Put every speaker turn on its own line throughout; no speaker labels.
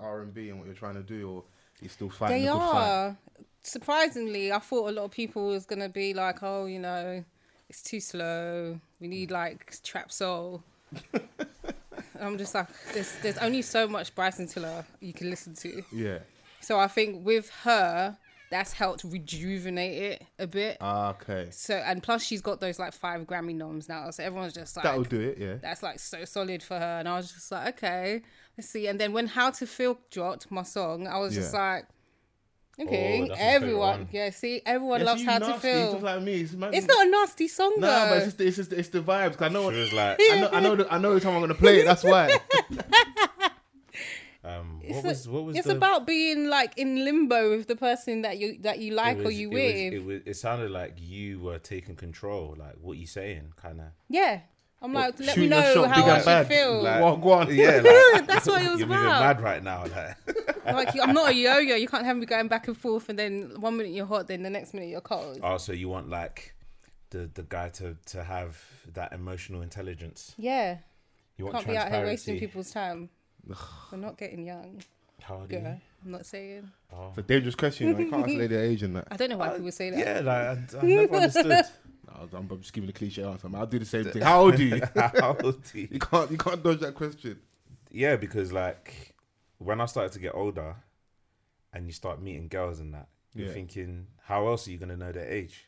R and B and what you're trying to do, or you're still fighting?
They
the good fight?
are. Surprisingly, I thought a lot of people was gonna be like, oh, you know, it's too slow. We
Mm.
need like trap soul. I'm just like, there's there's only so much Bryson Tiller you can listen to.
Yeah.
So I think with her, that's helped rejuvenate it a bit.
Uh. Ah, Okay.
So and plus she's got those like five Grammy noms now, so everyone's just like
That'll do it. Yeah.
that's like so solid for her. And I was just like, okay, let's see. And then when How to Feel dropped my song, I was just
Yeah.
like, okay,
Oh, that's my favourite
everyone,
one.
yeah, see, everyone
Yeah,
loves
see,
How
you
to
nasty,
Feel.
Just like me. It's, mad-
it's not a nasty song
Nah,
though.
but it's just, it's just it's the vibes. 'cause I know.
She was like,
I know. I know. The, I know the time I'm gonna play it. That's why.
um,
It's
what
a-
was what was
it's
the,
about being like in limbo with the person that you that you like
it
or
was-
you
it was-
with.
it, was, it sounded like you were taking control, like what you saying, kind of.
yeah, I'm like, let me
Shoot your
know
shot, big
how
and
I should
bad.
feel.
Like-
Like,
Well, go on.
Yeah, like,
That's what it was
you're moving
about.
mad right now. Like,
I'm not a yo-yo. You can't have me going back and forth, and then one minute you're hot, then the next minute you're cold.
also, Oh, you want like the the guy to to have that emotional intelligence.
Yeah,
You want
can't be out here
transparency.
wasting people's time. We're not getting young.
How old are
Yeah,
you?
I'm not saying.
Oh.
It's a dangerous question. You, know? you can't ask lady her age and that.
I don't know why people say that.
Yeah, like I, I never understood.
No, I'm, I'm just giving a cliche answer. man. I'll do the same thing. How old are you?
How old are you?
You can't. You can't dodge that question.
yeah, because like when I started to get older, and you start meeting girls and that, you're
Yeah.
thinking, how else are you gonna know their age?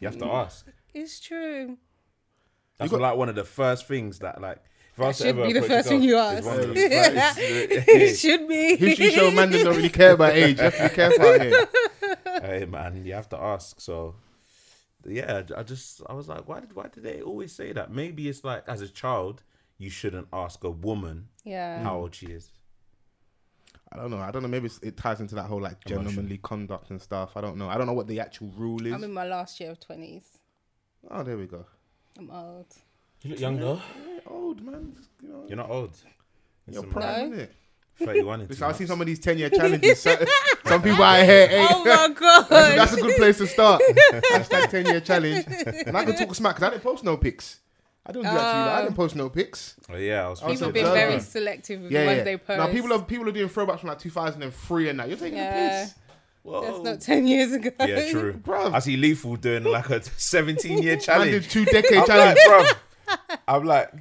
You have to
Mm.
ask.
It's true.
That's
got-
like one of the first things that like. If I was to
should
ever
be the
approach a
first
girl,
thing you
it's one of the
ask.
first-
It should be.
History show man does not really care about age. You have to be careful out here.
hey man, you have to ask. So yeah, I just I was like, why did why did they always say that? Maybe it's like as a child, you shouldn't ask a woman
Yeah.
how old she is.
I don't know. I don't know. Maybe it's, it ties into that whole like gentlemanly conduct and stuff. I don't know. I don't know what the actual rule is.
I'm in my last year of 20s.
oh, there we go.
I'm old.
You look young though.
Yeah, old man. Just, You know,
You're not old.
your
Listen,
prime,
No.
innit?
man, Thirty-one. in two
Listen, I've seen
months.
some of these ten-year challenges. So- some people out here, hey,
Oh my god.
that's a good place to start. Hashtag ten-year challenge. And I can talk smack because I didn't post no pics. I don't do that to you. like, I didn't post no pics.
Oh, yeah, I was.
People
People
so
have
thinking
been
about
bad.
very
that.
selective with the ones
Yeah,
they
yeah.
post.
Now people are people are doing throwbacks from like 2003 and that. You're taking
Yeah.
the piss,
That's
Whoa.
not 10 years ago.
yeah, true.
Bruv.
I see Lethal doing like a 17-year
Man
challenge.
did two decade
I'm like,
challenge.
bruv, I'm like,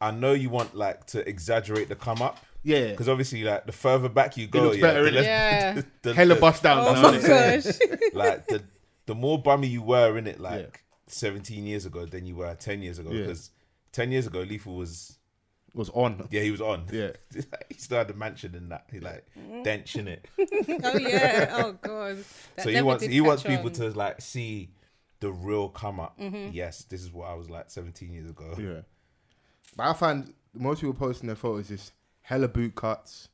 I know you want like to exaggerate the come up.
Yeah.
Because obviously, like the further back you go,
looks
yeah,
better,
the
innit?
less-
Yeah.
the-
Hella
the-
bust down.
Oh
that's
what
my
I'm saying.
gosh.
Like the the more bummy you were in it, like 17 years ago than you were 10 years ago.
Yeah.
Because 10 years ago, Lethal was
was on.
yeah, he was on.
Yeah.
he still had the mansion and that. He like dench in it.
Oh yeah. Oh god. Mm. That
so he
never
wants
did
he wants
catch
people
on. Mm-hmm.
to like see the real come up. Yes, this is what I was like 17 years ago.
Yeah. But I find most people posting their photos is hella boot cuts.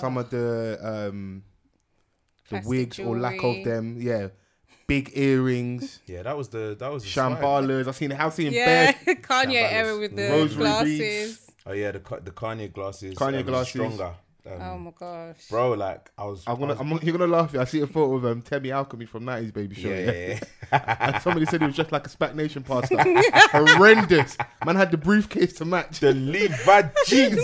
Some of the um the
Plastic
wigs or lack
jewellery.
of them. Yeah. Big earrings,
Yeah, that was the that was the swag.
shambalas. I've seen I've seen
Yeah.
yeah.
Kanye
Shambhalas.
era with the
Rosary
glasses.
beads.
Oh yeah, the Ka- the Kanye glasses.
Kanye
um,
glasses.
stronger. Um,
Oh my gosh.
bro, like I was.
I'm
I
gonna,
was-
I'm, gonna- you're gonna laugh. at you. I see a photo of um, Temi Alchemy from '90s Baby Show.
yeah,
Yeah,
yeah,
And somebody said he was dressed like a Spac Nation pastor. Horrendous. Man had the briefcase to match.
the Levi jeans.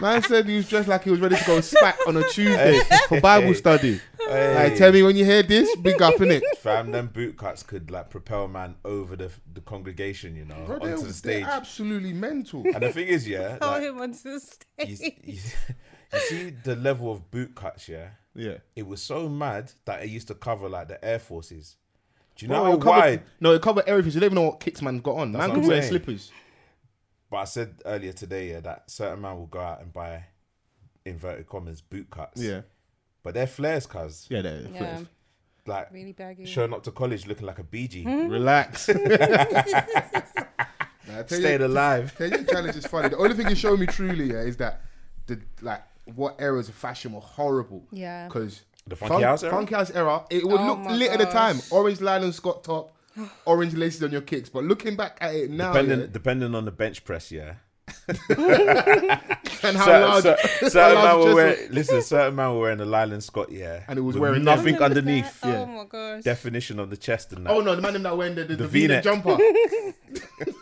Man said he was dressed like he was ready to go Spac on a Tuesday for Bible study.
Hey.
Like, tell me when you hear this, big up in it.
Fam, them boot cuts could like propel a man over the the congregation, you know,
Bro, they're,
onto the stage.
they're absolutely mental.
and the thing is, yeah,
Tell
like,
him on the
you,
stage.
you, you see the level of boot cuts, yeah.
Yeah.
It was so mad that it used to cover like the air forces. Do you
Bro,
know how
it covered-
wide?
No, it covered everything. You don't even know what kicks man got on.
That's
man
what
could
I'm
wear
saying.
slippers.
But I said earlier today, yeah, that certain man will go out and buy inverted commas boot cuts.
Yeah.
But they're flares, cuz.
Yeah, that is.
Yeah.
Like
Really baggy.
showing up to college looking like a BG.
Hmm?
Hmm.
Relax. Nah, I tell you-
Stayed alive.
Ten year challenge is funny. The only thing you show me truly yeah, is that the like what eras of fashion were horrible.
Yeah.
Because
The funky house era?
funky house era, it would
Oh
look
my
lit at the time.
gosh.
Orange lining Scott top, orange laces on your kicks. But looking back at it now,
Depending
yeah,
depending on the bench press, yeah.
and how
Cer-
large,
cer-
how
certain
large the
man were
dress
wearing, listen, certain man were wearing a Lyland Scott, yeah.
And it was
with
wearing that. uh,
nothing underneath.
Oh my gosh.
Definition of the chest and that.
Oh no, the man them that wearing the, the, the,
The
V-neck
V-neck.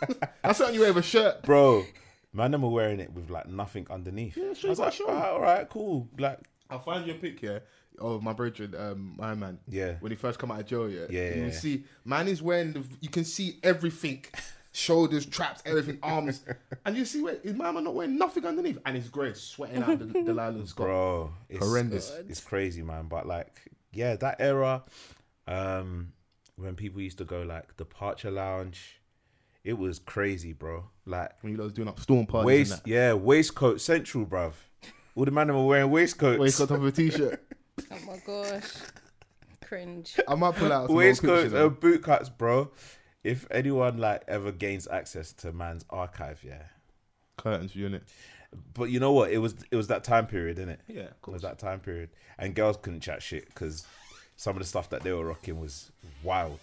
jumper. That's something you wear with a shirt.
Bro, Man, them were wearing it with like nothing underneath.
Yeah,
I
straight
was
to
like,
the show.
"Ah, all right, cool. Like,
I'll find you a pic, yeah, of my brethren, um, my man.
Yeah.
When he first come out of jail, yeah.
Yeah,
You
yeah,
will
yeah.
see, man is wearing, the, you can see everything. Shoulders, traps, everything, arms, and you see where is my man not wearing nothing underneath, and his grey sweating out the Delilah's got
bro, it's,
Horrendous.
It's, it's crazy, man. But like, yeah, that era, um, when people used to go like departure lounge, it was crazy, bro. Like,
when you lot was doing up storm parties.
waist,
and that.
yeah, waistcoat central, bruv. All the man them were wearing waistcoats.
Waist on top of a t-shirt.
Oh my gosh. Cringe.
I might pull out some old pictures.
waistcoats
though.
and boot cuts, bro. If anyone like ever gains access to man's archive, yeah.
curtains for you innit?
But you know what? It was it was that time period, innit?
Yeah, of
It was that time period, and girls couldn't chat shit because some of the stuff that they were rocking was wild.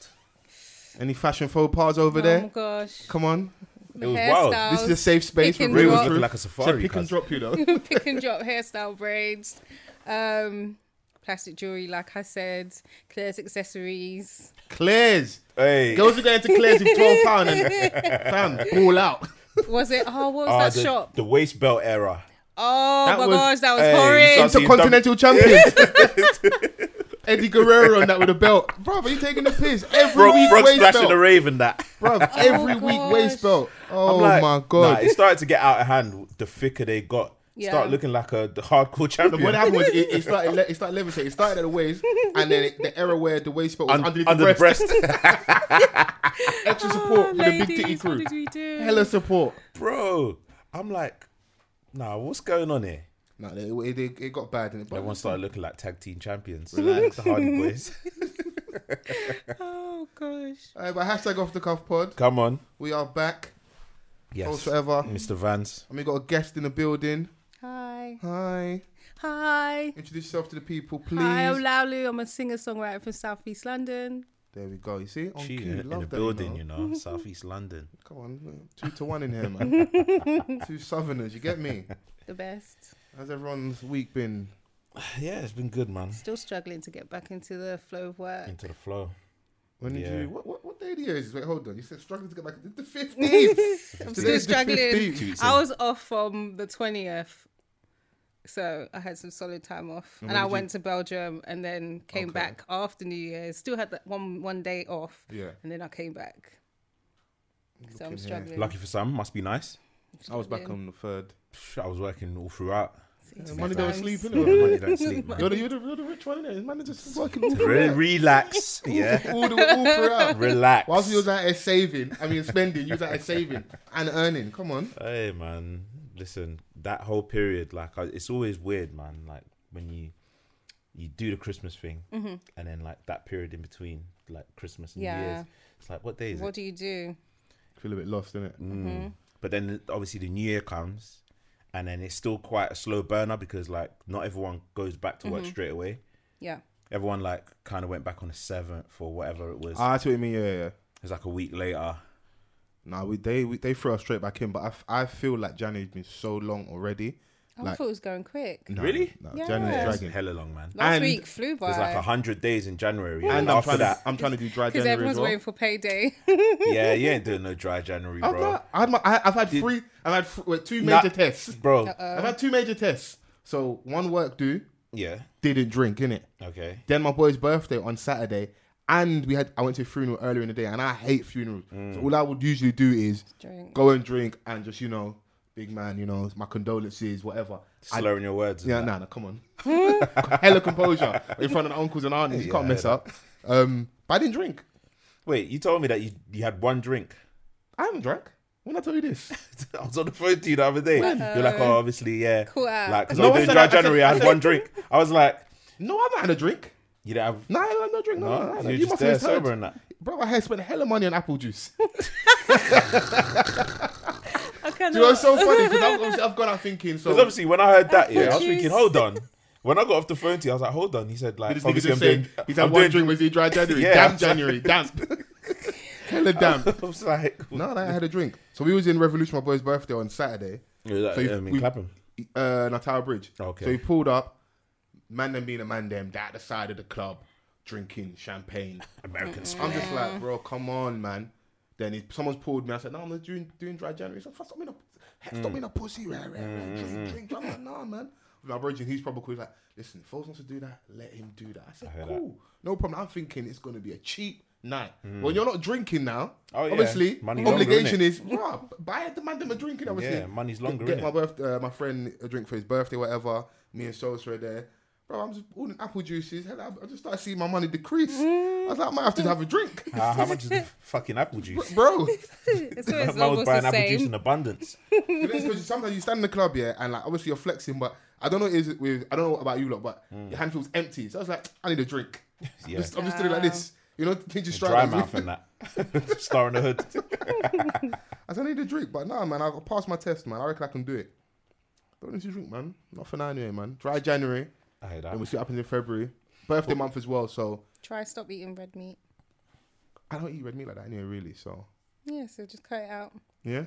Any fashion faux pas over
oh my
there?
gosh.
Come on,
My
It was wild.
hairstyles.
this is a safe space.
Pick and
for
Ray
real
was
drop.
looking
truth.
like a
Said
safari.
pick and
cuz.
drop, you know.
pick and drop hairstyle braids, um, plastic jewelry, like I said, Claire's accessories.
Claire's
Hey,
girls are going to Claire's with twelve pound and fam all out.
Was it? Oh, what was
ah,
that
the,
shop?
the waist belt era.
Oh
That
my
was-
gosh, that was
Hey, you
horrid.
saw-
Intercontinental champions. Eddie Guerrero on that with a belt, bro. Are you taking the piss every
Frog,
week?
frog
waist
splash and the
belt,
raven. That
bro. Every week
gosh.
waist belt.
I'm
Oh
like,
my
Nah,
god.
it started to get out of hand. The thicker they got,
Yeah.
start looking like a the hardcore
But
champion.
what happened was it, it started. le- It started levitating. It started at the waist, and then it, the era where the waist belt was
Un-
underneath
under
the breast, extra
Oh,
support for the big titty
ladies, what
crew.
did we do?
Hella support.
bro. I'm like, nah, what's going on here?
No, they, it, it, it got bad in it. But
Everyone started looking like tag team champions. Relax, the Hardy Boys.
Oh gosh.
All right, but hashtag off the cuff pod.
Come on,
We are back.
yes,
Folks forever. And
Mr. Vance.
we got a guest in the building.
Hi.
Hi.
Hi.
Introduce yourself to the people, please.
Hi, I'm Laulu. I'm a singer songwriter from Southeast London.
there we go. You see? On
She
cue.
in, in
Love
the
that,
building,
You
you
know?
know, Southeast London.
Come on. Two to one in here, man. two southerners. You get me?
The best.
How's everyone's week been?
Yeah, it's been good, man.
Still struggling to get back into the flow of work.
Into the flow.
When did
Yeah.
you. What, what, what day of the year is this? Wait, hold on. You said struggling to get back. The 15th.
I'm still
Today's the
struggling. Ah.
15th.
I was off from the 20th. So I had some solid time off. And,
when
I
did you-
went to Belgium and then came
Okay.
back after New Year's. Still had that one one day off.
Yeah.
And then I came back. so I'm
here.
struggling.
Lucky for some, must be nice.
I was back
struggling.
on the 3rd.
Psh, I was working all throughout.
Yeah, money don't
Nice.
sleep, innit?
Money don't sleep,
You're
man.
the, you're, the, you're the rich one, innit? Man, just working all
Re-
throughout.
relax, yeah,
all, the, all throughout.
relax.
Whilst you was out here saving, I mean spending, you was out here saving and earning. Come on.
Hey man, listen. That whole period, like, I, it's always weird, man. Like when you you do the Christmas thing, and then like that period in between, like Christmas and New
Yeah.
Year's. It's like, what day is
What
it?
do you do?
Feel a bit lost, innit?
Mm. But then obviously the New Year comes, and then it's still quite a slow burner because like not everyone goes back to work straight away.
Yeah.
Everyone like kind of went back on the seventh or whatever it was.
Ah, that's what you mean. Yeah, yeah. yeah.
it's like a week later.
Nah, we, they we, they threw us straight back in, but I, f- I feel like January's been so long already.
I
Like-
thought it was going quick.
Nah,
Really?
Nah,
Yeah.
Yeah,
January's
it's
dragging.
hella long, man.
Last
And
week flew by.
There's like a hundred days in January,
And
and
I'm
after
trying,
that,
to, I'm trying to do dry
Because
January
everyone's
as well.
waiting for payday.
yeah, you ain't doing no dry January,
I'm
bro.
not- I had my, I, I've had three. I've had fr- wait, two
Nah.
major tests.
Bro,
I've had two major tests. So one work do
yeah,
didn't drink, innit?
okay.
Then my boy's birthday on Saturday, and we had I went to a funeral earlier in the day, and I hate funerals.
Mm.
So all I would usually do is
Drink.
go and drink and just you know, big man, you know, my condolences, whatever. I,
Slurring your words. and
yeah,
that.
nah, nah, come on, hella composure in front of the uncles and aunties. You can't
Yeah,
mess
yeah.
up. Um, but I didn't drink.
Wait, you told me that you, you had one drink.
I haven't drank. When I tell you this,
I was on the phone to you the other day. You're like,
Uh,
oh, obviously, yeah.
Cool out.
Like, because
No,
I
I
was doing
said
dry
I- I said-
January, I, had one drink. I was like,
no, I've not had a drink.
you didn't have.
No, I had no drink. No, no, no,
No,
no.
you're
you
just
must
there
have
sober
sober.
and that.
Bro, I had spent hella money on apple juice.
I
Do you know what's so funny? Because I've, obviously I've gone out thinking. So
Because obviously, when I heard that, yeah, I was
juice.
thinking, hold on. When I got off the phone to you, I was like, hold on. He said, like,
This nigga
obviously,
just
I'm
saying
doing.
he's had
I'm
one
doing-
drink was he dry January.
Yeah,
damn
I'm sorry.
January, damp. Hella damp.
I was like,
No, no, I had a drink. So we was in Revolution, my boy's birthday on Saturday,
You're like,
So you-
I mean,
we-
clap him.
uh, on Tower Bridge.
Okay.
So he pulled up, man them being a man them, they're at the side of the club, drinking champagne.
American
I'm just like, bro, come on, man. Then he, someone's pulled me. I said, no, I'm not doing, doing dry January. He's like, fuck, I'm in a Hex,
Mm.
stop being a pussy, rare, rare, rare. Drink, drink. I'm like, nah, man. With my bridging, he's probably cool. He's like, listen, if Foles wants to do that, let him do that. I said,
heard that.
cool. No problem. I'm thinking it's going to be a cheap night. When you're not drinking now,
Mm. Oh, yeah.
obviously,
Money longer,
obligation is, bruh, buy the man them a drink. Obviously.
Yeah, money's longer,
Get
innit?
my birth, uh, my friend a drink for his birthday, whatever. Me and Sosa are there. Bro, I'm just ordering apple juices. Hell, I- I just started seeing my money decrease. I was like, I might have to have a drink.
How, how much is the fucking apple juice?
Bro,
It's always
Man was
almost
buying
the
apple juice
same.
in abundance.
It is, 'cause sometimes you stand in the club, yeah, and like obviously you're flexing, but I don't know what it is with I don't know about you lot, but your hand feels empty. So I was like, I need a drink.
Hmm. Yeah.
Just- I'm just doing it like this. You know, think you
Dry
strike.
mouth and that. Star in the hood.
I said, I need a drink, but nah, man, I passed my test, man. I reckon I can do it. Don't need to drink, man. Not for now, anyway, man. Dry January,
I heard
and
that.
we'll see what happens in February. Birthday month as well, so
Try stop eating red meat.
I don't eat red meat like that anyway, really. So
Yeah, so just cut it out.
yeah,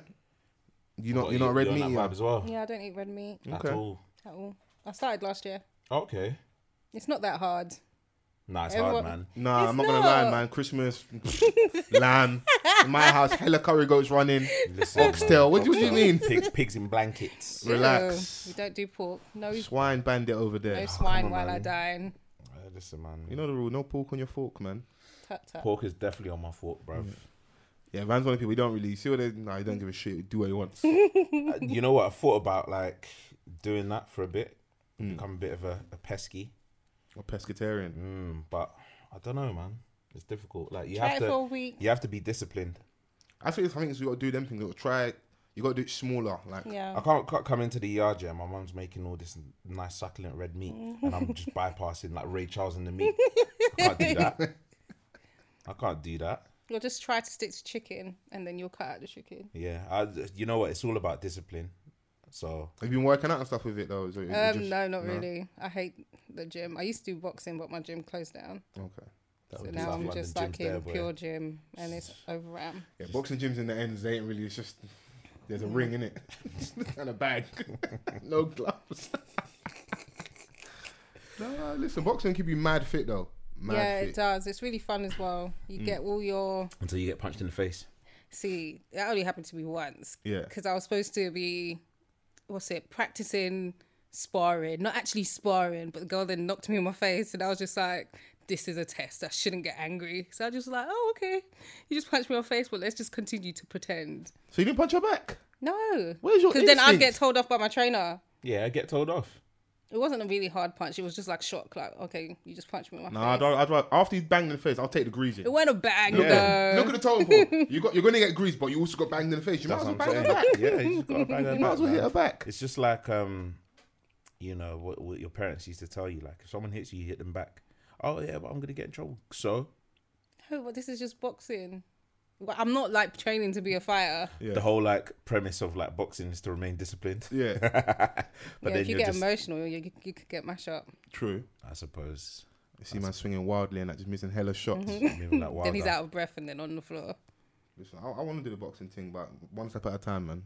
you not
What,
you're not a red
on
meat.
that
eater?
vibe as well.
Yeah, I don't eat red meat
Okay.
At all.
at all. I started last year.
Okay.
It's not that hard.
Nah, it's
Everyone-
hard, man.
Nah,
It's
I'm not, gonna lie,
not.
man. Christmas, lamb in my house, hella curry goats running.
Listen, man.
Oxtail, what do you
Oxtail.
mean?
Pig, pigs in blankets. Uh,
Relax.
Ew, we don't do pork. No,
Swine bandit over
no
there.
swine
on,
while I
man.
dine.
Uh, listen, man.
You know the rule: no pork on your fork, man.
Tut tut.
pork is definitely on my fork, bruv.
Yeah, Van's one of the people. We don't really see what they. Nah, he don't give a shit. We do what he wants.
Uh, you know what? I thought about like doing that for a bit,
Hmm.
become a bit of a, a pesky.
A pescatarian.
Mm, but I don't know, man. It's difficult. Like you
Try
have
it for a
to,
week.
you have to be disciplined.
That's what I think is we gotta do. Them things. We gotta try. it. You gotta do it smaller. Like
I
Yeah.
can't, can't come into the yard yet. My mum's making all this nice succulent red meat, and I'm just bypassing like Ray Charles and the meat. I can't do that. I can't do that.
You'll just try to stick to chicken and then you'll cut out the chicken.
Yeah, I, you know what? It's all about discipline. So
have you been working out and stuff with it though? So it- it
Um,
just-
no, not really. I hate the gym. I used to do boxing, but my gym closed down.
Okay.
So
would be
now
South
I'm
London
just
gyms
like
there,
in
boy.
pure gym and it's overran.
Yeah, boxing gyms in the ends. They ain't really. It's just there's a ring in it and a bag. no gloves. no, listen. Boxing keep you mad fit though. Mad
yeah,
fit.
it does. It's really fun as well.
Mm.
You get all your.
until you get punched in the face.
See, that only happened to me once.
Yeah.
Because I was supposed to be, what's it, practicing sparring, not actually sparring, but the girl then knocked me in my face, and I was just like, this is a test. I shouldn't get angry. So I just was like, oh, okay. You just punched me in my face, but let's just continue to pretend.
So you didn't punch her back.
No.
Where's your
Because then I'd get
instincts?
told off by my trainer.
Yeah, I get told off.
It wasn't a really hard punch. It was just like shock, like, okay, you just punched me in my
Nah, I'd,
face.
I'd, rather- after you bang in the face, I'll take the greasing.
It went a bang,
Look,
though.
at, look at the totem pole. You got, you're going to get greased, but you also got banged in the face. Oh, You
That's
might as well
what I'm
bang
saying.
her back.
Yeah, you just gotta bang her
You might
back,
as well hit
man.
her back.
It's just like um, you know what, what your parents used to tell you. Like if someone hits you, you hit them back. Oh yeah, but I'm gonna get in trouble. So
No, but this is just boxing. Well, I'm not like training to be a fighter.
Yeah.
the whole like premise of like boxing is to remain disciplined.
Yeah,
But
yeah,
then
if you
you're
get
just,
emotional, you, you could get mash up.
true.
I suppose,
You see man swinging wildly and like, just missing hella shots.
moving like
Then he's
Wilder.
out of breath and then on the floor.
Listen, I, I want to do the boxing thing, but one step at a time, man.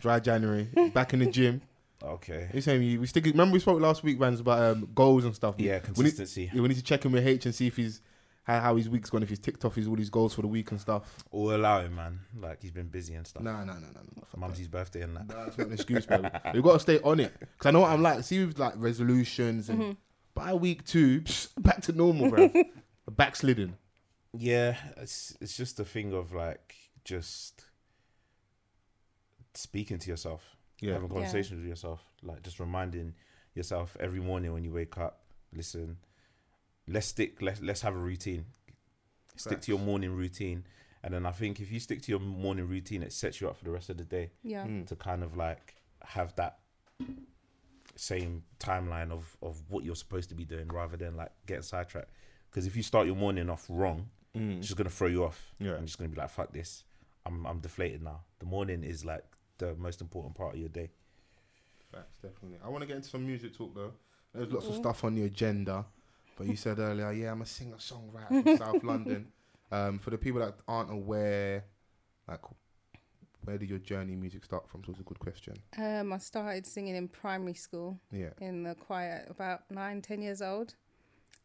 Dry January, back in the gym.
Okay.
You saying you we stick? Remember we spoke last week, Vans, about um, goals and stuff.
Yeah,
we need,
consistency.
yeah, we need to check in with H and see if he's how, how his week's gone. If he's ticked off his all his goals for the week and stuff.
All allow him, man. Like he's been busy and stuff.
Nah, nah, nah, nah. nah fuck that.
Mumsy's birthday and that.
Nah, that's not an excuse, baby. We've got to stay on it. Because I know what I'm like. See, with like resolutions and by week two, psh, back to normal, bro. Backslidden.
Yeah, it's it's just a thing of like just speaking to yourself,
Yeah.
having conversations with yourself, like just reminding yourself every morning when you wake up. Listen, let's stick. Let's let's have a routine. Stick
Facts.
to your morning routine, and then I think if you stick to your morning routine, it sets you up for the rest of the day
Yeah.
Mm.
to kind of like have that same timeline of of what you're supposed to be doing rather than like getting sidetracked because if you start your morning off wrong it's just gonna throw you off
Mm. Yeah.
i'm just gonna be like fuck this i'm i'm deflated now the morning is like the most important part of your day
Facts, definitely. I want to get into some music talk, though. There's lots of stuff on the agenda. But you said earlier, yeah, I'm a singer songwriter from South London. Um, for the people that aren't aware, like, where did your journey in music start from? So it's a good question.
Um, I started singing in primary school
Yeah.
in the choir at about nine, ten years old.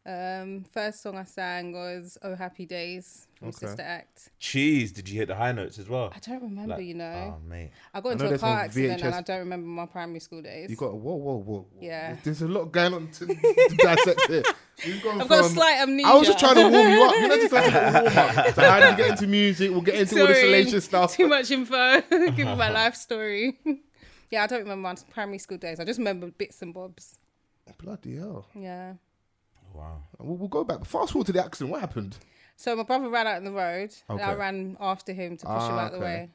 Um, first song I sang was "Oh Happy Days" from
Okay.
Sister Act.
Cheese. Did you hit the high notes as well?
I don't remember,
Like,
you know.
Oh mate.
I got
ah. I know
into a
there's
car
some
accident and
VHS
I don't remember my primary school days.
You got whoa, whoa, whoa. whoa.
Yeah.
There's a lot going on to, to dissect here. You've gone
I've got a
from-
slight amnesia.
I was just trying to warm you up. You know, just like a little warm up. So how do you get into music? We'll get into all the
Sorry.
salacious stuff.
Too much info. Give me my life story. yeah, I don't remember my primary school days. I just remember bits and bobs.
Bloody hell.
Yeah.
Wow.
We'll, we'll go back. Fast forward to the accident. What happened?
So my brother ran out in the road, and I
Okay.
ran after him to push him
Ah,
out of the
okay.
way,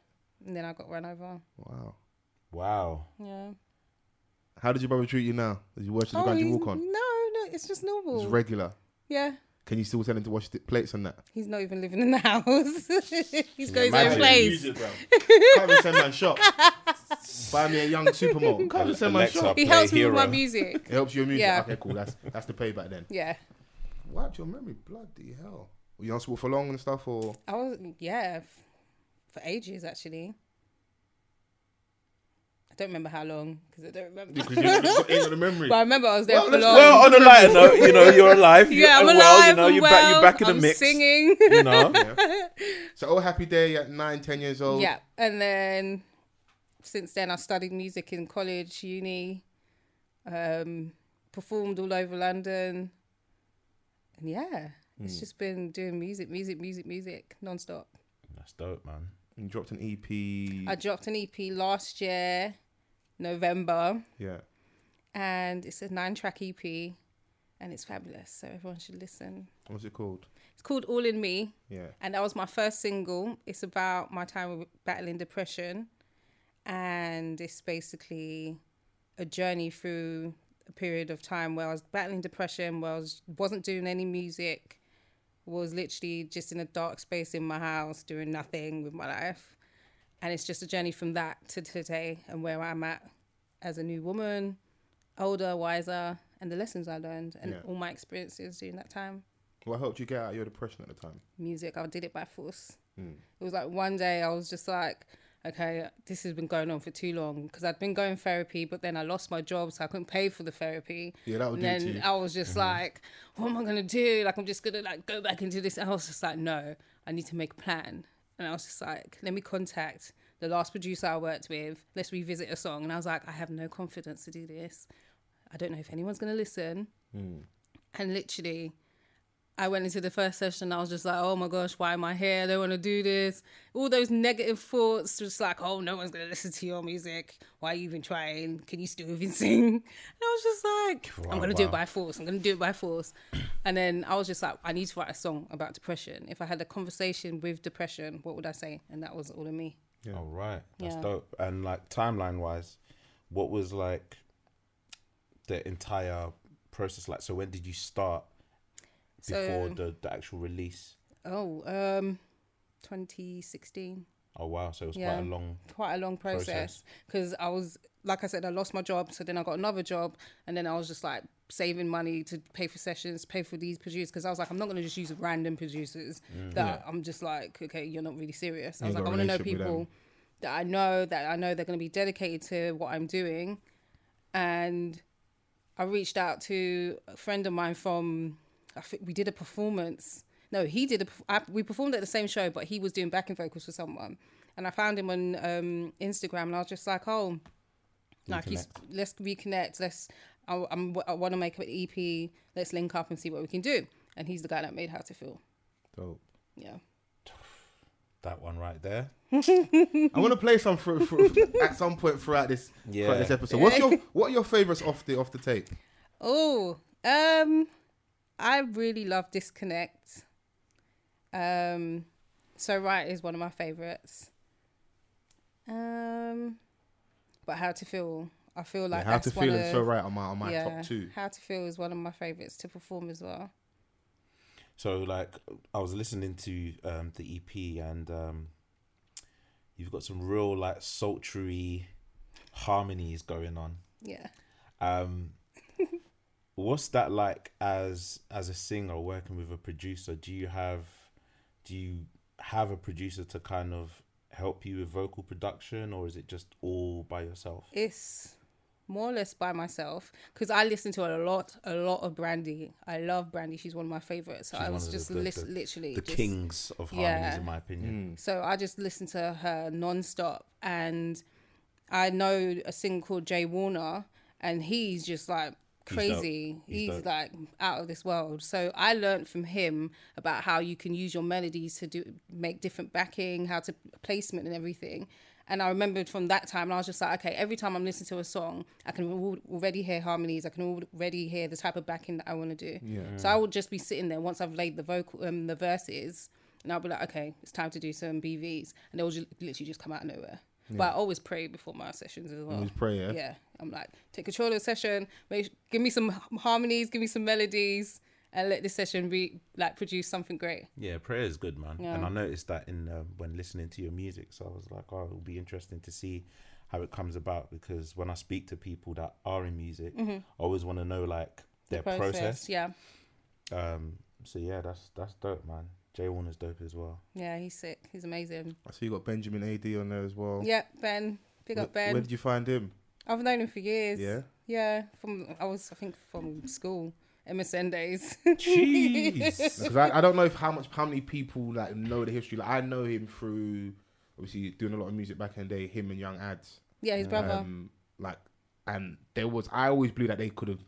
and then I got run over.
Wow.
Wow.
Yeah.
How did your brother treat you now? As you watch the ground you
Oh, he's-
walk
no,
on?
no, it's just normal.
It's regular.
yeah,
Can you still tell him to wash the plates on that?
he's not even living in the house. he's got his own
imagine.
place.
Can't even send man shop. Buy me a young supermodel. Can't even send man
Alexa.
shop.
He
Play
helps me with my
hero.
music.
It helps your music.
Yeah.
Okay, cool. That's that's the payback then.
Yeah,
Wiped your memory. Bloody hell. Were you on school for long and stuff or?
I was yeah f- for ages actually. I don't remember how long because I don't remember.
Because you ain't got ain't got the memory.
But I remember I was there
Well,
for long.
let's-
Well, on a lighter note, you know you're alive. You're
yeah, I'm alive.
well, You know
I'm
you're
well.
back. You're back in the
I'm
mix.
Singing.
You know.
So, oh, happy day at nine, ten years old.
Yeah, and then since then I studied music in college, uni, um, performed all over London, and yeah, it's just been doing music, music, music, music nonstop.
That's dope, man.
You dropped an E EP.
I dropped an EP last year, November,
yeah.
and it's a nine-track EP, and it's fabulous. So everyone should listen.
What's it called?
It's called All in Me.
Yeah.
and that was my first single. It's about my time with battling depression, and it's basically a journey through a period of time where I was battling depression, where I was, wasn't doing any music, was literally just in a dark space in my house doing nothing with my life, and it's just a journey from that to today and where I'm at as a new woman, older, wiser, and the lessons I learned and
Yeah.
all my experiences during that time
What helped you get out of your depression at the time?
music. I did it by force.
Hmm.
It was like one day I was just like, okay, this has been going on for too long because I'd been going therapy, but then I lost my job, so I couldn't pay for the therapy.
Yeah, that would
And
do it to
then
you. Uh-huh.
I was just like, what am I gonna do? Like, I'm just gonna like go back into this. And I was just like, no, I need to make a plan. And I was just like, let me contact the last producer I worked with. Let's revisit a song. And I was like, I have no confidence to do this. I don't know if anyone's gonna listen. And literally, I went into the first session. I was just like, "Oh my gosh, why am I here? I don't want to do this." All those negative thoughts, just like, "Oh, no one's gonna listen to your music. Why are you even trying? Can you still even sing?" And I was just like, "I'm
Wow,
gonna do it
wow.
by force. I'm gonna do it by force." and then I was just like, "I need to write a song about depression. If I had a conversation with depression, what would I say?" And that was all of me.
All right, that's
Yeah.
dope. And like timeline wise, what was like the entire process like? So when did you start before
So-
the, the actual release?
Oh, um, 2016.
Oh wow, so it was
Yeah.
quite a long.
quite a long process
Process.
because I was like I said I lost my job so then I got another job and then I was just like saving money to pay for sessions pay for these producers because I was like I'm not going to just use random producers that I'm just like okay you're not really serious I was
ain't
like I
Mm. got a
want to know
relationship with them.
people that I know that I know they're going to be dedicated to what I'm doing and I reached out to a friend of mine from. I think we did a performance. No, he did a. perf- I, we performed at the same show, but he was doing backing vocals for someone, and I found him on um, Instagram, and I was just like, oh, like he's, let's reconnect. Let's. I, I'm, I want to make an EP. Let's link up and see what we can do. And he's the guy that made How to Feel.
Dope.
Yeah.
That one right there.
I want to play some for, for, at some point throughout this throughout
Yeah.
this episode. What's your what are your favorites off the off the tape?
Oh, um, I really love Disconnect. Um, So Right is one of my favorites. Um, but How to Feel, I feel like
yeah, how
that's
to
one
feel
of
and so right on my on my top two.
How to Feel is one of my favorites to perform as well.
So like I was listening to um the EP and um you've got some real like sultry harmonies going on.
Yeah.
Um what's that like as as a singer working with a producer? Do you have do you have a producer to kind of help you with vocal production or is it just all by yourself?
It's more or less by myself because I listen to a lot, a lot of Brandy. I love Brandy. She's one of my favorites. So
She's
I
one
was
of
just
the- the-
lis-
the-
literally
the
just-
kings of harmonies,
yeah.
in my opinion.
So I just listened to her nonstop, and I know a singer called Jay Warner, and he's just like
dope.
crazy.
He's
He's,
dope.
like out of this world. So I learned from him about how you can use your melodies to do make different backing, how to placement and everything. And I remembered from that time, and I was just like, okay, every time I'm listening to a song, I can al- already hear harmonies. I can already hear the type of backing that I want to do.
Yeah.
So I would just be sitting there once I've laid the vocal, um, the verses, and I'll be like, okay, it's time to do some BVs, and they'll just literally just come out of nowhere. But I always pray before my sessions as well.
Always pray, yeah?
I'm like, take control of the session. Make, give me some h- harmonies, give me some melodies, and let this session be like produce something great.
Yeah, prayer is good, man. And
Yeah.
I noticed that in um, when listening to your music, so I was like, oh, it'll be interesting to see how it comes about because when I speak to people that are in music,
Mm-hmm.
I always want to know like their process.
yeah,
Um, so yeah, that's that's dope, man. Jay Warner's dope as well.
yeah. He's sick. He's amazing.
I see you got Benjamin AD on there as well.
Yeah, Ben. Big up
Wh- Where
Ben.
did you find him?
I've known him for years.
Yeah?
Yeah. From I was I think from school MSN days.
Jeez.
Because I, I don't know if how much how many people like know the history. Like I know him through obviously doing a lot of music back in the day. Him and Young Ads,
yeah, his brother.
um, like, and there was I always believe that they could have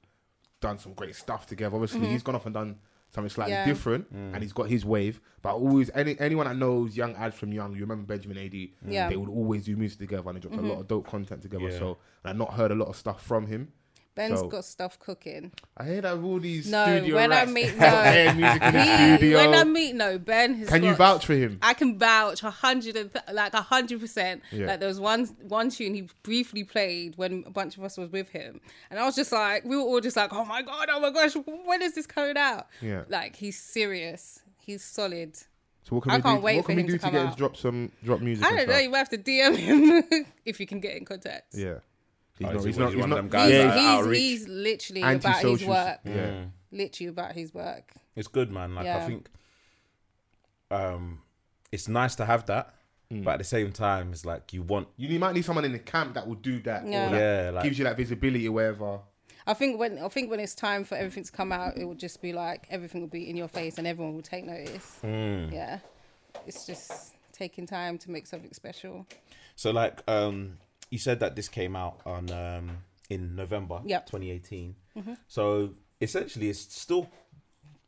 done some great stuff together. Obviously, he's gone off and done something slightly
Mm-hmm. Yeah.
different,
Mm.
and he's got his wave. But always any anyone that knows Young Ads from Young, you remember Benjamin Ad.
Yeah.
they would always do music together, and they dropped
Mm-hmm.
a lot of dope content together.
Yeah.
So and I not heard a lot of stuff from him.
Ben's
So-
got stuff cooking.
I hear that all these
No,
studio
when I
rats
meet-
have
no.
air music in the
He,
studio.
when I meet no Ben, has
Can you
got-
vouch for him?
I can vouch a hundred and th- like a hundred percent.
Yeah.
Like there was one one tune he briefly played when a bunch of us was with him, and I was just like, we were all just like, oh my god, oh my gosh, when is this coming out?
Yeah.
Like he's serious. He's solid.
So what can
I
we
can't
do?
wait
what
for
can we
him
do
to
to,
come
get him
out.
to drop some drop music?
I
and
don't know.
stuff?
You have to DM him if you can get in contact.
Yeah. He's
Oh,
not.
is he-
He's
what,
not.
is he
He's
one of
not.
them
He's,
guys Mm. that are
he's,
outreach?
he's literally about his
Anti-social.
work.
Yeah.
Literally about his work.
It's good, man. Like I
Yeah.
think, um, it's nice to have that, but at the same time, it's like you want,
You need- might need someone in the camp that will do that. or
Yeah.
that
yeah, like
Gives you that visibility, or whatever.
I think when I think when it's time for everything to come out, it will just be like everything will be in your face and everyone will take notice.
Hmm.
Yeah, it's just taking time to make something special.
So like um you said that this came out on um in November
Yep. Mm-hmm.
2018. So essentially it's still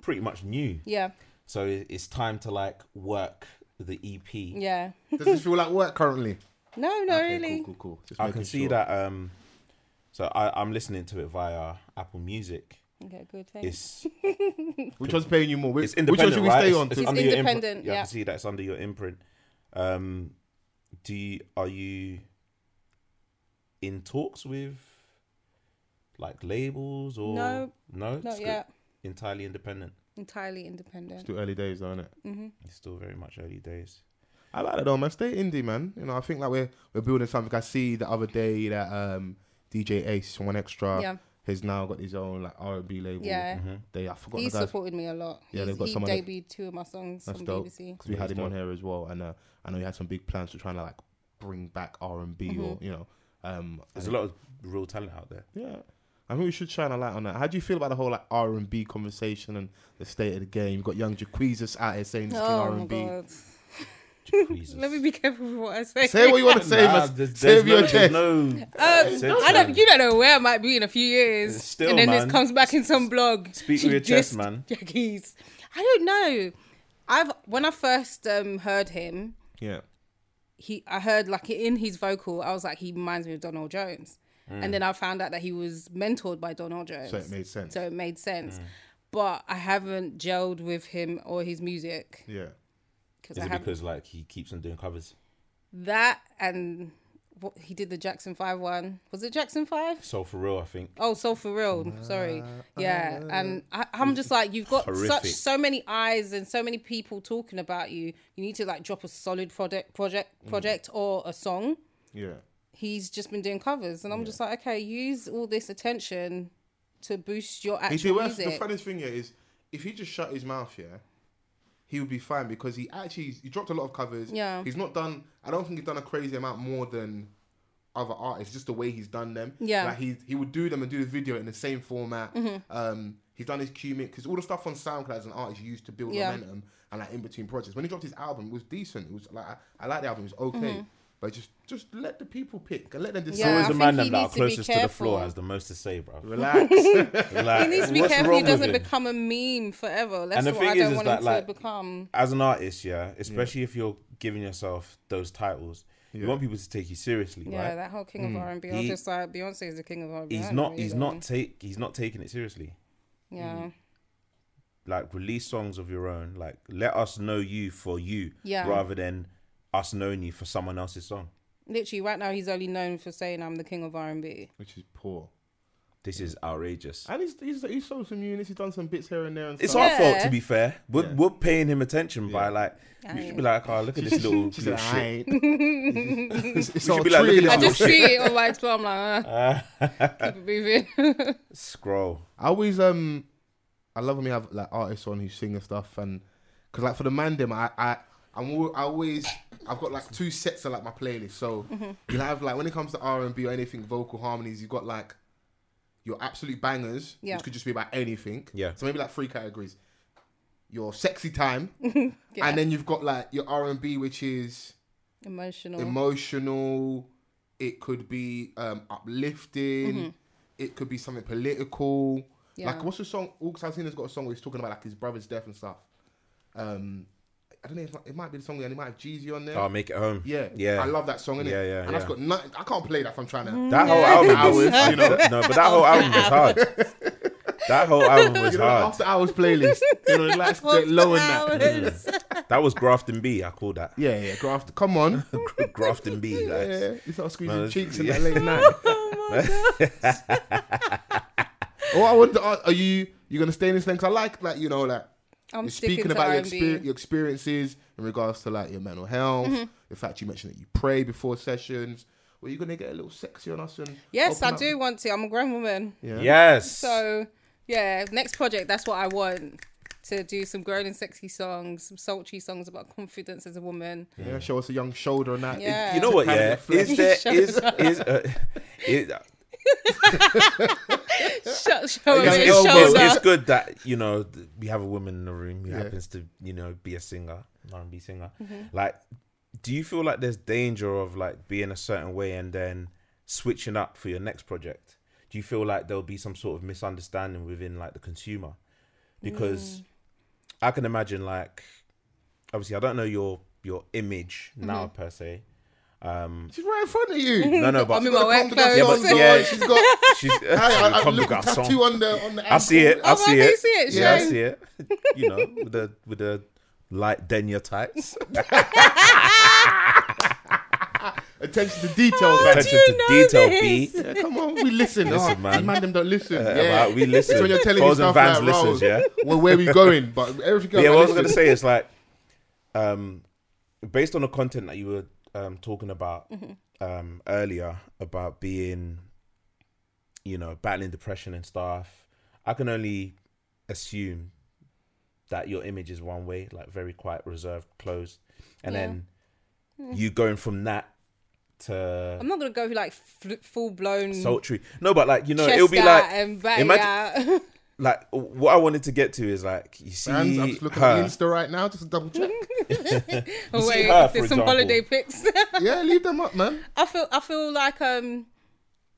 pretty much new.
Yeah,
So it- it's time to like work the E EP.
yeah.
Does this feel like work currently?
No, no,
Okay,
really.
Cool, cool, cool. Just
I
making
can see
sure.
that um so I, I'm listening to it via Apple Music.
Okay, good. Thanks.
It's
Which one's paying you more? Which,
it's
which one
independent.
should we
right?
stay
It's-
on? to?
It's
under your imprint.
independent,
Yeah, I
yeah.
can see that it's under your imprint. Um do you are you in talks with like labels or
No,
no It's
Not
good.
yet.
entirely independent.
Entirely
It's
independent. Mm-hmm.
too early days, though, isn't it?
It's still very much early days.
I like that though, man. Stay indie, man. You know, I think like we're we're building something. I see the other day that um DJ Ace from One Extra
Yeah.
has now got his own like R and B label.
Yeah,
Mm-hmm.
They I forgot
he
the guy's
supported me a lot.
Yeah,
Yeah,
they've got
he
someone that-
debuted two of my songs
That's
on
dope.
BBC.
because we
Yeah,
had
it's
him on
dope.
here as well, and uh, I know he had some big plans to try and like bring back R and B
Mm-hmm.
or you know, um,
There's a lot of real talent out there.
yeah. I think we should shine a light on that. How do you feel about the whole like R and B conversation and the state of the game? You've got young Jaquezus out here saying this is
Oh
R
my
and B.
god!
Jesus.
Let me be careful with what I say.
Say what you want to say,
Nah,
man.
there's,
Save
there's
your
no,
chest.
there's no
Um, I don't.
censoring.
You don't know where I might be in a few years,
Still,
and then
man.
this comes back in some blog.
Speak
She
with your chest,
dissed
man.
Jackies. I don't know. I've when I first um, heard him,
Yeah,
he I heard like in his vocal, I was like, he reminds me of Donald Jones, and then I found out that he was mentored by Donald
Mm.
Jones.
so it made sense. Mm.
So it made sense. But I haven't gelled with him or his music
yeah,
because
Is
I
it
haven't
because like he keeps on doing covers?
that and what he did the Jackson Five one was it Jackson Five?
So for real, I think.
Oh, so for real. Sorry. Yeah. And I, I'm just like, you've got such
Horrific.
so many eyes and so many people talking about you. You need to like drop a solid project project
Mm.
project or a song.
yeah.
He's just been doing covers and I'm just like, okay, use all this attention to boost your
He did
actual
well.
music.
The funniest thing here is, if he just shut his mouth, yeah, he would be fine because he actually he dropped a lot of covers.
Yeah.
he's not done. I don't think he's done a crazy amount more than other artists, just the way he's done them.
Yeah. Mm-hmm.
Like he he would do them and do the video in the same format. Um, he's done his cumic because all the stuff on SoundCloud as an artist you used to build
Yeah.
momentum and like in between projects. When he dropped his album, it was decent. It was like I, I like the album. It was okay. But just just let the people pick and let them
Mm-hmm. Yeah,
decide.
Always
I
the
think
man
he
them that are
needs to be
closest to the floor
careful.
has the most to say, bro.
Relax.
Like,
He needs to be
what's
careful
wrong
he
with
doesn't
him?
become a meme forever. That's
And the
what
thing
I
is,
don't
is
want
that,
him
like,
to become.
as an artist, yeah, especially if you're giving yourself those titles,
Yeah.
you want people to take you seriously,
Yeah,
right? Mm.
that whole king of R and B.
He-
Just like Beyonce is the king of R and B.
He's not. He's not Mm. take. He's not taking it seriously.
Yeah,
Like release songs of your own. Like let us know you for you,
Yeah.
rather than us knowing you for someone else's song.
literally. Right now, he's only known for saying I'm the king of R and B.
Which is poor.
This is outrageous.
And he's he's, he's shown some units. He's done some bits here and there and
It's
stuff.
our
Yeah.
fault, to be fair. We're,
Yeah.
we're paying him attention by like we
Aye.
should be like, oh, look at this little,
She's
little
like, I
shit.
ain't. it's, it's
should
our
be like,
tree
look at
now.
I
this
just treat it on my explore. I'm like, uh, keep it moving.
Scroll.
I always um, I love when we have like artists on who sing and stuff, and because like for the mandem, I I I'm al- I always I've got like two sets of like my playlist. So
Mm-hmm.
you'll have like when it comes to R and B or anything vocal harmonies, you've got like your absolute bangers,
Yeah.
which could just be about anything.
Yeah.
So maybe like three categories. Your sexy time,
Yeah.
and then you've got like your R and B, which is
Emotional.
emotional. It could be um, uplifting. It could be something political.
Yeah.
Like what's the song? Because I've seen has got a song where he's talking about like his brother's death and stuff. Um, I don't know. It might, it might be the song and it might have Jeezy on there.
Oh, make it home.
yeah,
yeah.
I love that song. Innit?
Yeah, yeah,
And that's
yeah.
got nothing. I can't play that if I'm trying to.
That whole album was,
Hours,
you know, no, but that whole album was hard. That whole album was
You know,
hard.
after hours playlist. You know, relax, get low in that.
Hours.
That was Grafton B. I call that
Yeah, yeah. Go after. Come on.
Grafton B.
yeah,
Like,
yeah. You start squeezing
Man,
cheeks
yeah.
in that late night.
Oh my god.
Oh, I wanted to ask, are you you gonna stay in this thing? 'Cause I like like you know like
I'm
you're
sticking
speaking
to
about your,
R&B.
exper- your experiences in regards to like your mental health.
Mm-hmm.
The fact you mentioned that you pray before sessions. Well, you gonna get a little sexy on us and
Yes,
open
I
up-
do want to. I'm a grown woman.
Yeah.
Yes.
So yeah, next project. That's what I want to do. Some grown and sexy songs, some sultry songs about confidence as a woman.
Yeah, show us a young shoulder and that.
Yeah.
you know what?
Kind of
Yeah,
a flex.
is there
Shut
is is uh, is.
Shut, show
Yeah,
us
it's,
yeah,
your
it's
yeah.
shoulder.
good. it's good that you know th- we have a woman in the room who
Yeah.
happens to you know be a singer, an R and B singer.
Mm-hmm.
Like, do you feel like there's danger of like being a certain way and then switching up for your next project? Do you feel like there'll be some sort of misunderstanding within like the consumer? Because
Mm.
I can imagine like obviously I don't know your your image now
Mm-hmm.
per se. Um,
She's right in front of you.
no, no, but
I'm in
Got
my
a
wet
Congo
clothes.
Yeah,
song
but-
going,
yeah.
She's got
she's
I, I, I,
Comme
look,
des garçons.
tattoo on the on the.
I see it. I
Oh,
see
I do
it.
see it,
Yeah, I
Shane.
see it. You know, with the with the light denier tights.
Attention to detail. man.
Attention
you
to
know
detail,
this?
B.
Yeah, come on, we listen.
Listen,
oh,
man.
man, them don't listen.
Yeah,
yeah,
but we listen.
So when you're telling
Foles and
yourself
Vans
like,
listens,
"Rose,
yeah.
well, where we going? But everything else.
yeah,
I
what I was
listen.
gonna say is like, um, based on the content that you were um talking about
Mm-hmm.
um earlier about being, you know, battling depression and stuff, I can only assume that your image is one way, like very quiet, reserved, closed, and
Yeah. Hmm.
then you going from that to
I'm not gonna go like f- full blown.
sultry. No, but like you know,
chest
it'll be
out
like
and back
imagine-
out.
like what I wanted to get to is like you see
Brands, I'm just looking
her.
at the Insta right now just to double check.
Oh,
see
wait,
her,
there's
for
some
example.
holiday pics.
yeah, leave them up, man.
I feel I feel like um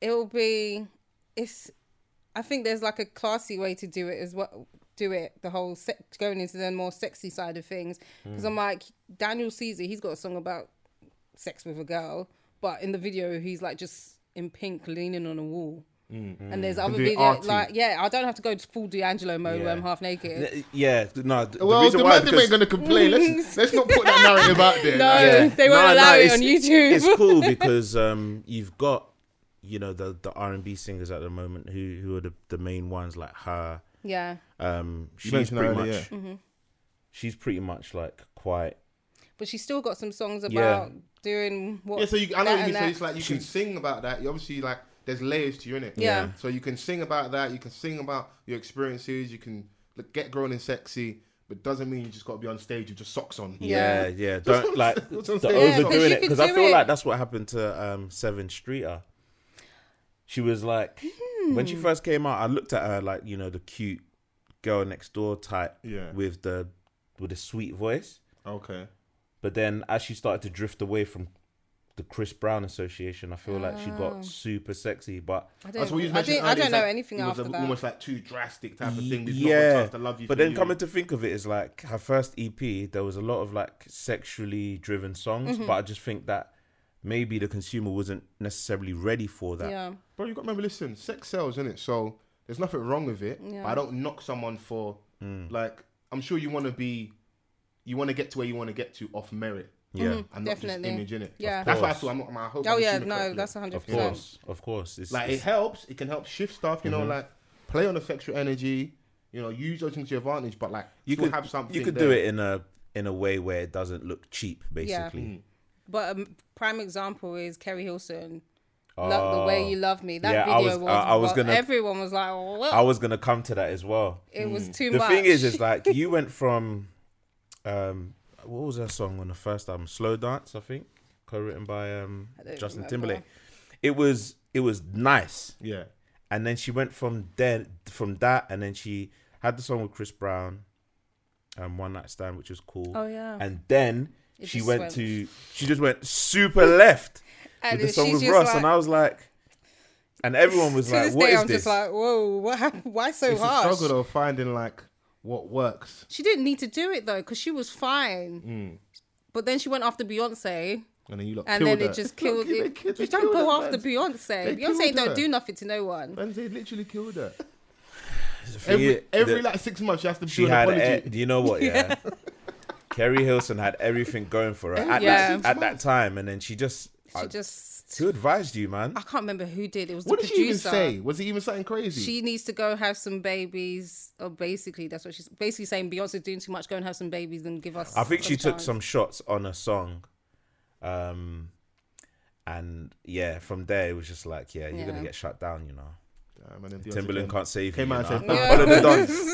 it'll be it's I think there's like a classy way to do it as well do it the whole sex going into the more sexy side of things because I'm like Daniel Caesar he's got a song about sex with a girl but in the video he's like just in pink leaning on a wall and there's other
doing
video
arty.
like yeah I don't have to go to full D'Angelo mode
Yeah.
where I'm half naked
N- Yeah, no. th- The
Well,
reason
the
why
man them
because
ain't going to complain. Let's, let's not put that narrative out there.
No.
Like,
Yeah. They won't allow it
it's-
on YouTube.
It's cool because um, you've got you know the the R and B singers at the moment who who are the, the main ones like her.
yeah
Um, she's
mentioned
pretty
earlier,
much
Mm-hmm.
she's pretty much like quite
but she's still got some songs
Yeah.
about doing what
yeah, so you, I know
that
what you
and
mean. So
that.
it's like you can sing about that. You obviously like there's layers to you in it.
Yeah.
So you can sing about that. You can sing about your experiences. You can like, get grown and sexy. But but doesn't mean you just got to be on stage with just socks on.
Yeah.
Yeah, yeah. Don't like
That's what I'm
the
saying.
Yeah, 'cause
overdoing
you
it
could
because I
do
feel
it.
like that's what happened to um Seven Streeter. She was like
Mm-hmm.
when she first came out, I looked at her like you know the cute girl next door type
Yeah.
with the with a sweet voice,
Okay.
but then as she started to drift away from the Chris Brown Association, I feel like she
Ah.
got super sexy, but.
I don't,
That's what you was
I
mentioning
don't, I
earlier,
don't
it's
know
like-
anything
it was
after
a-
that.
Almost like too drastic type of thing. There's
Yeah.
not much chance to love you.
But
for
then
you.
coming to think of it, is like her first EP. There was a lot of like sexually driven songs,
Mm-hmm.
but I just think that maybe the consumer wasn't necessarily ready for that.
yeah,
Bro, you got to remember, listen, sex sells, innit? So there's nothing wrong with it.
Yeah.
But I don't knock someone for,
Mm.
like, I'm sure you want to be, you want to get to where you want to get to off merit.
Yeah.
Mm-hmm.
And
Definitely.
not just image, innit?
Yeah.
That's why I
course.
thought, I'm, I'm, I hope
Oh
I'm
yeah,
assuming
no,
correctly.
that's hundred
Of
percent.
course, of course. It's,
Like, it
it's-
helps. It can help shift stuff, you
Mm-hmm.
know, like, play on the sexual energy, you know, use those things to your advantage, but, like,
you
still
could
have something.
You could do
there.
it in a in a way where it doesn't look cheap, basically.
Mm.
But a prime example is Kerry Hilson. Love the
Ah.
way you love me. That
Oh. Yeah, I
video
was-
was.
I- I was
what-
gonna-
Everyone was like, "What?"
I was gonna come to that as well.
it was too
the
much.
thing is, is like you went from, um, what was that song on the first album? Slow Dance, I think, co-written by um
don't
Justin
remember.
Timberlake. It was it was nice,
Yeah.
and then she went from there from that, and then she had the song with Chris Brown, um, One Night Stand, which was cool.
Oh, yeah.
and then.
It
She
just
went
went-
to she just went super left
and
with the
she's
song with
just
Russ,
like-
and I was like, and everyone was
to
like,
this
"What
day,
is
I'm
this?"
just like, "Whoa, what happened? Why so
It's a
harsh?"
struggle, though, finding, like, what works.
She didn't need to do it though, because she was fine.
Mm.
But then she went after Beyonce,
And then you look
and then it just killed.
Look, they
it.
killed-
you
they
don't
killed
go
her,
after
man.
Beyonce.
They killed
Beyonce don't
her.
do nothing to no one.
And they literally killed her.
The thing
Every,
is-
every
the-
like six months, she has to
she
do an
had
apology.
e- do you know what yeah Kerry Hilson had everything going for her at,
Yeah.
that, at that time and then she just
She Ah,
I-
just.
who advised you man
I can't remember who did. It was
What
the
did she even
producer.
say? Was it even something crazy?
She needs to go have some babies. Or basically, that's what she's basically saying. Beyonce's doing too much. Go and have some babies and give us.
I think she took
chance.
some shots on a song um and yeah from there it was just like yeah you're gonna
Yeah.
get shut down you know
Damn, and then Beyonce
Timberland
came-
can't save
came
you,
out
you
and
know?
said,
Yeah.
Paula the Don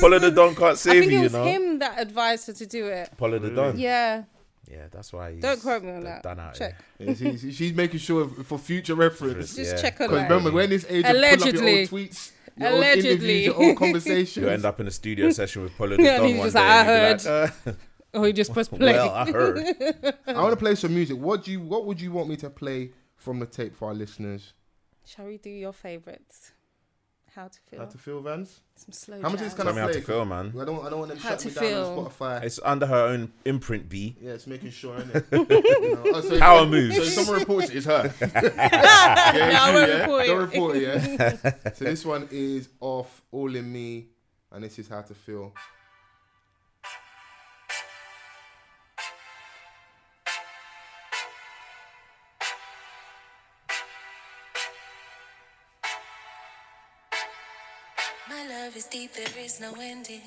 Paula the Don can't
I
save
think
you
it
you
was
know
him that advised her to do it.
Paula the
Hmm.
Don yeah.
Yeah,
that's why he's
Don't quote me on
d-
that.
done out
Check.
here.
Yeah, she's, she's making sure for future reference.
just
Yeah.
check her.
Because
life.
remember, when this age, allegedly, pull up your
Allegedly.
old tweets, your old
Allegedly.
interviews, your old conversations.
You'll end up in a studio session with Paula the
Yeah, and
Don
he's
one
just
day.
like, "I
and you'll be like, uh,
Oh, you just press play.
well, I heard.
I want to play some music. What do you? What would you want me to play from the tape for our listeners?
Shall we do your favorites? How to feel?
How to feel, Vans?
Some slow.
How much
jazz.
is kind
Tell
of-
me how to
Flake.
feel, man.
I don't. I don't want them
How
shut
to
me down
feel.
on Spotify.
It's under her own imprint, B.
yeah, it's making sure. Innit? you know? oh, so if-
Power
So if
moves.
someone reports it, it's her.
No, I won't report
Don't
it.
report it, yeah. so this one is off All in Me, and this is How to Feel.
My love is deep, there is no ending.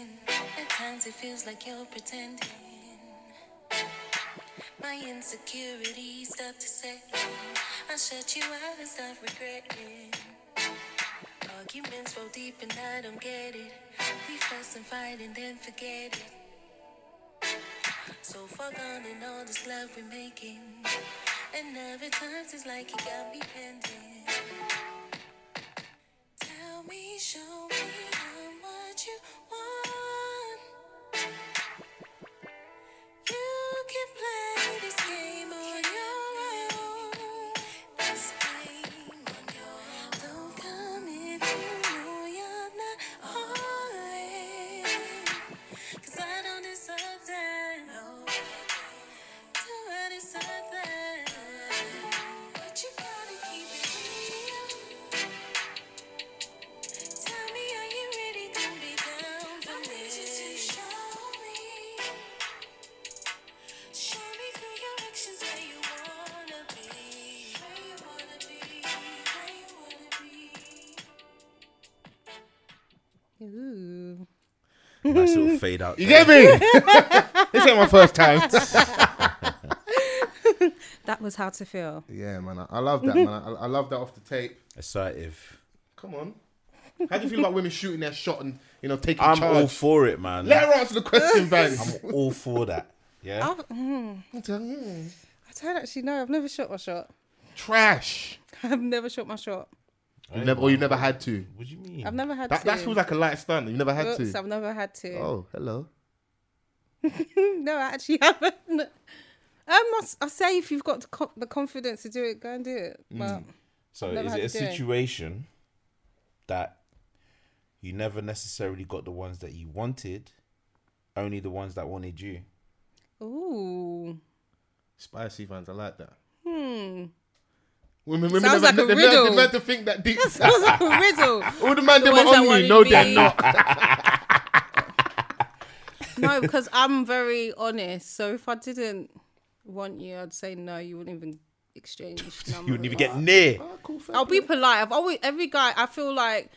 At times it feels like you're pretending. My insecurities start to set in. I shut you out and start regretting. Arguments roll deep and I don't get it. We fuss and fight and then forget it. So far gone in all this love we're making. And other times it's like you got me pending. Tell me, show me how much you want. You can play this game on your own. This game on your own. Don't come if you know you're not all in. 'Cause I don't deserve that. Do I deserve that? But you gotta keep it real. Tell me, are you really gonna be down for this? show me. Show me through your actions where you wanna be. Where you wanna be. Where you wanna be.
Ooh.
Nice little fade out.
You
there.
get me? this ain't my first time.
That was how to feel.
Yeah, man, I, I love that, man. I, I love that off the tape.
Assertive.
Come on. How do you feel about women shooting their shot and you know taking
I'm
charge?
all for it, man.
Let her answer the question, Banks.
I'm all for that. Yeah.
I've, mm, I don't actually know. I've never shot my shot.
Trash.
I've never shot my shot.
You never, or you never had to.
What do you mean?
I've never had
That,
to.
that feels like a light stunt. You never had
Oops,
to.
I've never had to.
Oh, hello.
No, I actually haven't. Um, I, s- I say if you've got the, co- the confidence to do it, go and do it. But
So
Never
is
had
it a
to do it.
situation that you never necessarily got the ones that you wanted, only the ones that wanted you?
ooh,
Spicy fans, I like that. Hmm. Women, women
Sounds
never,
like a
the nerve-
riddle.
The nerve to think that deep.
sounds like a riddle.
All the man them
ones
are
that
on you.
wanted
No,
me.
they're not.
No, because I'm very honest. So if I didn't want you, I'd say no. You wouldn't even exchange.
You wouldn't
numbers.
even get near.
I'll be polite. I've always every guy. I feel like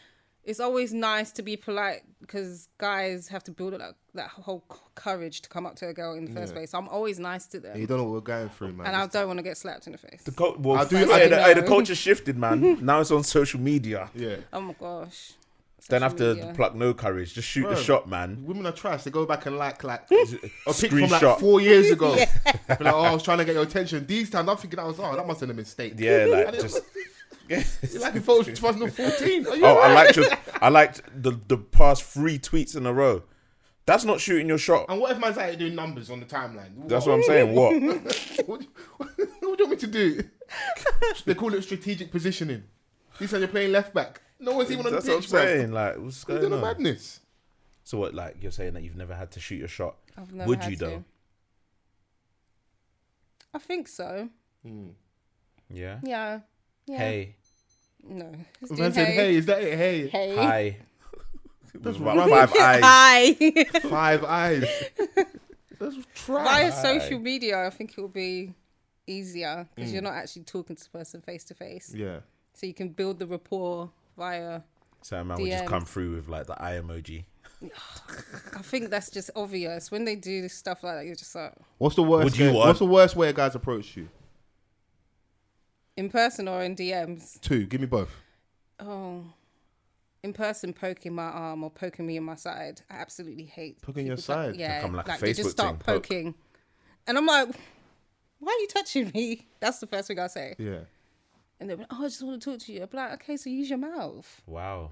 it's always nice to be polite because guys have to build up that, that whole c- courage to come up to a girl in the first place. So I'm always nice to them,
You don't know what we're going through, man.
and I don't want to get slapped in the face.
The cul- well,
I do-
hey,
I do
the, hey, the
know.
culture shifted, man. now it's on social media.
yeah.
Oh my gosh.
Don't
Social
have to
media.
pluck no courage. Just shoot the
Bro.
shot, man.
Women are trash. They go back and like like a pic from like
Screenshot.
four years ago. Be like, oh, I was trying to get your attention. These times, I'm thinking I was, oh, that must have been a mistake.
yeah, like just.
It's like in photos 2014. Are you
Oh,
alright?
I liked your, I liked the the past three tweets in a row. That's not shooting your shot.
And what if man's out here doing numbers on the timeline?
That's what I'm saying. What?
What, do you- what do you want me to do? they call it strategic positioning. You said you're playing left back. No one's even on
That's
the
what I'm
pitch, bro.
saying. Like, what's
You're
going
doing a
on?
madness.
So what? Like, you're saying that you've never had to shoot your shot?
I've never
Would
had
you
to.
though?
I think so.
Hmm.
Yeah.
Yeah. Yeah.
Hey.
No. Who's
Man
doing
said, hey, is that it? Hey.
Hey.
Hi. With about
wrong.
five eyes.
Hi.
Five eyes. That's
Via
trash.
social media, I think it will be easier because
Hmm.
you're not actually talking to the person face to face.
Yeah.
So you can build the rapport via.
So man would just come
DMs.
through with like the eye emoji.
I think that's just obvious. When they do this stuff like that, you're just like,
What's the worst?
Would you
way-
want-
What's the worst way a guy's approached you?
in person or in DMs.
Two. Give me both.
Oh. In person, poking my arm or poking me in my side. I absolutely hate
Poking your
people that-
side?
Yeah,
Become like a
they just
Facebook
start
thing, poke.
poking, and I'm like, "Why are you touching me?" That's the first thing I say,
Yeah.
and they're like, "Oh, I just want to talk to you." I'm like, "Okay, so use your mouth."
Wow.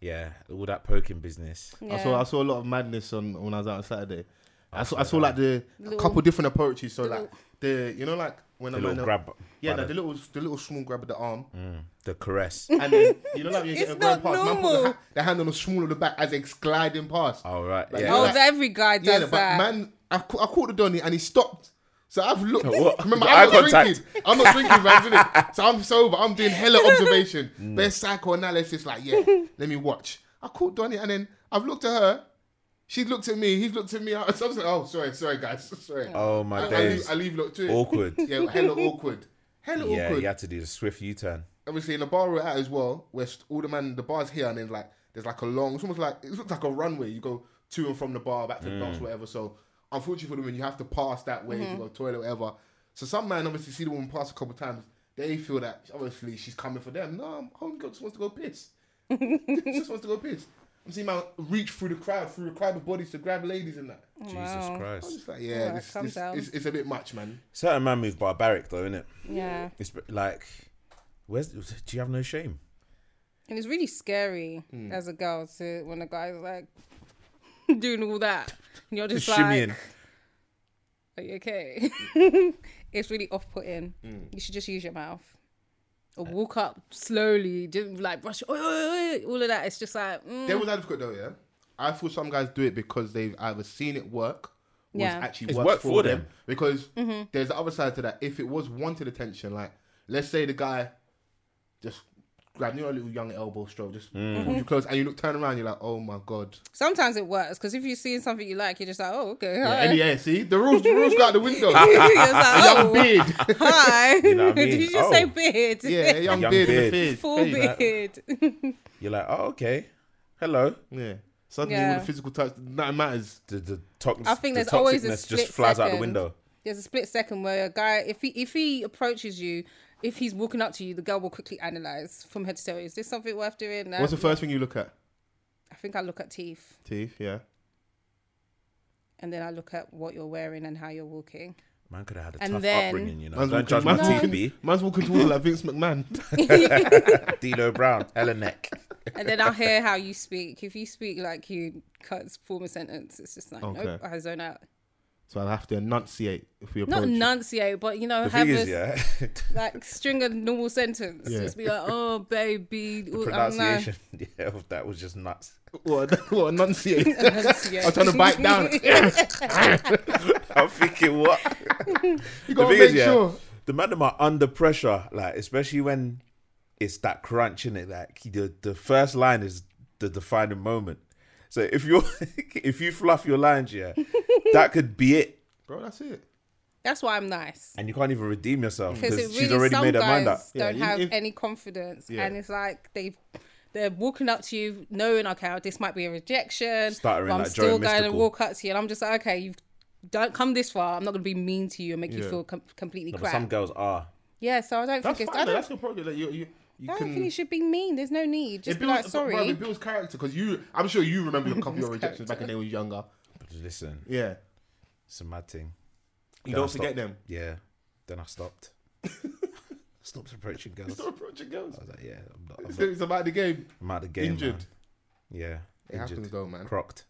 Yeah, all that poking business.
I saw
Yeah.
I saw a lot of madness on when I was out on Saturday. I saw I saw like the a couple different approaches. So like the you know like when
The
I'm
little grab. Mm.
Yeah,
by
no,
the,
the little the little small grab of the arm.
the caress.
And then you know like you're
It's
getting going
not
past man put
normal.
the, ha- the hand on the small of the back as it's gliding past.
All right.
Like,
Yeah.
Oh,
like-
every guy
yeah, but
does that.
man I, ca- I caught the Donny and he stopped. So I've looked.
What?
Remember,
Eye
I'm not
contact.
drinking. I'm not drinking, man. innit? So I'm sober. I'm doing hella observation.
Mm.
Best psychoanalysis. Like, yeah, let me watch. I caught Donny, and then I've looked at her. She's looked at me. He's looked at me. I was I was like, oh, sorry, sorry, guys, sorry.
Oh, my
I, I
days.
leave, I leave look to it.
Awkward.
Yeah, hella awkward. Hella
Yeah,
awkward.
you had to do the swift U-turn.
Obviously, in the bar we're at as well, where st- all the man, the bar's here, and then like there's like a long, it's almost like it looks like a runway. You go to and from the bar, back to the dance, whatever. So, unfortunately for the women, you have to pass that way
Mm-hmm.
to go to the toilet, whatever. So some man obviously see the woman pass a couple times. They feel that obviously she's coming for them. No, homegirl just wants to go piss. she just wants to go piss. I'm seeing man reach through the crowd, through the crowd of bodies to grab ladies and that.
Jesus
I'm
Christ.
just like, yeah,
Alright,
this,
calm
this-
down.
it's, it's a bit much, man.
Certain man move barbaric though, innit?
yeah,
It's like, where's? Do you have no shame?
and it's really scary as a girl to when a guy's like doing all that, and you're just like,
shimmying.
"Are you okay?" it's really off-putting. You should just use your mouth or walk up slowly, didn't like brush oi, oi, oi, all of that. It's just like mm,
They was adequate though, yeah. I feel some guys do it because they've either seen it work or
Yeah. Mm-hmm.
it's actually
It's
worked,
worked
for,
for
them.
them.
Because there's the other side to that. If it was wanted attention, like let's say the guy just grabbed you know, a little young elbow stroke, just
Mm.
pulled you close, and you look turn around, you're like, oh my god.
sometimes it works because if you're seeing something you like, you're just like, "Oh, okay."
Yeah,
hi."
and yeah, see the rules, the rules go out the window.
You're just like,
young
"Oh,
beard,
hi."
know what I
Did
mean?
you just say
Oh.
beard?
yeah, young,
Young
beard, in the
beard.
fizz.
Full
Fizz.
beard.
You're like, oh, okay, hello.
Yeah, suddenly all
Yeah.
the physical touch, nothing matters.
The the, tox-
I think
the
there's always a
toxicness
split
just flies out the
second.
window.
there's a split second where a guy, if he if he approaches you, if he's walking up to you, the girl will quickly analyze from head to toe. Is this something worth doing? No.
What's the first thing you look at?
I think I look at teeth,
Teeth, yeah.
and then I look at what you're wearing and how you're walking.
Man could have had a
And
tough
then-
upbringing, you know.
Man's
Don't
walking-
judge my
man's
teeth,
walking-
B.
Man's walking towards like Vince McMahon.
D'Lo Brown, hella neck.
and then I'll hear how you speak. If you speak like you cut form a sentence, it's just like nope,
Okay.
I zone out.
So I'll have to enunciate if we approach.
Not
it.
enunciate, but you know,
The
have
thing
a
is, yeah,
like string a normal sentence.
Yeah.
Just be like, oh baby,
the pronunciation yeah, of that was just nuts.
What, what enunciate?
Enunciate.
I'm trying to bite down.
I'm thinking, what?
You
The
gotta
thing
make
is, yeah,
sure.
the man them are under pressure, like especially when it's that crunch in it. Like the the first line is the defining moment. So if you if you fluff your lines, yeah, that could be it,
Bro, that's it.
That's why I'm nice.
and you can't even redeem yourself
Because
because
it really,
she's already
some
made her
guys
mind up.
Yeah,
don't
you-
have
if-
any confidence,
Yeah.
and it's like they they're walking up to you, knowing okay, oh, this might be a rejection,
Stuttering
but I'm
like Joey
still going to
Mystical.
walk up to you, and I'm just like, okay, you've done come this far. I'm not going to be mean to you and make you
Yeah.
feel com- completely
No, but
crap.
some girls are.
yeah, so I don't
That's
think it's,
fine.
I
though.
don't,
That's your project. Like, you, you, you
I don't
can.
think you should be mean. There's no need. Just
it
be
builds-
like, sorry.
Bro, it builds character because you. I'm sure you remember your couple of rejections back in the day when you were younger.
But listen,
Yeah.
it's a mad thing.
You
Then I
don't forget
stopped.
them.
Yeah. Then I stopped. stopped approaching girls.
Stop approaching girls.
I was like, yeah, I'm, not, I'm,
It's,
not,
it's about the game.
I'm out of the game.
Injured.
man. Yeah.
It happens though, man.
Crocked.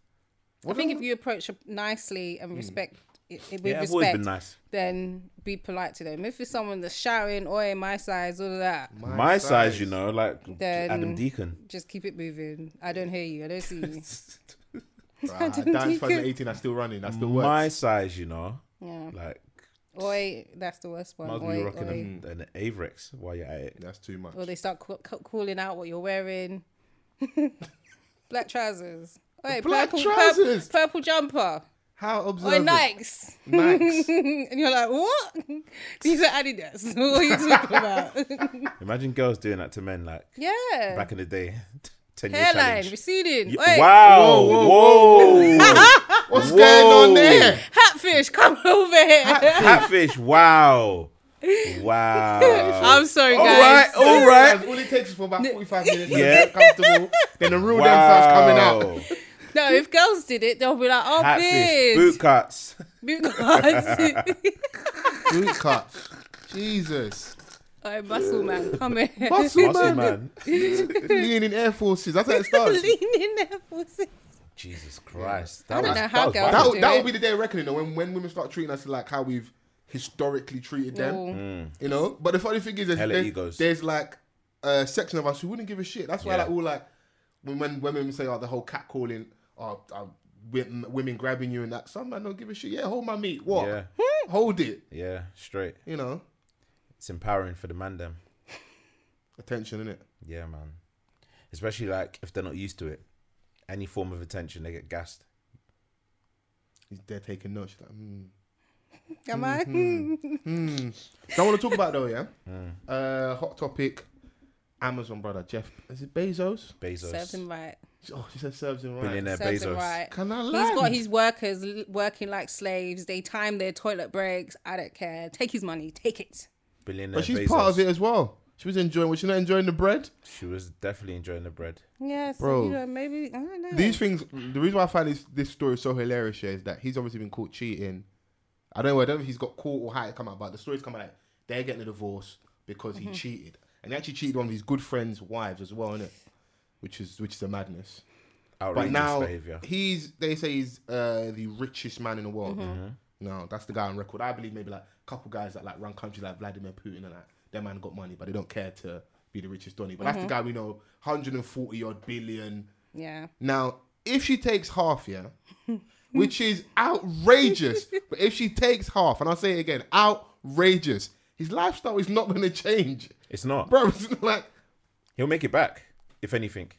I
What
think
else-
if you approach nicely and respect, it, it- with
Hmm. Yeah, I've always
respect,
been nice.
then be polite to them. If it's someone that's shouting, "Oi, my size," all of that,
My, size, you know, like
Then-
Adam Deacon.
just keep it moving. I don't hear you. I don't see you.
Bro, I danced
Deacon.
2018. I'm still running. That's the worst.
My size, you know,
Yeah.
like
Oi, that's the worst one.
might as well be
Hmm. Oi,
rocking
oi.
an, an Avrex while you're at it.
That's too much.
Or they start ca- ca- calling out what you're wearing. black trousers. Oi,
Black
purple, pur-
trousers?
purple jumper.
How
Oi,
observant.
Nikes.
Nikes.
and you're like, what? These are Adidas. what are you talking about?
Imagine girls doing that to men, like
yeah.
back in the day, ten year
Hairline
challenge.
receding.
You-
Oi,
Wow!
Whoa,
Whoa!
whoa, What's
Whoa.
going on there?
Catfish, come over here.
Catfish! Wow! Wow!
I'm sorry,
all
guys.
right, Oh. all right.
That's all it takes is for about 45 minutes.
Yeah.
Yeah. comfortable. Then the real damn starts coming out.
Wow.
No, if girls did it, they'll be like, oh,
Catfish, boot
bitch.
cuts.
Because
Boot cuts. Jesus.
Oi, muscle man, come here.
Muscle
Muscle
man.
man.
Leaning Air Forces. That's how it starts.
Lean in there for six.
Jesus Christ! That
I don't
was,
know how
that was
girls
that
violent.
do
will, that
it.
will be the day of reckoning though, when, when women start treating us like how we've historically treated them
Ooh.
you know but the funny thing is there's,
Mm. Hella
there's,
egos.
there's, like a section of us who wouldn't give a shit that's why
Yeah.
like all like when, when women say oh the whole cat calling oh, oh women women grabbing you and that some man don't give a shit yeah hold my meat what
Yeah.
hold it
Yeah, straight.
you know
It's empowering for the man them.
attention in it
Yeah, man. Especially like if they're not used to it. Any form of attention, they get gassed.
they're taking notes She's like, mm.
Am I?
Mm-hmm. So I want to talk about though, yeah.
Hmm.
Uh, hot topic, Amazon brother Jeff. Is it Bezos?
Bezos.
Serves him right.
Oh, she said serves him right.
Billionaire
Serves
Bezos.
him right.
Can I
He's got
land?
his workers l- working like slaves. They time their toilet breaks. I don't care. Take his money. Take it.
Billionaire
But she's
Bezos.
part of it as well. She was enjoying. Was she not enjoying the bread?
She was definitely enjoying the bread.
Yes,
Bro.
You know, maybe I don't know.
These things. The reason why I find this this story so hilarious yeah, is that he's obviously been caught cheating. I don't know. I don't know if he's got caught or how it come out, but the story's coming out. They're getting a divorce because
Mm-hmm.
he cheated, and he actually cheated one of his good friend's wives as well, innit? Which is which is a madness.
Outrageous
But now
behavior.
he's they say he's uh, the richest man in the world. No, that's the guy on record. I believe maybe like a couple guys that like run countries like Vladimir Putin and that their man got money, but they don't care to be the richest Donny. But that's the guy we know, 140 odd billion.
yeah.
Now, if she takes half, yeah, which is outrageous. but if she takes half, and I'll say it again, outrageous, his lifestyle is not gonna change.
It's not.
Bro, it's not like
He'll make it back, if anything.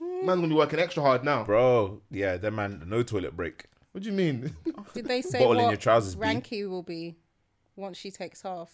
man's gonna be working extra hard now.
Bro, yeah, that man, no toilet break.
What do you mean?
Did they say
Bottle in
what
your trousers, B.
Ranky will be once she takes half?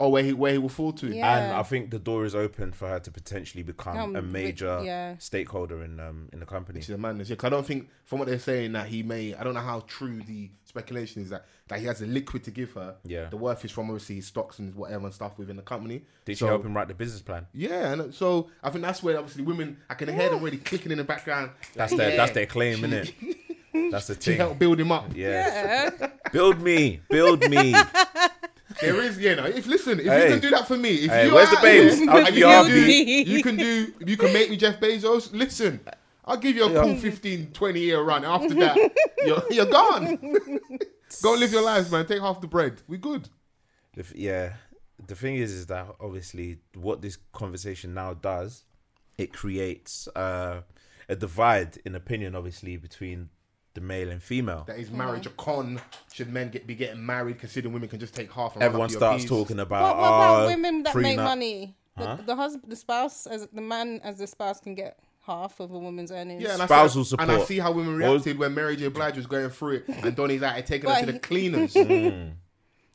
Oh, where he where he will fall to.
Yeah.
And I think the door is open for her to potentially become
Um,
a
big-
major
yeah.
stakeholder in um in the company.
Which is a madness. Yeah, 'cause I don't think from what they're saying that he may. I don't know how true the speculation is that that he has a liquid to give her.
Yeah.
the worth is from obviously his stocks and whatever and stuff within the company.
Did
so,
she help him write the business plan?
Yeah, and so I think that's where obviously women. I can hear them really clicking in the background.
That's
like,
their
yeah,
that's their claim, innit? That's the
She
thing.
helped build him up.
Yeah.
Yeah.
Build me. Build me.
There is, you know. If listen, if
Hey.
you can do that for me, if
Hey,
you
where's
out
the babes?
here
I'll
and
give
you
you
can
half
do,
me.
you can do, you can make me Jeff Bezos. Listen, I'll give you a cool 15, 20 year run. After that, you're, you're gone. Go live your lives, man. Take half the bread. We good.
The f- yeah. The thing is, is that obviously what this conversation now does, it creates uh, a divide in opinion, obviously between the male and female.
That is marriage a con? Should men get be getting married, considering women can just take half? And run
Everyone
up your
starts
piece?
talking
What,
about
what about
oh,
women that make
prenup.
money? The, the husband, the spouse, as the man, as the spouse can get half of a woman's earnings.
Yeah, and I
Spousal
see- And I
support.
see how women
What was-
reacted when Mary J. Blige was going through it, and Donny's out here taking her
But
to the
he-
cleaners.
Mm.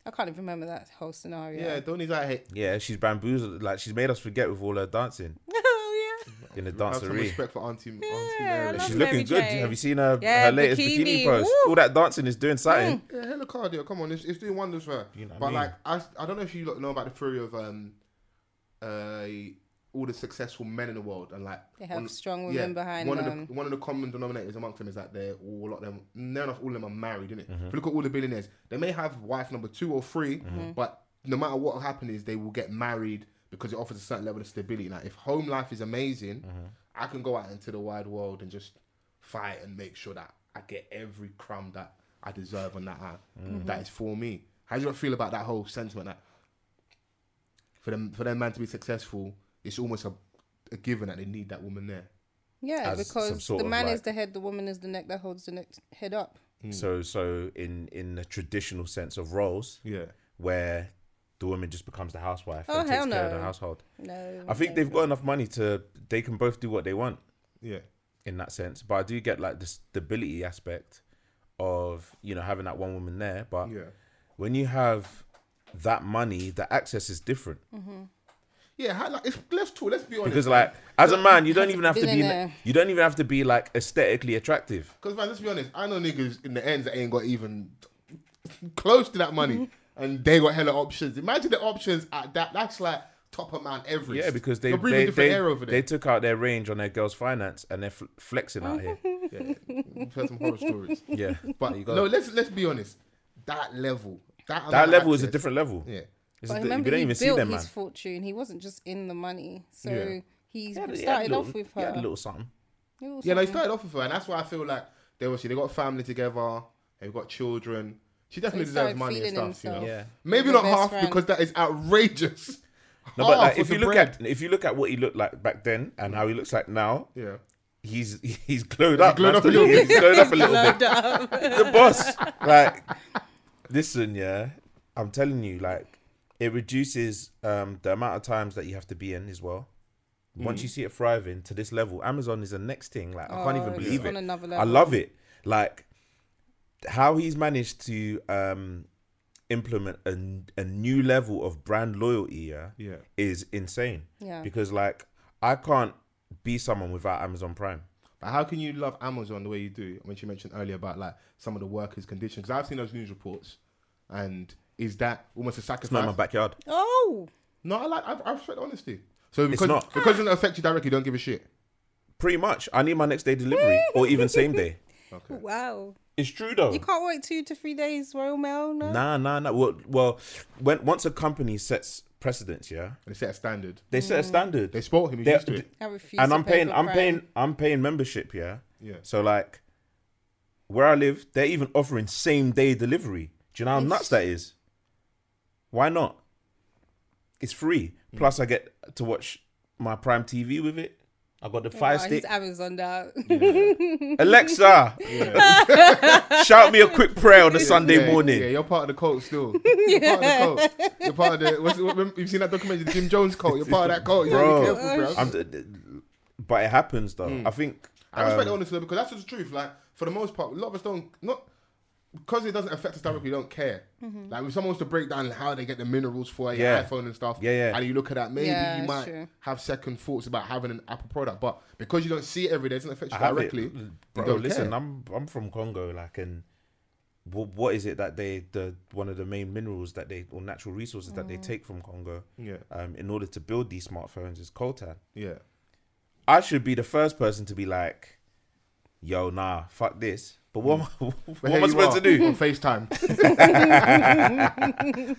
I can't even remember that whole scenario.
yeah, Donny's out here.
Yeah, she's bamboozled. Like she's made us forget with all her dancing
oh yeah.
in the
Have some
dancery.
respect for Auntie, Auntie
Yeah, I
Mary.
love
She's
Mary
looking good.
J.
Have you seen her
Yeah,
her latest bikini,
bikini,
post?
woo.
All that dancing is doing something.
Yeah, hella cardio. Come on, it's, it's doing wonders for her.
You know what
but
I mean?
like, I, I don't know if you lot know about the theory of um, uh, all the successful men in the world and like
They have
one-
strong women behind
one
them.
Of the, one of the common denominators amongst them is that they're all a lot of them. Near enough, all of them are married, innit? If you look at all the billionaires, they may have wife number two or 3
Mm-hmm.
but no matter what happens, is they will get married because it offers a certain level of stability. Like if home life is amazing, I can go out into the wide world and just fight and make sure that I get every crumb that I deserve and that I, that is for me. How do you feel about that whole sentiment? That for them for their man to be successful, it's almost a, a given that they need that woman there.
Yeah,
As some
because
sort
the
of,
man is
like-
the head, the woman is the neck that holds the neck head up.
Mm.
So so in in the traditional sense of roles,
Yeah.
where the woman just becomes the housewife
Oh,
and
hell
takes care of the
no.
household.
No,
I think
no.
they've got enough money to they can both do what they want
Yeah.
in that sense. But I do get like the stability aspect of you know having that one woman there. But
Yeah.
when you have that money, the access is different
Mm-hmm.
Yeah, how, like, it's, let's talk. Let's be honest.
because like as a man, you don't even have to be
Billionaire.
you don't even have to be like aesthetically attractive.
because man, let's be honest. I know niggas in the ends that ain't got even close to that money,
Mm-hmm.
and they got hella options. Imagine the options at that. That's like top of Mount Everest.
Yeah, because they
You're breathing
they,
different
they,
air over
they
there.
took out their range on their girls' finance and they're fl- flexing out here.
yeah, we've heard some horror stories.
Yeah,
But
You got-
no, let's let's be honest. That level, that amount
that
of
level is a
access-
different level.
Yeah,
It's a
But
di-
remember,
you don't
he
even
built
see them, man.
his fortune. He wasn't just in the money, so
Yeah.
he
He had- he had a
started
little-
off with
he had a
her.
little something.
Little
yeah. They
something.
started off with her, and that's why I feel like they obviously they got family together. They've got children. She definitely
So he
deserves
started
money and stuff.
feeling
You know,
himself.
Yeah.
maybe
Your
not
best
half
friend.
because that is outrageous.
No, but
Half
like, if
of
you
Oh, the
look
bread.
at if you look at what he looked like back then and how he looks like now,
yeah,
he's he's glowed up.
glowed
man.
up a little bit.
He's glowed up a little bit. the boss, like, listen, yeah, I'm telling you, like, it reduces um the amount of times that you have to be in as well.
Mm.
Once you see it thriving to this level, Amazon is the next thing. Like, I can't
Oh,
even
it's
believe
on
it.
another
I
level.
love it. Like, how he's managed to um implement a, a new level of brand loyalty yeah,
Yeah.
is insane
Yeah.
because like i can't be someone without amazon prime
But how can you love Amazon the way you do? When she mentioned earlier about like some of the workers' conditions, 'Cause I've seen those news reports, and is that almost a
it's not in
sacrifice?
my backyard
Oh,
no, I like I, I respect honesty. So because
not.
because it doesn't affect you directly, you don't give a shit.
pretty much i need my next day delivery or even same day
Okay.
wow!
it's true though
You can't wait two to three days, Royal Mail. No,
nah nah nah well, well when once a company sets precedence yeah
They set a standard.
they set a standard
They spoil him. He's
They-
used to it.
I refuse. Mm.
Mm-hmm. and
to
i'm
pay
paying
for
i'm
Prime.
paying i'm paying membership yeah
Yeah.
so like where i live they're even offering same day delivery do you know how nuts that is why not it's free
Hmm.
plus i get to watch my prime tv with it i got the
Oh,
fire
he's
stick
Amazon now.
alexa shout me a quick prayer on a sunday
Yeah,
morning
Yeah, you're part of the cult still. You're part of the cult. You're part of the. What's, what, remember- you've seen that documentary, the Jim Jones cult. You're part of that cult. You
Bro.
gotta be careful, bro. Hmm.
I'm d- d- but it happens though. I think
I respect
um,
the honesty though, because that's just the truth. Like for the most part, a lot of us don't. Not because it doesn't affect us directly, we don't care.
Mm-hmm.
Like if someone wants to break down how they get the minerals for your
Yeah.
iPhone and stuff,
Yeah, yeah.
and you look at that, maybe
Yeah,
you
it's
might
true.
have second thoughts about having an Apple product. But because you don't see it every day, it doesn't affect you
I have
directly.
it. Mm.
you
Bro,
don't
listen,
care.
I'm I'm from Congo, like, and wh- what is it that they the one of the main minerals that they or natural resources that they take from Congo,
Yeah.
um, in order to build these smartphones is coltan.
yeah,
I should be the first person to be like, "Yo, nah, fuck this." But what, am I-
Mm. But
what am
here
I
you
supposed
are
to do?
on Facetime?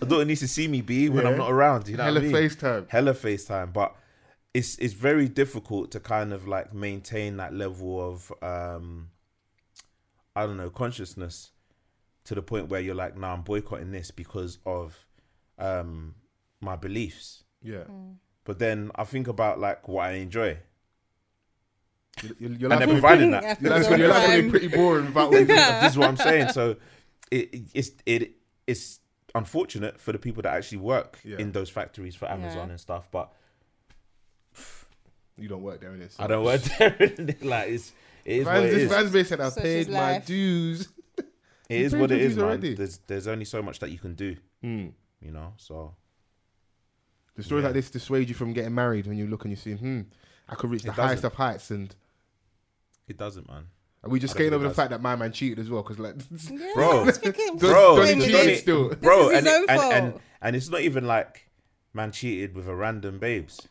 I don't need to see me be when I'm
Yeah.
not around. You know
Hella
what I mean?
Facetime.
Hella FaceTime, but it's it's very difficult to kind of like maintain that level of um I don't know consciousness to the point where you're like, nah, I'm boycotting this because of um my beliefs.
Yeah,
But then I think about like what I enjoy,
You- you- you're like-
and they're providing that.
Your life's gonna, your life's gonna be pretty boring without what you do.
this is what I'm saying. So it, it- it's it it's unfortunate for the people that actually work
Yeah.
in those factories for Amazon
Yeah.
and stuff, but
You don't work there, innit? So.
I don't work there. like it's it is what
Vans,
it
this
is.
Vans Bay said I
Such
paid
is
my
life.
dues.
It is
paid
what
your
it is,
dues
man.
already. Hmm.
There's there's only so much that you can do, you know. So
The stories
Yeah.
like this dissuade you from getting married when you look and you see, hmm, I could reach
It
the
doesn't.
highest of heights, and
it doesn't, man.
and we just
I don't
came over the
think
fact that my man cheated as well, because like,
Bro.
Don't-
Bro,
don't
Wait a
cheat
minute.
still.
Bro,
is his
and, it-
own
and,
fault.
and and it's not even like man cheated with a random babes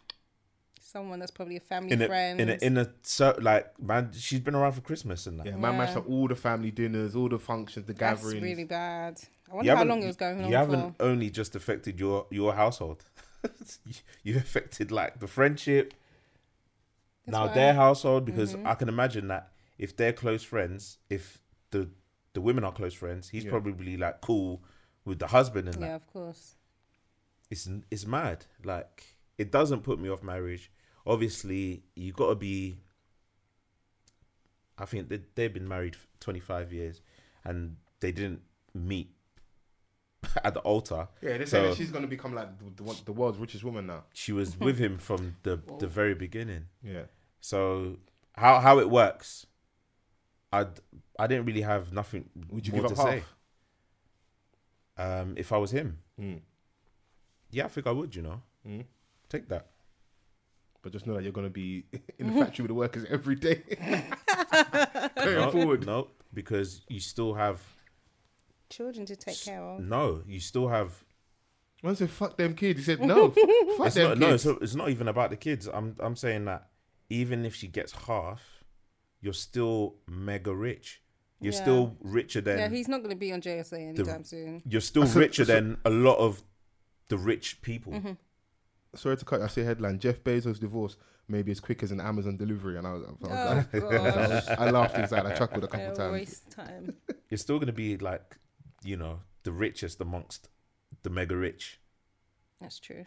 Someone that's probably a family
in a
friend.
in a in a so like man. She's been around for Christmas and that.
Yeah, my man
Yeah.
matched up all the family dinners, all the functions, the
That's
gatherings.
really bad. I
You
wonder how
haven't-
long it was going on
You
for.
haven't only just affected your your household. You- You've affected like the friendship. now
why- Mm-hmm.
their household, because I can imagine that if they're close friends, if the the women are close friends, he's
Yeah.
probably like cool with the husband and
Yeah,
that.
of course.
It's it's mad. Like it doesn't put me off marriage. Obviously, you gotta be. I think they they've been married twenty five years, and they didn't meet at the altar.
Yeah, they're
So-
saying that she's gonna become like the, the, the world's richest woman now.
she was with him from the the very beginning.
Yeah,
So how how it works, I I didn't really have nothing
would you
more
give up
to
half?
say. Um, if I was him,
Mm.
yeah, I think I would. You know,
Mm.
take that.
But just know that you're gonna be in the factory with the workers every day. Going
No,
forward,
no, because you still have
Children to take care of.
no, you still have.
man said fuck them kids. He said no, f- fuck
It's
them
not,
kids.
no, it's, it's not even about the kids. I'm I'm saying that even if she gets half, you're still mega rich. You're
Yeah.
still richer than
Yeah, he's not going to be on JSA anytime soon.
you're still
So-
richer
so-
than a lot of the rich people.
Mm-hmm.
Mm-hmm.
Sorry to cut. you, I see a headline: Jeff Bezos' divorce may be as quick as an Amazon delivery, and I was, I was like,
Oh, gosh.
I laughed inside. I chuckled a couple
Yeah,
times.
waste time.
You're still gonna be like, you know, the richest amongst the mega rich.
That's true.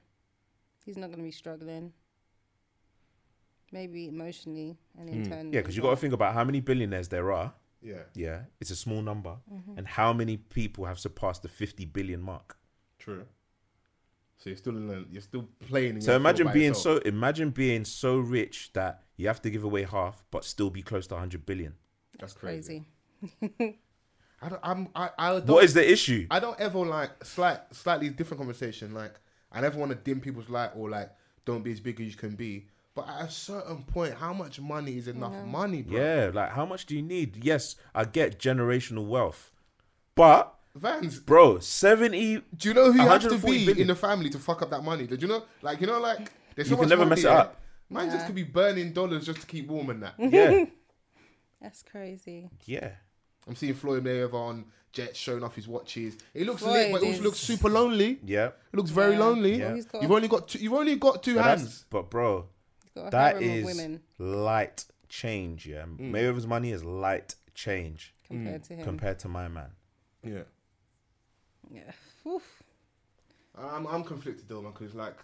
He's not going to be struggling. Maybe emotionally and internally.
Hmm. Yeah, because you got to
but-
think about how many billionaires there are.
Yeah,
Yeah, it's a small number,
Mm-hmm.
and how many people have surpassed the 50 billion mark.
true. So you're still in a, you're still playing. in
So
your
imagine
field by
being
yourself.
so imagine being so rich that you have to give away half, but still be close to 100 billion.
that's crazy.
crazy.
I don't, I'm I, I don't,
What is the issue?
I don't ever like slight slightly different conversation. Like I never want to dim people's light or like don't be as big as you can be. But at a certain point, how much money is enough money, bro?
yeah, like how much do you need? Yes, I get generational wealth, but
Vans,
bro, 70
do you know who you have to
140
be
billion.
in the family to fuck up that money? Did you know? Like you know, like there's so
You
much
can never
money
mess it
there.
up.
Man just could be burning dollars just to keep warm and that.
yeah,
That's crazy.
yeah.
I'm seeing Floyd Mayweather on Jet showing off his watches. He looks
Floyd
lit, but he
is-
also looks super lonely.
Yeah.
He looks very
Yeah.
lonely.
Yeah. Well, he's got-
You've only got two, you've only got two
But, that's,
hands.
but bro,
He's got a
that
harem of
is hmm,
women
light change. Yeah, Mayweather's money is light change
compared to him.
compared to my man.
Yeah,
yeah. Oof.
I'm I'm conflicted though, man, because like,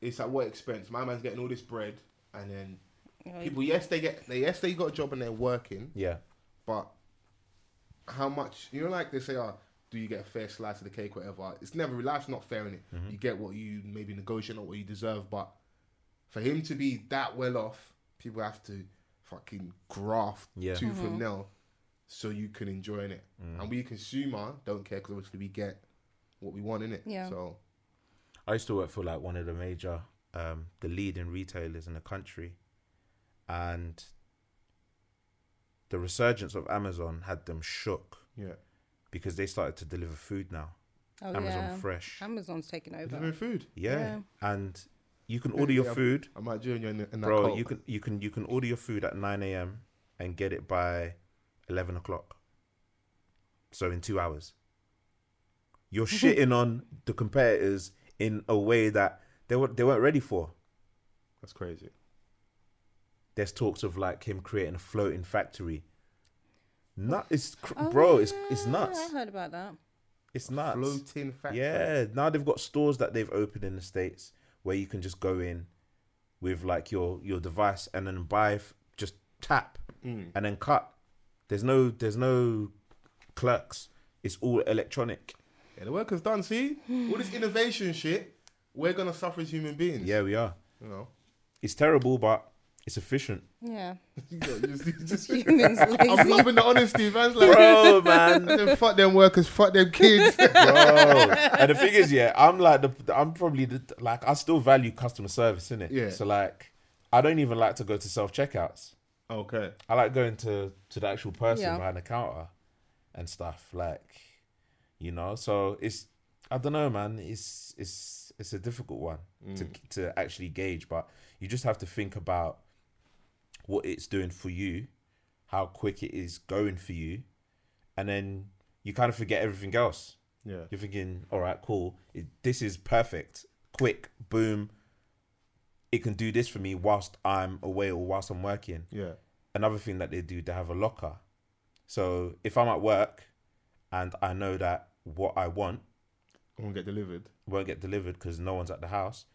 it's at what expense? My man's getting all this bread, and then
Oh,
people, yes, they get, they yes, they got a job and they're working,
Yeah,
but how much? You know, like they say, oh, do you get a fair slice of the cake, whatever? It's never life's not fair in it.
Mm-hmm.
You get what you maybe negotiate, not what you deserve, but for him to be that well off, people have to fucking graft
Yeah. Mm.
tooth and nail so you can enjoy it. And we consumer don't care because obviously we get what we want in it.
Yeah.
So
I used to work for like one of the major, um, the leading retailers in the country, and the resurgence of Amazon had them shook
yeah,
because they started to deliver food now.
Oh,
Amazon
yeah.
Fresh,
Amazon's taking over.
delivering food.
yeah. and you can order your
Yeah.
food,
I might join you in, in that.
bro.
cult.
You can you can you can order your food at nine a.m. and get it by eleven o'clock. So in two hours, you're shitting on the competitors in a way that they were they weren't ready for.
That's crazy.
there's talks of like him creating a floating factory. Nut, it's cr-
Oh,
bro, it's it's
yeah,
nuts.
I heard about that.
It's nuts.
Floating factory.
Yeah, now they've got stores that they've opened in the states where you can just go in with like your your device and then buy f- just tap and then cut. There's no there's no clerks. It's all electronic.
Yeah, the work is done. See all this innovation shit. We're gonna suffer as human beings.
Yeah, we are.
You know.
It's terrible, but it's efficient.
Yeah.
You got- you just- you just-
Humans
I'm
lazy.
loving the honesty, man. It's Like,
Bro, man.
them fuck them workers, fuck them kids.
bro. And the thing is, yeah, I'm like the I'm probably the like I still value customer service in it.
Yeah.
So like, I don't even like to go to self checkouts.
okay.
I like going to to the actual person
Yeah.
behind the counter and stuff. Like, you know, so it's I don't know, man. It's it's it's a difficult one to to actually gauge, but you just have to think about what it's doing for you, how quick it is going for you, and then you kind of forget everything else
Yeah.
you're thinking, all right, cool. It, this is perfect. Quick, boom. It can do this for me whilst I'm away or whilst I'm working.
Yeah.
Another thing that they do, they have a locker. So if I'm at work and I know that what I want
I won't get delivered.
won't get delivered because no one's at the house,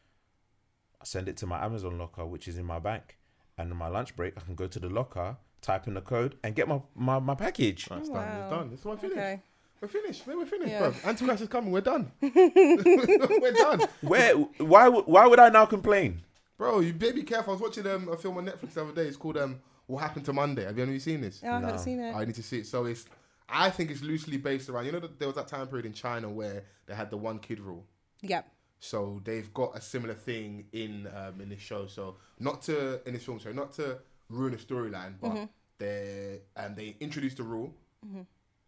I send it to my Amazon locker, which is in my bank. And in my lunch break, I can go to the locker, type in the code, and get my, my, my package.
That's done.
Oh, Wow.
It's done. This is what I finished.
Okay.
We're finished. We're finished,
Yeah.
bruv. Antichrist is coming. We're done. We're done.
Where? Why? would- Why would I now complain?
Bro, you better be careful. I was watching um, a film on Netflix the other day. It's called um, What Happened to Monday. Have you ever seen this?
Oh, I
No.
haven't seen it.
I need to see it. So it's, I think it's loosely based around. You know, that there was that time period in China where they had the one kid rule.
Yep.
So they've got a similar thing in um, in this show. So not to in this film, sorry, not to ruin the storyline, but they um, they introduced the rule,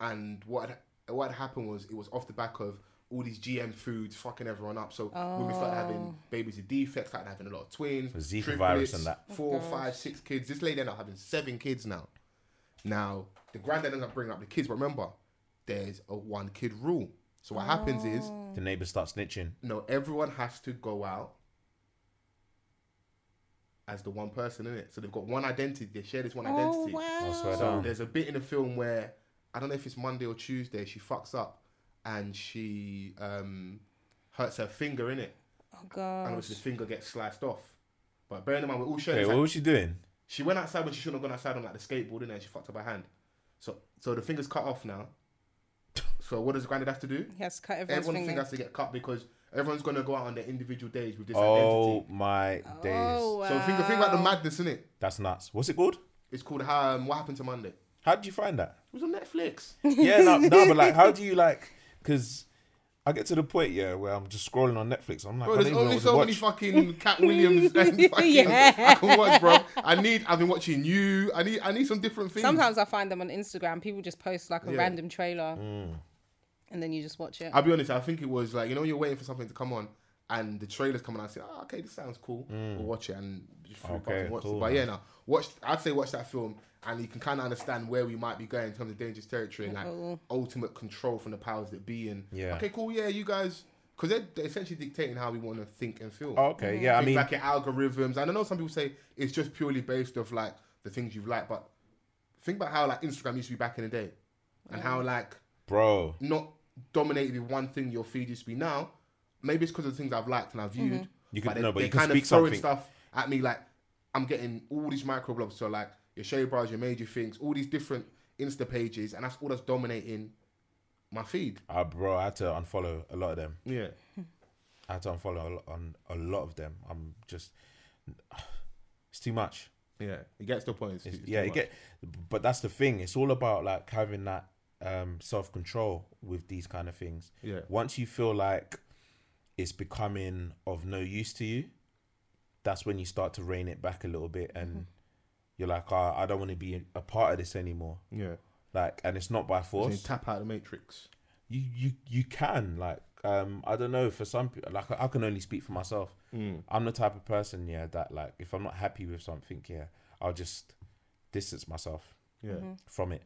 and what had- what had happened was it was off the back of all these GM foods fucking everyone up. So women started having babies with defects, started having a lot of twins,
Zika virus
triplets,
and that.
four, five, six kids. This lady ended up having seven kids now. Now the granddad ends up bringing up the kids, but remember, there's a one kid rule. So what happens
Oh.
is
The neighbors start snitching.
no, everyone has to go out as the one person in it. So they've got one identity. They share this one
Oh,
identity.
swear
wow.
So
down.
there's a bit in the film where I don't know if it's Monday or Tuesday. She fucks up and she um, hurts her finger in it,
Oh,
and
gosh.
obviously the finger gets sliced off. But bearing in mind, we're all sharing.
Wait,
this
what was she doing?
she went outside when she shouldn't have gone outside on like the skateboard, didn't she? And she fucked up her hand. So so the finger's cut off now. So what does the granddad have to do?
He has to cut everyone's
everyone
finger.
has to get cut because everyone's gonna go out on their individual days with this
Oh
identity.
my days.
Oh, wow.
So think, think about the madness in it.
That's nuts. What's it called?
It's called um, "What Happened to Monday." It
How did you find that?
was on Netflix.
Yeah, no, no, but like, how do you like? Because I get to the point, yeah, where I'm just scrolling on Netflix. I'm like,
Bro,
I don't
there's
even know
only
what
so
to
many
watch.
fucking Cat Williams and fucking
Yeah.
I can watch, bro. I need. I've been watching you. I need. I need some different things.
Sometimes I find them on Instagram. People just post like a
Yeah.
random trailer, and then you just watch it.
I'll be honest. I think it was like you know when you're waiting for something to come on and the trailers coming out. I say, oh, okay, this sounds cool. We'll watch it and just flip
Mm. Okay,
okay, and watch
cool,
it. But
man.
yeah, no, watch. I'd say watch that film and you can kind of understand where we might be going in terms of dangerous territory and like
Uh-oh.
ultimate control from the powers that be. And
Yeah.
okay, cool. Yeah, you guys. Because they're, they're essentially dictating how we want to think and feel.
Oh, okay, yeah, I
Things
mean,
like your algorithms. And I know some people say it's just purely based off like the things you've liked, but think about how like Instagram used to be back in the day, and how like
bro,
not dominated with one thing your feed used to be now. Maybe it's because of the things I've liked and I've
Mm-hmm.
viewed.
You can- no, but you can
kind
speak
of throwing
something.
stuff at me like I'm getting all these micro blobs. So like your shade bars, your major things, all these different Insta pages, and that's all that's dominating my feed.
uh, bro, I had to unfollow a lot of them.
Yeah.
I had to unfollow a lot, on a lot of them. I'm just, it's too much.
Yeah, it gets to a point. It's,
It's-
it's
yeah,
too
it
much.
get, but that's the thing. It's all about like having that um, self control with these kind of things.
Yeah.
Once you feel like it's becoming of no use to you, that's when you start to rein it back a little bit, and you're like, oh, I don't want to be a part of this anymore.
yeah.
Like, and it's not by
So
force.
you tap out the matrix.
you you you can like um I don't know for some people like I can only speak for myself. I'm the type of person yeah that like if I'm not happy with something yeah I'll just distance myself
Yeah,
from it.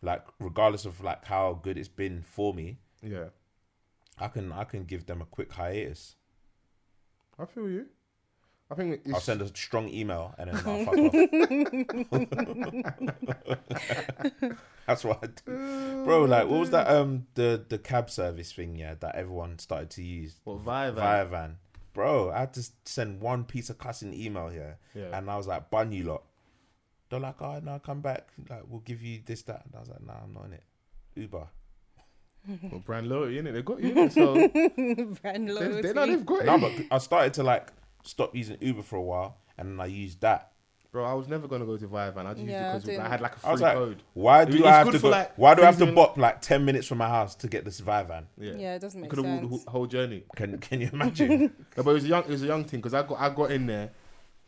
Like regardless of like how good it's been for me,
yeah.
I can I can give them a quick hiatus.
I feel you. I think it's,
I'll send a strong email and then I'll fuck off. That's what I do, bro. Like what was that um the the cab service thing yeah that everyone started to use.
what Viva.
via van. Bro, I had to send one piece of cussing email here.
Yeah.
And I was like, bun you lot. They're like, oh, no, come back. Like, we'll give you this, that. And I was like, nah, I'm not in it. Uber.
Well, brand loyalty, innit? They got you, innit? So they,
Brand
they,
loyalty.
know they've got
no,
you.
but I started to like stop using Uber for a while. And then I used that.
Bro, I was never gonna go to Viva, and I just
Yeah, I
used it because
didn't.
I had like a free
I was like,
code.
why
It-
do
it's
I have
good
to
for,
go?
like,
why do I have to
cruising.
bop like 10 minutes from my house to get this Vivan?
Yeah, it doesn't make
Could have
sense.
the whole journey.
Can, can you imagine?
No, but it was a young, it was a young thing because I got, I got in there,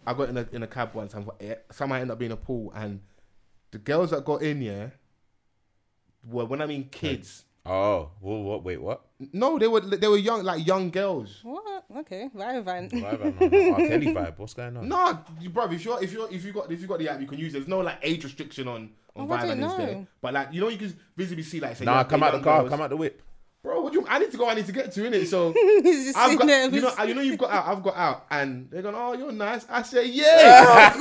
I got in a, in a cab once, and it- eh, somehow ended up being a pool, and the girls that got in there were when I mean kids.
oh, well, what? Wait, what?
No, they were they were young, like young girls.
What? Okay, Ryan Van.
Vivan, no, no, R. Kelly vibe. What's going on?
Nah, you, bro, if you're if you're if you got if you got the app, you can use. it. There's no like age restriction on on
Oh, I
Vibe
didn't
and is there.
know.
But like you know, you can visibly see like say,
nah,
young-
come out the
young
car.
girls.
Come out the whip.
bro. What do you? I need to go. I need to get to in it. So.
He's just
I've
sitting there.
got,
with
you know, uh,
his-
you know, you've got out. I've got out, and they're going, "Oh, you're nice." I say, "Yeah,
oh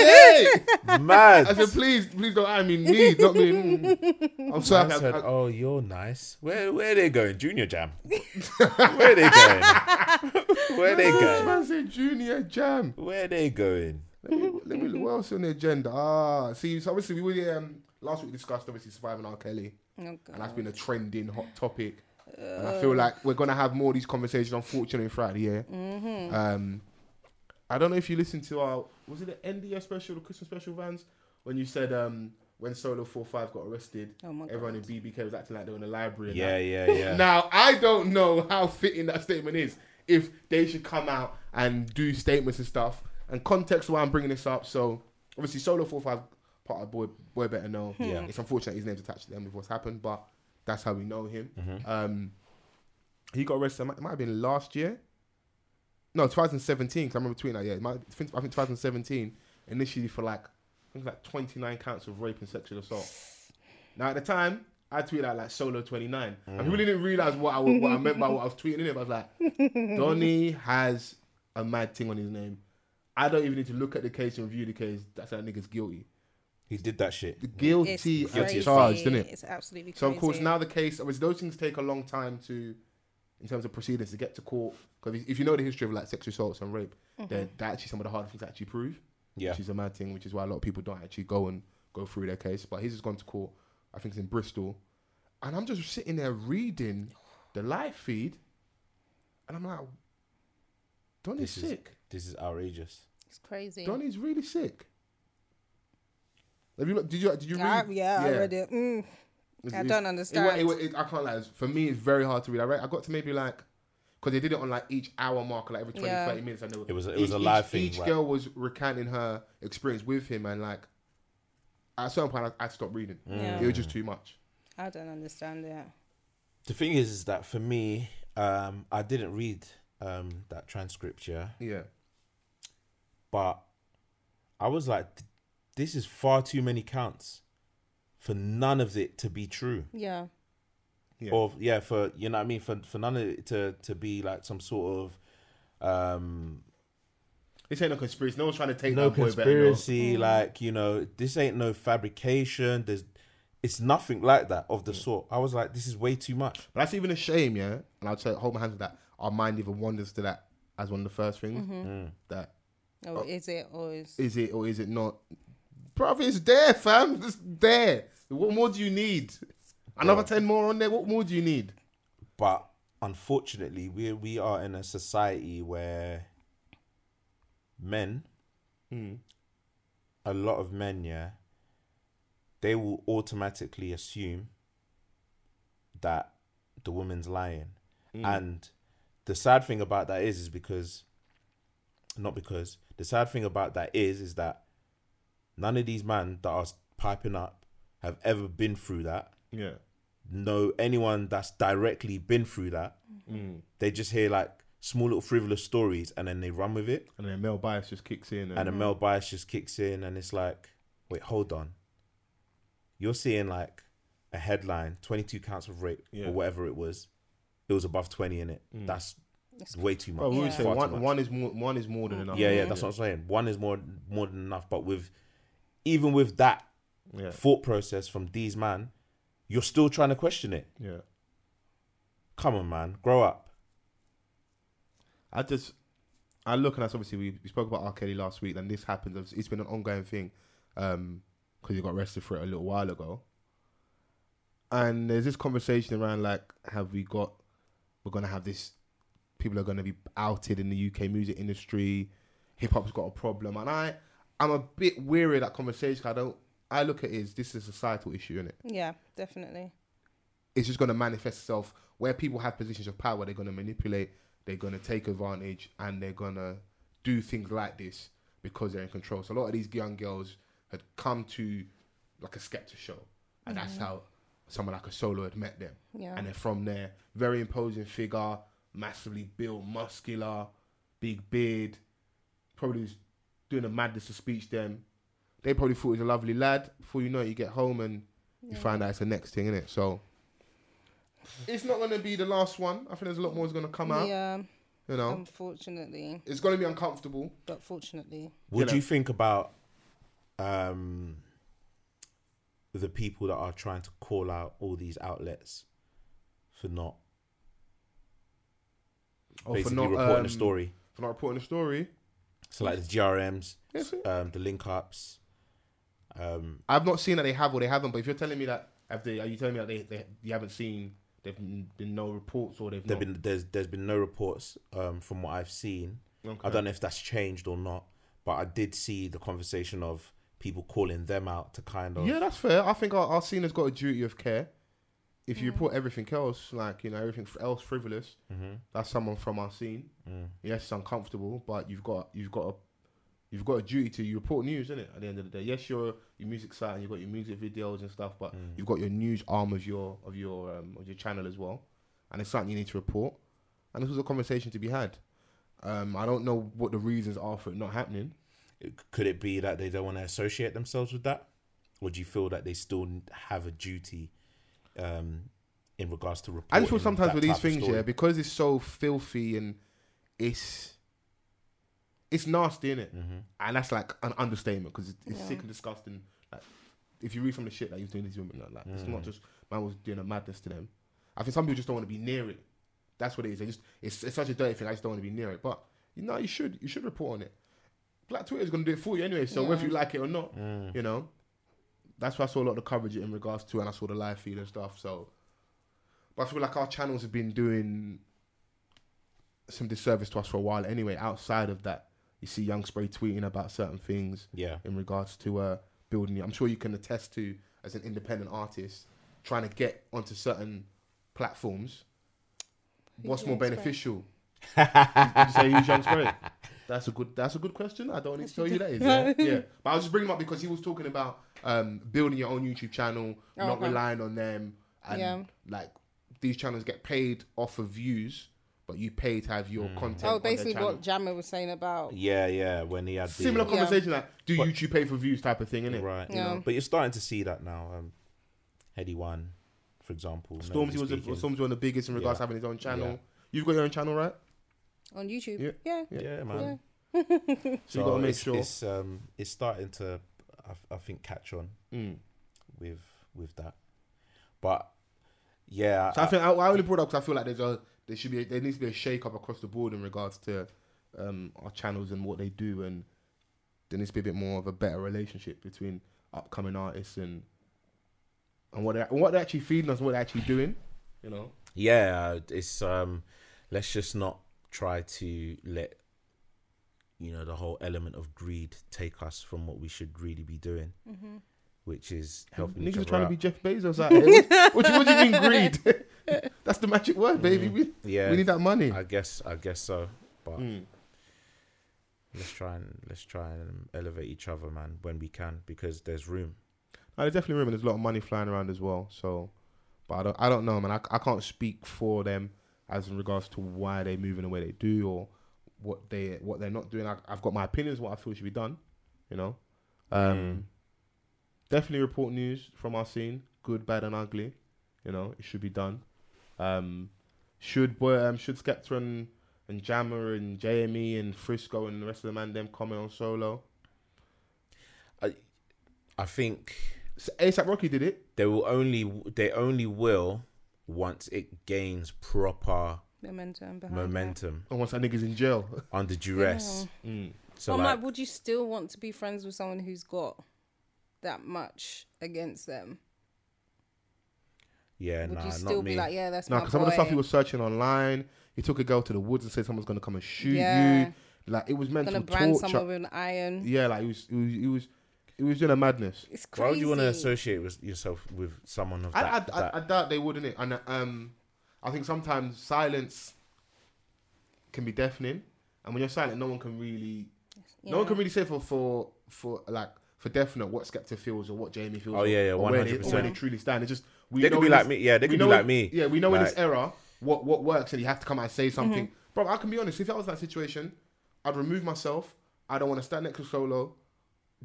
yeah." I
Ah, Mad.
said, please, please don't I mean me, not me. Mm. I'm sorry.
I
I-
said,
I-
"Oh, you're nice. Where where they going? Junior Jam? where they going? where they
This
going?
man said junior jam.
Where they going?
Let me, let me look what else on the agenda. Ah, see, so obviously we were um, last week we discussed obviously surviving R. Kelly,
Oh,
and that's
God. Uh.
been a trending hot topic. and I feel like we're gonna have more of these conversations, unfortunately, throughout the year.
Mm-hmm.
Um, I don't know if you listened to our was it the NDS special, the Christmas special, Vans, when you said um when Solo Four Five got arrested,
Oh my
everyone in BBK was acting like they were in the library. and that.
Yeah, yeah, yeah.
Now, I don't know how fitting that statement is. If they should come out and do statements and stuff, and context why I'm bringing this up. So, obviously, Solo Four Five part of Boy Boy Better Know.
Yeah.
it's unfortunate his name's attached to them with what's happened, but that's how we know him. Um, he got arrested. It might, it might have been last year. No, 2017. Because I remember tweeting that. Yeah, it might, I think 2017 initially for like I think it was like 29 counts of rape and sexual assault. Now at the time, I tweeted out like solo 29. I really didn't realize what I, wa- what I meant by what I was tweeting in it. I was like, Donny has a mad thing on his name. I don't even need to look at the case and review the case. That's how that nigga's guilty.
He did that shit.
It's
Guilty
crazy.
and charged, isn't it?
It's absolutely crazy.
So of course now the case, obviously those things take a long time to, in terms of proceedings to get to court. Because if you know the history of like sexual assaults and rape,
Mm-hmm.
they're, they're actually some of the hardest things to actually prove
Yeah,
which is a mad thing, which is why a lot of people don't actually go and go through their case. But he's just gone to court. I think it's in Bristol, and I'm just sitting there reading the live feed, and I'm like, Donny's
This is-
sick.
this is outrageous.
it's crazy.
Donny's really sick. Have you? Did you? Did you read?
I, yeah, I read it. Mm.
It's-
I
it's- it
don't
wa-
understand.
It, wa- it- I can't lie. it's- For me, it's very hard to read. I, read, I got to maybe like because they did it on like each hour mark, like every 20,
Yeah.
30 minutes. And they were,
It was a- it
each-
was a live
each,
thing,
Each
right.
girl was recanting her experience with him, and like at a certain point, I, I stopped reading.
Mm.
Yeah.
It was just too much.
I don't understand it.
The thing is, is that for me, um, I didn't read um that transcript. Yeah,
Yeah,
but I was like, th- this is far too many counts for none of it to be true.
Yeah.
yeah,
or yeah for you know what i mean for for none of it to to be like some sort of um
this ain't no conspiracy. No one's trying to take
no
that boy conspiracy.
conspiracy like you know this ain't no fabrication there's it's nothing like that of the sort i was like this is way too much
But that's even a shame, yeah. And I'd say hold my hands to that. Our mind even wanders to that as one of the first things
Mm-hmm.
Mm.
that
Or Oh, is it? Or is
is Oh. it or is it not? Bruv, it's there, fam. It's there. What more do you need? Another 10 more on there? What more do you need?
but unfortunately we we are in a society where men a lot of men, yeah, they will automatically assume that the woman's lying. And the sad thing about that is, is because, not because, the sad thing about that is, is that none of these men that are piping up have ever been through that
Yeah.
know anyone that's directly been through that.
Mm.
They just hear like small little frivolous stories and then they run with it.
And then male bias just kicks in. And,
And the male bias just kicks in and it's like, wait, hold on. You're seeing like a headline 22 counts of rape
Yeah.
or whatever it was. It was above 20 in it. That's way too much.
Well, we
Yeah.
would say
Far too
one,
much. Mm-hmm.
one is more one is more than enough.
yeah, yeah, that's what I'm saying. One is more more than enough, but with even with that
Yeah,
thought process from these man, you're still trying to question it.
yeah.
Come on, man, grow up.
I just I look and that's obviously we, we spoke about R. Kelly last week and this happens. It's- It's been an ongoing thing because he got arrested for it a little while ago. And there's this conversation around like, have we got? We're gonna have this. People are gonna be outed in the UK music industry. Hip hop's got a problem, and I I'm a bit weary of that conversation. I don't. I look at it as this is a societal issue, innit?
Yeah, definitely.
it's just going to manifest itself where people have positions of power they're going to manipulate they're going to take advantage and they're going to do things like this because they're in control so a lot of these young girls had come to like a skeptic show and that's how someone like a solo had met them
Yeah.
and then from there very imposing figure massively built muscular big beard probably was doing the madness of speech then they probably thought he was a lovely lad before you know it you get home and you find out it's the next thing innit? so it's not going to be the last one. I think there's a lot more is going to come out.
Yeah, Um,
You know,
unfortunately,
it's going to be uncomfortable.
but fortunately.
What do
know.
you think about um, the people that are trying to call out all these outlets for not
Oh,
basically reporting the story?
For not reporting the story,
So like the GRMs,
Yes, sir.
um, the link ups. Um,
I've not seen that they have or they haven't. But if you're telling me that, have they? Are you telling me that they, they you haven't seen? There've been no reports or they've
there
not.
have been there's there's been no reports um, from what I've seen. I
Okay.
don't know if that's changed or not, but I did see the conversation of people calling them out to kind of
Yeah, that's fair. I think our, our scene has got a duty of care. If you report everything else, like you know everything f- else frivolous,
Mm-hmm.
that's someone from our scene.
Mm.
Yes, it's uncomfortable, but you've got you've got a you've got a duty to you report news, innit? At the end of the day, yes, you're your music site and you've got your music videos and stuff, but
Mm.
you've got your news arm of your of your um, of your channel as well, and it's something you need to report. And this was a conversation to be had. Um, I don't know what the reasons are for it not happening.
could it be that they don't want to associate themselves with that or do you feel that they still have a duty um in regards to reporting
I just feel sometimes
that
with
type
these
of
things,
story?
yeah, because it's so filthy and it's it's nasty, innit?
Mm-hmm.
And that's like an understatement because it's, it's sick and disgusting. Like, if you read some of the shit that he was doing to these women, like, like, it's
Mm.
not just man was doing a madness to them. I think some people just don't want to be near it. That's what it is. They just it's, it's such a dirty thing. I just don't want to be near it. But you know, you should you should report on it. Black Twitter is gonna do it for you anyway. So whether you like it or not, you know, that's why I saw a lot of coverage in regards to, and I saw the live feed and stuff. So, but I feel like our channels have been doing some disservice to us for a while anyway. Outside of that, you see Young Spray tweeting about certain things
yeah
in regards to uh, building. I'm sure you can attest to as an independent artist trying to get onto certain platforms. What's more
Young Spray?
beneficial? Did you say who's Young Spray? That's a good. That's a good question. I don't need to tell you that is. Yeah? yeah, but I was just bringing him up because he was talking about um, building your own YouTube channel,
Oh,
not
okay.
relying on them, and
Yeah.
like these channels get paid off of views, but you pay to have your content.
Oh,
on their
basically
channel.
what Jammer was saying about.
yeah yeah when he had
Similar
the,
Yeah.
conversation like, do YouTube pay for views type of thing, innit?
right
Yeah.
but you're starting to see that now um heady one for example
Stormzy
nobody's
was, the
speaking.
Stormzy one of the biggest in regards to
Yeah.
having his own channel.
Yeah.
You've got your own channel, right?
On YouTube.
Yeah.
Yeah.
yeah man
So, you gotta make
it's,
sure.
it's um it's starting to I, I think catch on with with that but yeah
So I think I, I only brought up because I feel like there's a there should be a, there needs to be a shake up across the board in regards to um, our channels and what they do, and there needs to be a bit more of a better relationship between upcoming artists and and what they and what they're actually feeding us, what they're actually doing. You know,
yeah it's um let's just not try to let you know the whole element of greed take us from what we should really be doing,
Mm-hmm.
which is helping each
Mm-hmm. Niggas are
other
trying
out.
to be Jeff Bezos out here. what, do you, what do you mean greed? That's the magic word, baby. We,
Mm. yeah,
we need that money.
I guess I guess so. But
Mm.
let's try and let's try and elevate each other, man, when we can, because there's room.
No, there's definitely room, and there's a lot of money flying around as well. So, but I don't, I don't know, man. I, I can't speak for them as in regards to why they're moving the way they do or what they what they're not doing. I, I've got my opinions, what I feel should be done. You know, um, definitely report news from our scene, good, bad, and ugly. You know, it should be done. Um, should boy, um, should Skepta and, and Jammer and JME and Frisco and the rest of the man them comment on solo?
I think
So ASAP Rocky did it.
they will only they only will once it gains proper
Momentum behind it.
momentum
And once that nigga's in jail.
under duress.
Mm.
So
I'm
like,
like, would you still want to be friends with someone who's got that much against them?
yeah,
Would
nah,
you
not
still
me.
be like, yeah, that's
No,
my
because some of the stuff
boy.
he was searching online, he took a girl to the woods and said someone's gonna come and shoot
Yeah.
you. Like it was meant
gonna
to
brand
torture.
someone with an iron?
Yeah, like it was, it was, it was, it was doing a madness.
It's crazy.
Why would you want to associate with yourself with someone of
I,
that?
I,
that-
I, I doubt they wouldn't it, and uh, um, I think sometimes silence can be deafening, and when you're silent, no one can really,
Yeah.
no one can really say for for for like for definite what Skepta feels or what Jamie feels.
Oh, yeah, yeah,
or where they, or where
100%.
they truly stand. It's just we
They
know
could be
in
like
this-
me. Yeah, they
we
could be
know
like
in-
me.
Yeah, we know in this
Like-
era what what works, and you have to come out and
Mm-hmm.
say something. Bro, I can be honest. If I was in that situation, I'd remove myself. I don't want to stand next to Solo.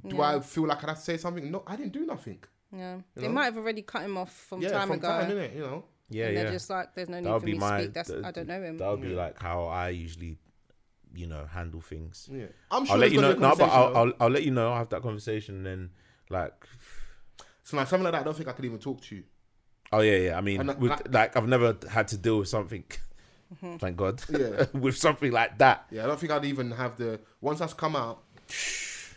Do I feel like I'd have to say something? No, I didn't do nothing.
Yeah. They
know?
might have already cut him off from
yeah,
time
from
ago.
time, innit? You know.
yeah,
and
yeah.
they're just like, there's no need
That would
for
be
me to
my.
speak. That's
that-
I don't know him.
That would be like how I usually, you know, handle things.
Yeah. I'm sure.
I'll let you know. No, but I'll,
i
I'll I'll let you know. I'll have that conversation. And then, like,
so like something like that. I don't think I could even talk to you.
oh yeah, yeah. I mean,
And I-
with,
I-
like I've never had to deal with something. Thank God.
Mm-hmm. Yeah.
with something like that.
Yeah, I don't think I'd even have the once that's come out.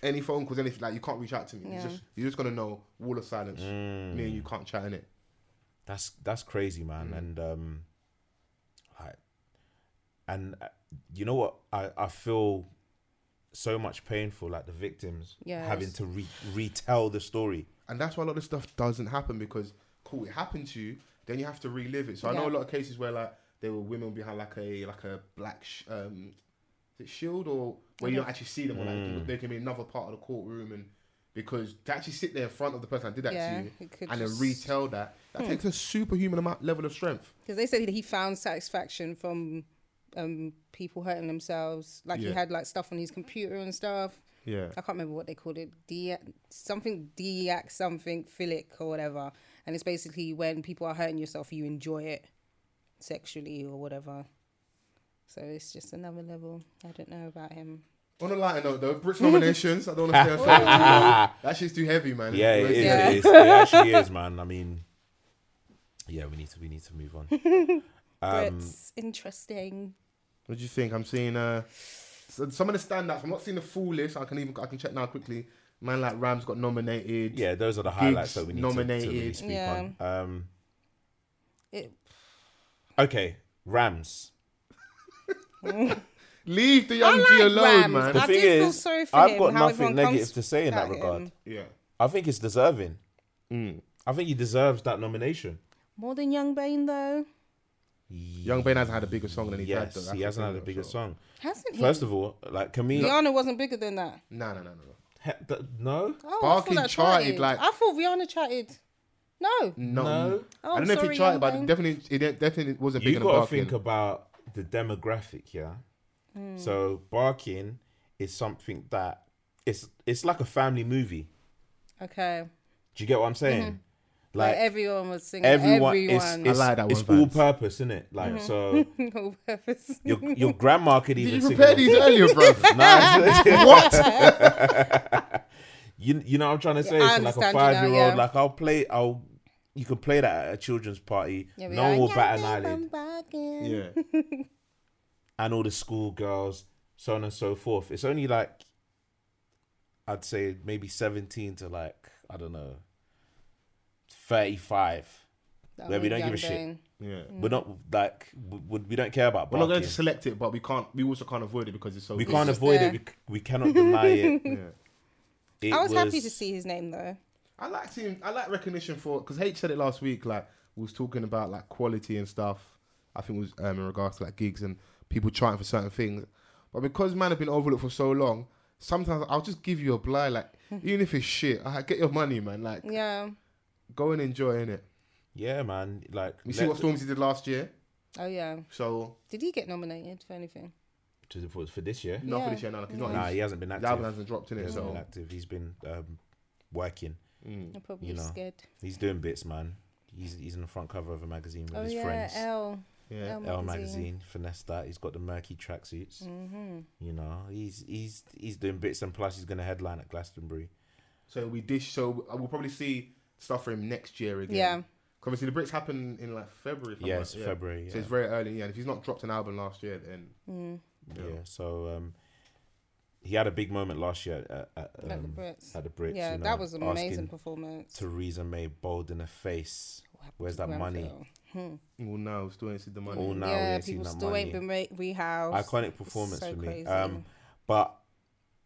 Any phone calls, anything like you can't reach out to me.
Yeah.
You're just you're just gonna know wall of silence.
Mm.
Me and you can't chat in it.
That's that's crazy, man.
Mm.
And um, like, and uh, you know what? I I feel so much painful, like the victims
Yes.
having to re- retell the story.
And that's why a lot of this stuff doesn't happen because, cool, it happened to you, then you have to relive it. So I know a
Yeah.
lot of cases where like there were women behind like a like a black sh- um, is it shield or where you don't actually see them or like
Mm.
they can be in another part of the courtroom and because to actually sit there in front of the person that did that
Yeah, Hmm.
to you
it could
and then
just-
retell that that takes a superhuman amount level of strength.
because they said that he found satisfaction from um, people hurting themselves. Like
Yeah.
he had like stuff on his computer and stuff.
Yeah.
I can't remember what they called it. D something DEAC something philic or whatever. And it's basically when people are hurting yourself, you enjoy it sexually or whatever. So it's just another level. I don't know about him.
On a lighter note, though, Brits nominations. I don't want to say offensive, you know, that shit's too heavy, man.
Yeah, it is.
Yeah.
It, is. it actually is, man. I mean, yeah, we need to we need to move on. Um,
But it's interesting.
What do you think? I'm seeing uh, so- some of the standouts. I'm not seeing the full list. I can even I can check now quickly. Man like Rams got nominated.
Yeah, those are the highlights
Gigs
that we need to- to, really
nominated.
speak
Yeah.
on. Um,
It,
okay, Rams.
Leave the young G
I like
alone,
Rams.
man.
I
The
do
thing
feel
is,
sorry for
I've
him,
got
how
nothing
everyone
negative
comes
to say in that
at
regard.
him.
yeah.
I think it's deserving.
Mm.
I think he deserves that nomination.
More than Young Bane though,
Young Ben hasn't had a bigger song than he had.
Yes,
Though. That's
he
the
hasn't
thing,
had a
though,
bigger
so-
song.
hasn't he?
First of all, like Camila,
Rihanna wasn't bigger than that.
No, no, no, no. no.
he, th- no,
Oh,
Barking
I thought that
charted,
charted.
like-
I thought Rihanna charted. No.
No,
No.
Oh,
I don't know if
sorry,
he tried,
Young
but
Ben.
definitely, it de- definitely wasn't
you
bigger than
got to
Barking.
think about the demographic, yeah.
Mm.
So barking is something that it's it's like a family movie.
Okay.
Do you get what I'm saying?
Mm-hmm. Like,
Like,
everyone was singing. Everyone.
everyone,
Mm-hmm.
it's, it's,
like that
it's
one,
all
Vance.
purpose, isn't it? Like so,
All purpose.
your your grandma could even
Did you
sing.
prepare
along.
these earlier, bro?
Nah,
what?
you you know what I'm trying to say?
I
so like a
understand you now,
five year old,
yeah.
like I'll play, I'll you can play that at a children's party.
Yeah, we
no
are,
one will
"Yeah,
bat an
yeah,
eyelid.
I'm barking."
Yeah.
and all the schoolgirls, so on and so forth. It's only like I'd say maybe seventeen to like I don't know thirty-five.
That
Where we
was
don't give a
Young
shit.
Bane.
Yeah.
Mm.
We're not like we, we don't care about
We're
barking.
not going to select it, but we can't. We also can't avoid it because it's so.
we
big.
can't
just
avoid
there.
it. We, c- we cannot deny it.
Yeah.
It
I was, happy to see his name though.
I like seeing. I like recognition for because H said it last week. Like we was talking about like quality and stuff. I think it was um, in regards to like gigs and people trying for certain things. But because man have been overlooked for so long, sometimes I'll just give you a blind. Like even if it's shit, I get your money, man. Like
Yeah.
go and enjoy it.
Yeah, man. Like
We see what
let's-
Stormzy did last year.
Oh yeah.
So
Did he get nominated for anything?
to the- for, for this year.
not for
Yeah.
this year, no. Like, it's not.
Nah,
his-
he hasn't been
the album
active.
hasn't dropped in
He
it,
hasn't been
so mm,
active. He's been um, working.
I'm probably
You know.
scared.
He's doing bits, man. He's he's in the front cover of a magazine with
oh
his
yeah,
friends.
L.
yeah.
L
L
magazine. Mm. Mm-hmm.
magazine, finesse that. He's got the murky tracksuits. You know, he's he's he's doing bits, and plus he's gonna headline at Glastonbury.
So we dish. So uh, we'll probably see stuff for him next year again.
Yeah.
'Cause Obviously, the Brits happen in like February. if I'm
Yeah,
right,
it's February. Yeah.
So it's very early, yeah. And if he's not dropped an album last year, then
yeah. So um, he had a big moment last year at, at, um,
Like the Brits.
at the Brits.
yeah,
you know,
that was an amazing
asking
performance.
Theresa May bold in the face.
What happened
Where's
to
that money?
Grenfell?
well, no, still ain't seen the money.
All now we
Hmm. yeah,
ain't seen
people
that
still
money.
ain't been re- rehoused.
iconic
Oh, It's
performance
so
for me.
crazy.
Um, but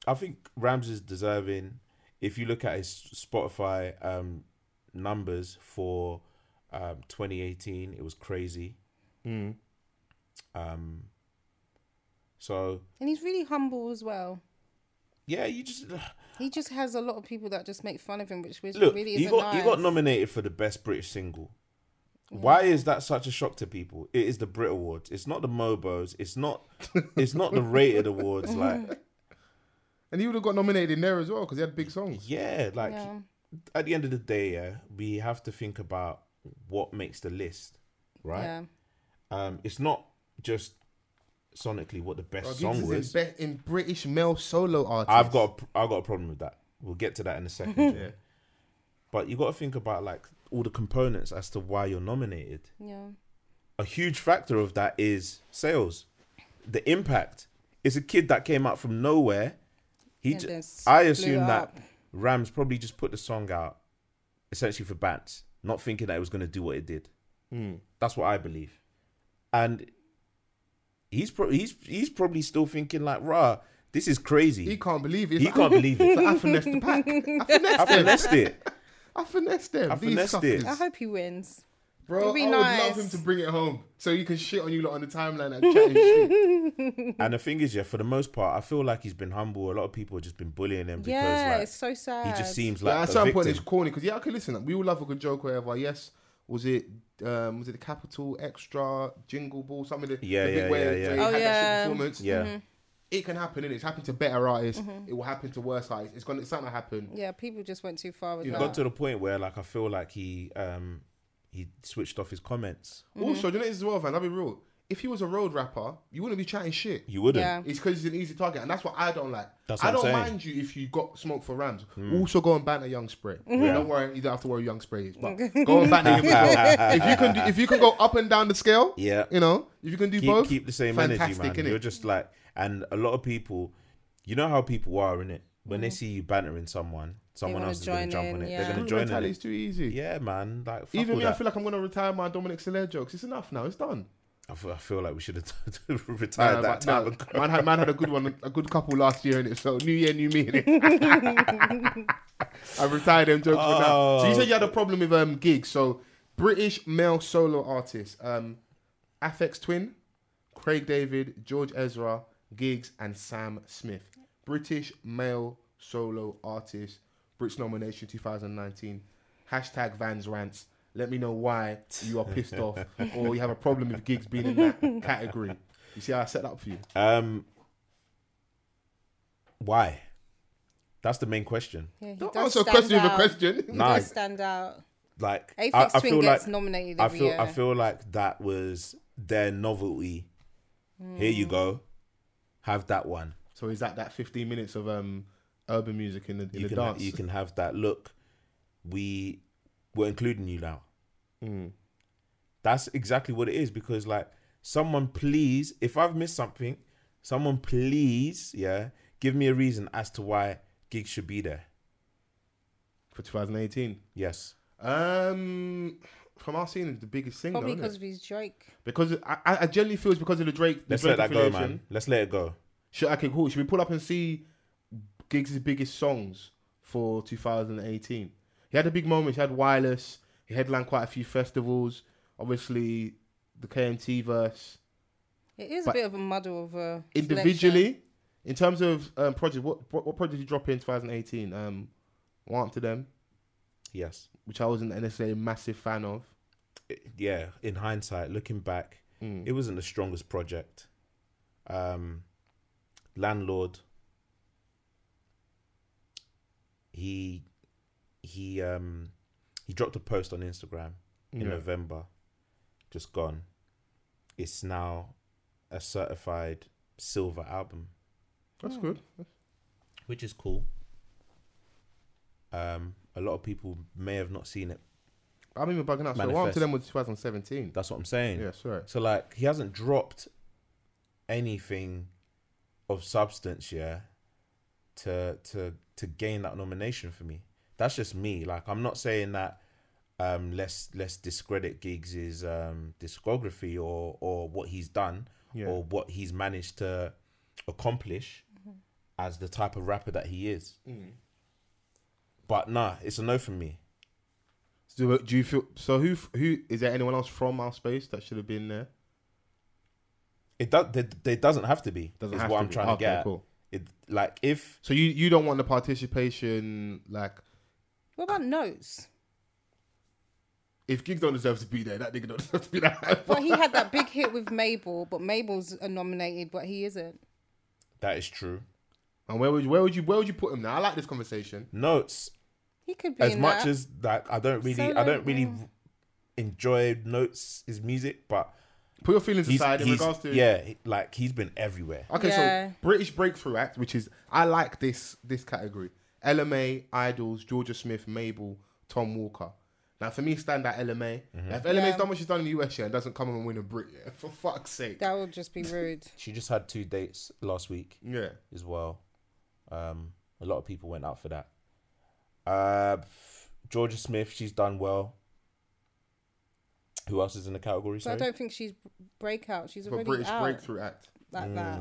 I think Rams is deserving. If you look at his Spotify um, numbers for um, 2018, it was crazy.
Mm.
Um, so
and he's really humble as well.
yeah, you just
He just has a lot of people that just make fun of him, which which
look.
really
you
isn't
got
nice.
you got nominated for the best British single. Why is that such a shock to people? It is the Brit Awards. It's not the Mobos. It's not. It's not the Rated Awards. Like
And he would have got nominated in there as well because he had big songs.
yeah, like
Yeah.
at the end of the day, yeah, we have to think about what makes the list, right?
Yeah.
Um, it's not just sonically what the best
Bro,
song
this is
was.
in, be- in British male solo artist.
I've got a pr- I've got a problem with that. We'll get to that in a second. yeah.
Yeah.
But you got to think about like all the components as to why you're nominated.
Yeah.
A huge factor of that is sales, the impact. It's a kid that came out from nowhere. He,
And
ju-
then
I
blew
assume
up.
that Rams probably just put the song out essentially for bants, not thinking that it was going to do what it did.
Hmm.
That's what I believe. And he's pro- he's he's probably still thinking like, "Rah, this is crazy."
He can't believe it.
He can't believe it.
So I finessed the pack. I finessed
I
them.
finessed it.
I finessed them.
I
These
finessed
suckers.
it.
I hope he wins.
Bro,
It'd be
I would
nice.
love him to bring it home so he can shit on you lot on the timeline and chat and shit.
And the thing is, yeah, for the most part, I feel like he's been humble. A lot of people have just been bullying him because
yeah,
like,
it's so sad.
he just seems
Like,
like
at
a
some
victim.
point, it's corny because yeah, okay, listen, we all love a good joke, or whatever. Yes, was it um, was it the Capital Extra Jingle Ball something? The,
Yeah,
the bit
yeah,
where,
yeah, yeah.
where he
Oh,
had that
yeah.
shit performance.
yeah,
Mm-hmm.
it can happen, and it's happened to better artists. It will happen to worse artists. It's gonna it's something to happen.
yeah, people just went too far with
You
it
that.
got to the point where like I feel like he um he switched off his comments.
Also, do you know this as well, Van. I'll be real. If he was a road rapper, you wouldn't be chatting shit.
You wouldn't.
Yeah.
It's because he's an easy target, and that's what I don't like.
That's
I
what
don't
I'm saying. Hmm.
mind you if you got smoke for Rams. Also, go and banter Young Spray. Don't worry, you don't have to worry Young Spray. is, But go and banter him as well. If you can, do, if you can go up and down the scale,
Yeah.
you know, if you can do
keep,
both,
keep the same
fantastic,
energy, man. You're
innit?
just like, and a lot of people, you know how people are, innit? When they see you bantering someone, someone
Mm. wanna
else is going
join
to jump on
in,
it.
yeah.
They're going
Group
to join in.
mentality's
it.
too easy.
Yeah, man. Like, fuck
Even
all
me, I
that.
feel like I'm gonna retire my Dominic Soler jokes. It's enough now. It's done.
I feel, I feel like we should have
Nah,
retired Uh, that
but
time
no,
ago.
Man had, man had a good one, a good couple last year in it. So new year, new me in it. I retired them jokes for now. So you said you
Oh.
had a problem with um gigs. So British male solo artists, um, Afex Twin, Craig David, George Ezra, Giggs, and Sam Smith. British male solo artist, Brits nomination 2019. Hashtag Vans rants. Let me know why you are pissed off or you have a problem with gigs being in that category. You see how I set that up for you?
Um, why? That's the main question.
yeah, he
Don't
does
answer a
stand
question with a
out.
question.
He
Nah.
does stand out.
Like, I,
Aphex
I
Twin
feel
gets
like
nominated
I
every
feel
year.
I feel like that was their novelty. Here you go, have that one.
So is that that 15 minutes of um urban music in the, in
you
the
can
dance?
you can have that look we we're including you now
Hmm.
that's exactly what it is because like someone please if i've missed something someone please yeah give me a reason as to why gigs should be there
For 2018.
yes
Um, from our scene, is the biggest singer.
Probably
innit?
because of his Drake.
Because I, I I generally feel it's because of the Drake. The
Let's
Drake
let that go,
affiliation.
man. Let's let it go.
Should, okay, cool. Should we pull up and see Giggs' biggest songs for 2018? He had a big moment. He had Wireless. He headlined quite a few festivals. Obviously, the KMT verse.
It is
But
a bit of a muddle of a
Individually, in terms of um, project, what, what what project did you drop in 2018? Um, Warm to Them,
Yes.
which I wasn't necessarily a massive fan of.
it- yeah, in hindsight, looking back,
Mm,
it wasn't the strongest project. Um, landlord, he he um he dropped a post on Instagram in
Yeah.
November, just gone. It's now a certified silver album
That's good.
which is cool. Um, a lot of people may have not seen it.
I'm even bugging out. So Warm
Manifest.
to Them was 2017.
That's what I'm saying.
Yeah, sorry.
So like he hasn't dropped anything of substance, yeah, to to to gain that nomination for me. That's just me. Like I'm not saying that um let's let's discredit Giggs's um discography or or what he's done
Yeah.
or what he's managed to accomplish
Mm-hmm.
as the type of rapper that he is. But nah, it's a no for me.
So, uh, do you feel so? Who f- who is there anyone else from our space that should have been there?
It does. There, there doesn't have to be.
Doesn't
is
have
what
to
I'm
be.
trying
Okay,
to get. at.
cool.
It like if
So you you don't want the participation like
What about notes?
if gigs don't deserve to be there, that nigga don't deserve to be there.
But he had that big hit with Mabel, but Mabel's uh, nominated, but he isn't.
that is true.
and where would you, where would you where would you put him now? I like this conversation.
Notes
He could be
as
in
much
that.
as like I don't really
So,
I don't
like,
really
yeah.
enjoy Notes his music, but
Put your feelings
he's,
aside in
he's-
regards to
yeah, he- like he's been everywhere.
Okay,
Yeah.
so British Breakthrough Act, which is I like this this category. LMA, Idols, Georgia Smith, Mabel, Tom Walker. Now for me, stand out LMA.
Mm-hmm.
Now, if LMA's
Yeah.
done what she's done in the US yeah, and doesn't come and win a Brit yeah, for fuck's sake.
That would just be rude.
She just had two dates last week
yeah.
as well. Um, a lot of people went out for that. Uh, Georgia Smith, she's done well. Who else is in the category?
So I
Sorry?
don't think she's breakout. She's
For
already
British
out
Breakthrough Act.
like
Mm.
that.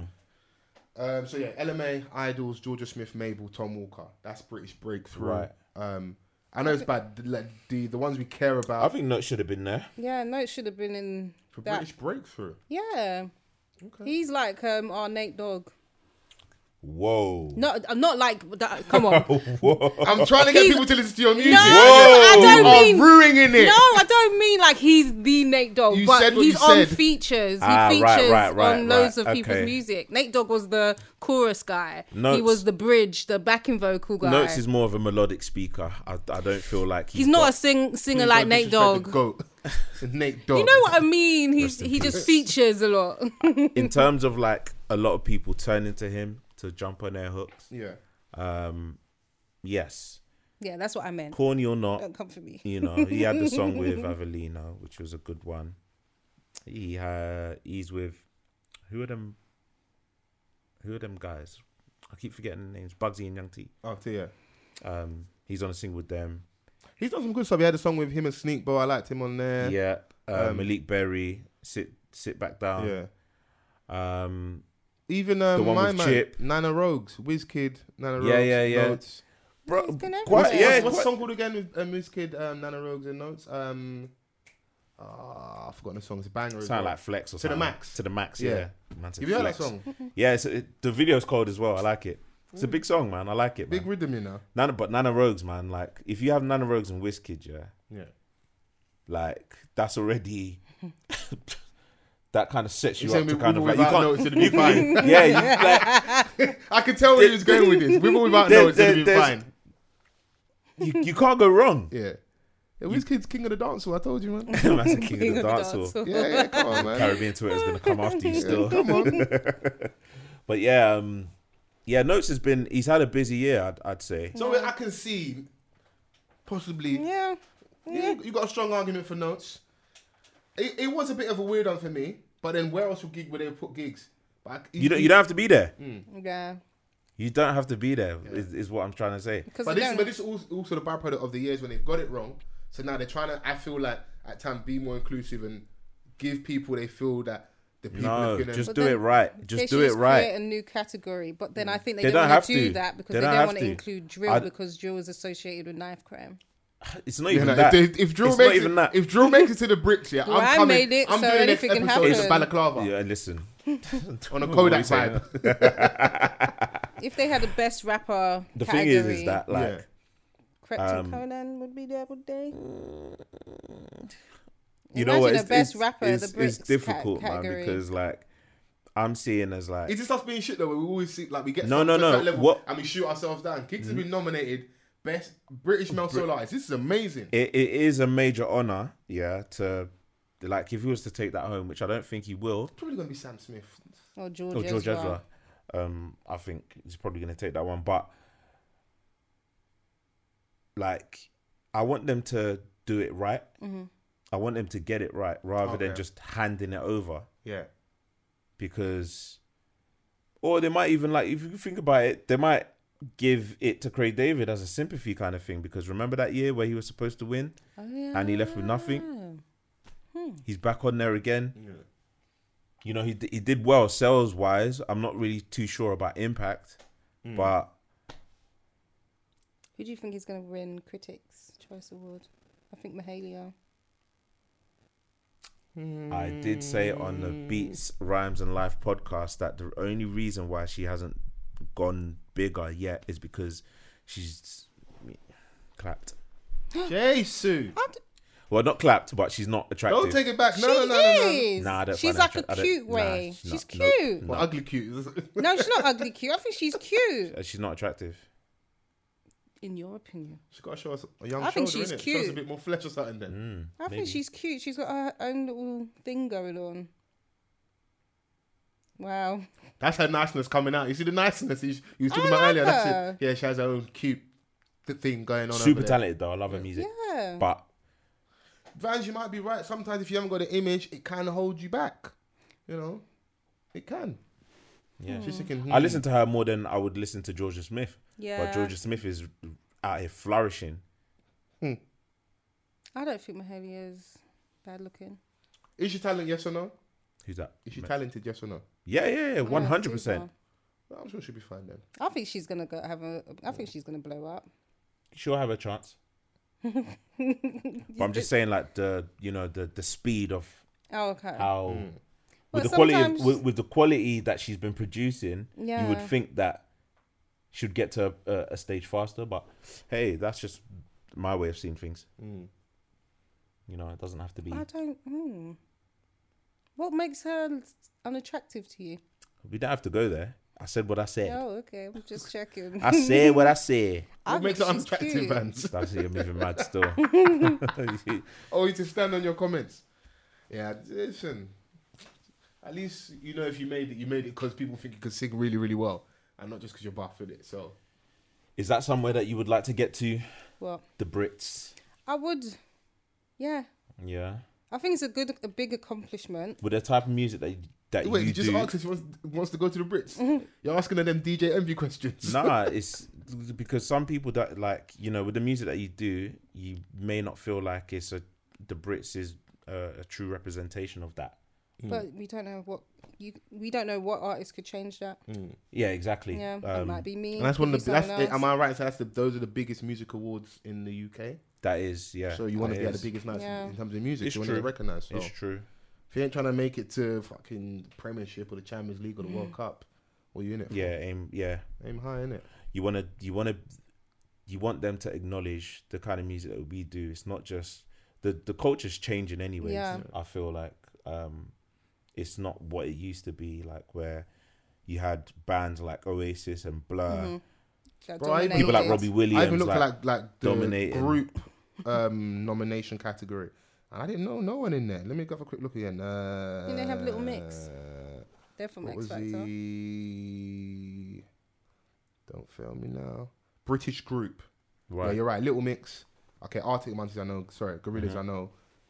Um, so yeah, LMA, Idols, Georgia Smith, Mabel, Tom Walker. That's British breakthrough.
Right.
Um, I know it's bad. The, like, the the ones we care about
I think Notes should have been there.
Yeah, notes should have been in
for
that.
British breakthrough.
Yeah,
Okay.
he's like um our Nate Dogg.
Whoa.
Not uh, not like that. Come on. no,
Whoa.
I'm trying to get
He's-
people to listen to your music.
no, I
You
don't
are
mean.
ruining it.
No, I don't mean like he's the Nate Dogg,
You
but
said what
he's
you
on
said.
features. He
Ah, right,
features
right, right,
on loads
right,
of people's
okay.
music. Nate Dogg was the chorus guy. He
Notes-
was the bridge, the backing vocal guy.
Notes is more of a melodic speaker. I, I don't feel like
he's not
got-
a sing singer
Please
like
don't
Nate
disrespect the
Dogg.
Goat. Nate Dogg.
You know what I mean? He's
Rest in
he just
peace.
features a lot.
in terms of like a lot of people turning to him to jump on their hooks.
Yeah.
Um, yes,
yeah, that's what I meant.
corny or not,
Don't come for me.
you know, he had the song with Avelino, which was a good one. He had he's with who are them? Who are them guys? I keep forgetting the names. Bugsy and Young T.
Oh, so yeah.
Um, he's on a single with them.
He's done some good stuff. He had a song with him and Sneak, but I liked him on there.
Yeah, uh,
Um,
Malik Berry. Sit sit back down.
Yeah.
Um,
Even um,
The one
my
with
man,
Chip.
Nana Rogues, Wizkid, Nana
Yeah,
Rogues,
yeah, yeah.
Notes.
bro,
been
quite,
everywhere.
What's
yeah,
the
quite-
song called again with um, Miss Kid, um, Nana Rogues and Notes? Um, ah, I've forgotten the song. It's a banger. as
Sound
well.
like flex or
To the
something.
max.
To the max,
Yeah.
yeah. Man said
Have you heard that
flex.
song?
Yeah, it's, it, the video's cold as well. I like it. It's a big song, man. I like it.
Big
Man.
rhythm, you know.
Nana, but Nana Rogues, man. Like, if you have Nana Rogues and Wizkid, yeah,
Yeah.
like that's already that kind of sets you
You're saying
up to
with,
kind
with
of
or
like
without
you can't.
notes, it'd be fine.
Yeah, you, like,
I could tell where he was going with this. With or without
There-
notes, it'd be
there-
fine.
you, you can't go wrong.
Yeah. Yeah, Wizkid's king of the dance hall. I told you, man.
Man's a king, of the dance hall.
dancehall.
Yeah, yeah, come on, man.
Caribbean Twitter is gonna come after you still.
Come on.
But yeah, um, yeah, Notes has been. He's had a busy year. I'd, I'd say.
So I can see possibly
Yeah.
Yeah, you got a strong argument for notes. It, it was a bit of a weird one for me, but then where else would gig would they put gigs? But I-
You don't. You don't have to be there.
Mm.
Yeah.
You don't have to be there. Is, is what I'm trying to say.
Because
But this, but this is also, also the byproduct of the years when they've got it wrong. So now they're trying to. I feel like at times be more inclusive and give people they feel that the people are
No,
gonna
just
But
do
then
it right.
they
Just
should
do it
just
right. Mm.
Create a new category, but then I think they,
They
don't,
don't
want
have
to do
to.
that because
They
they
don't
don't,
have
want to
to.
include drill
I-
because drill is associated with knife crime.
It's not
Yeah,
even
no,
that.
if, they, if drill
it's
makes
not even
it,
that.
if drill makes it to the bricks, yeah,
Well,
I'm
I
coming.
made it,
I'm
so
doing next
anything can
episode with a
happen.
balaclava
yeah, listen.
on a
What were
Kodak
you saying?
vibe.
If they had the best rapper
The thing
category,
is, is that um, like
Yeah.
Krypton Conan would be there, would they?
you
Imagine
know what?
the best
it's,
rapper,
it's,
the Brits
it's difficult,
cat-
man,
category.
because like I'm seeing as like
Is this us being shit though? Where we always see like we get
No,
some- to
no,
a
no.
certain level
What- Hmm?
and we shoot ourselves down. Kicks has been nominated best British male solo artist. This is amazing.
it, it is a major honor, yeah, to like if he was to take that home, which I don't think he will.
Probably gonna be Sam Smith.
Or George,
Or Oh, George
Ezra.
Ezra, um, I think he's probably gonna take that one. But like, I want them to do it right. I want them to get it right rather than
Okay.
just handing it over.
Yeah,
because, or they might even like if you think about it, they might give it to Craig David as a sympathy kind of thing because remember that year where he was supposed to win
Oh, yeah.
and he left with nothing. He's back on there again. You know he d- he did well sales wise. I'm not really too sure about impact,
Hmm.
but
Who do you think is going to win Critics' Choice Award? I think Mahalia.
I did say on the Beats, Rhymes, and Life podcast that the only reason why she hasn't gone bigger yet is because she's clapped.
Jesu.
Well, not clapped, but she's not attractive.
Don't take it back. No,
she
no, no, no, no.
is.
Nah, I don't
she's
find
like
her attra- I
a
don't-
cute
nah,
way. she's
she's not. Nope.
cute.
Well, ugly cute.
No, she's not ugly cute. I think she's cute.
Uh, She's not attractive.
In your opinion,
She's got to show us a young
I
shoulder,
think she's
innit? Show us a
cute.
bit more flesh or something then.
I think she's cute. She's got her own little thing going on. Wow.
Mm.
That's her niceness coming out. You see the niceness you, you was talking
I
about
like
earlier?
her.
That's it. Yeah, she has her own cute th- thing going on.
Super
over there.
talented though. I love her music.
Yeah.
But
Vans, you might be right. Sometimes if you haven't got the image, it can hold you back. You know, it can.
Yeah.
She's thinking,
I
hmm.
listen to her more than I would listen to Georgia Smith. But
Yeah.
Georgia Smith is out here flourishing.
I don't think Mahalia is bad looking.
Is she talented? Yes or no?
Who's that?
Is she talented? Yes or no?
Yeah, yeah, yeah. One hundred percent.
super.
Well, I'm sure she'll be fine then.
I think she's gonna go have a. I think she's gonna blow up.
She'll have a chance. but I'm just saying, like the you know the the speed of
Oh, okay.
how
Well,
Uh, with the quality of,
sometimes-
with, with the quality that she's been producing, you would
Yeah.
think that she'd get to a, a, a stage faster. But hey, that's just my way of seeing things. You know, it doesn't have to be.
I don't. Hmm. What makes her unattractive to you?
We don't have to go there. I said what I said.
Oh, okay. I'm just checking.
I said what I said.
I
What makes it
think she's
unattractive,
cute.
Vans?
That's it, you're moving mad still.
Oh, you to stand on your comments. Yeah, listen. At least you know if you made it, you made it because people think you could sing really, really well, and not just because you're buff with it. So
Is that somewhere that you would like to get to?
Well,
The Brits.
I would. Yeah,
Yeah.
I think it's a good, a big accomplishment.
With the type of music that you, that
wait, you,
you
just
do.
asked if she wants, wants to go to the Brits. You're asking her them DJ envy questions.
nah, it's because some people that like you know with the music that you do, you may not feel like it's a the Brits is a, a true representation of that.
Hmm.
But we don't know what you. We don't know what artist could change that.
Mm.
Yeah, exactly.
Yeah, it
Um,
might be me.
And that's one of the.
could be
That's,
someone else.
am I right? So that's the, those are the biggest music awards in the UK.
that is yeah.
So you want to
that
be at the
is.
biggest nights in-
Yeah.
in terms of music.
It's
you want to get
true.
recognised. So
It's true.
if you ain't trying to make it to fucking Premiership or the Champions League or the World Cup, what you in it? for?
Yeah, aim. Yeah,
aim high in it.
you want to you want to you want them to acknowledge the kind of music that we do it's not just the the culture's changing anyways
Yeah.
i feel like um it's not what it used to be like where you had bands like oasis and blur
Mm-hmm. That
Bro, I-
dominated.
people like robbie williams
I even looked
like,
at like like the
dominating.
group um, nomination category, and I didn't know no one in there. Let me have a quick look again. Uh,
Didn't they have Little Mix? They're from
What
X
was
Factor.
he? Don't fail me now. British group. Yeah,
right
you're right. Little Mix. Okay, Arctic Monkeys I know. Sorry, Gorillas
Mm-hmm.
I know.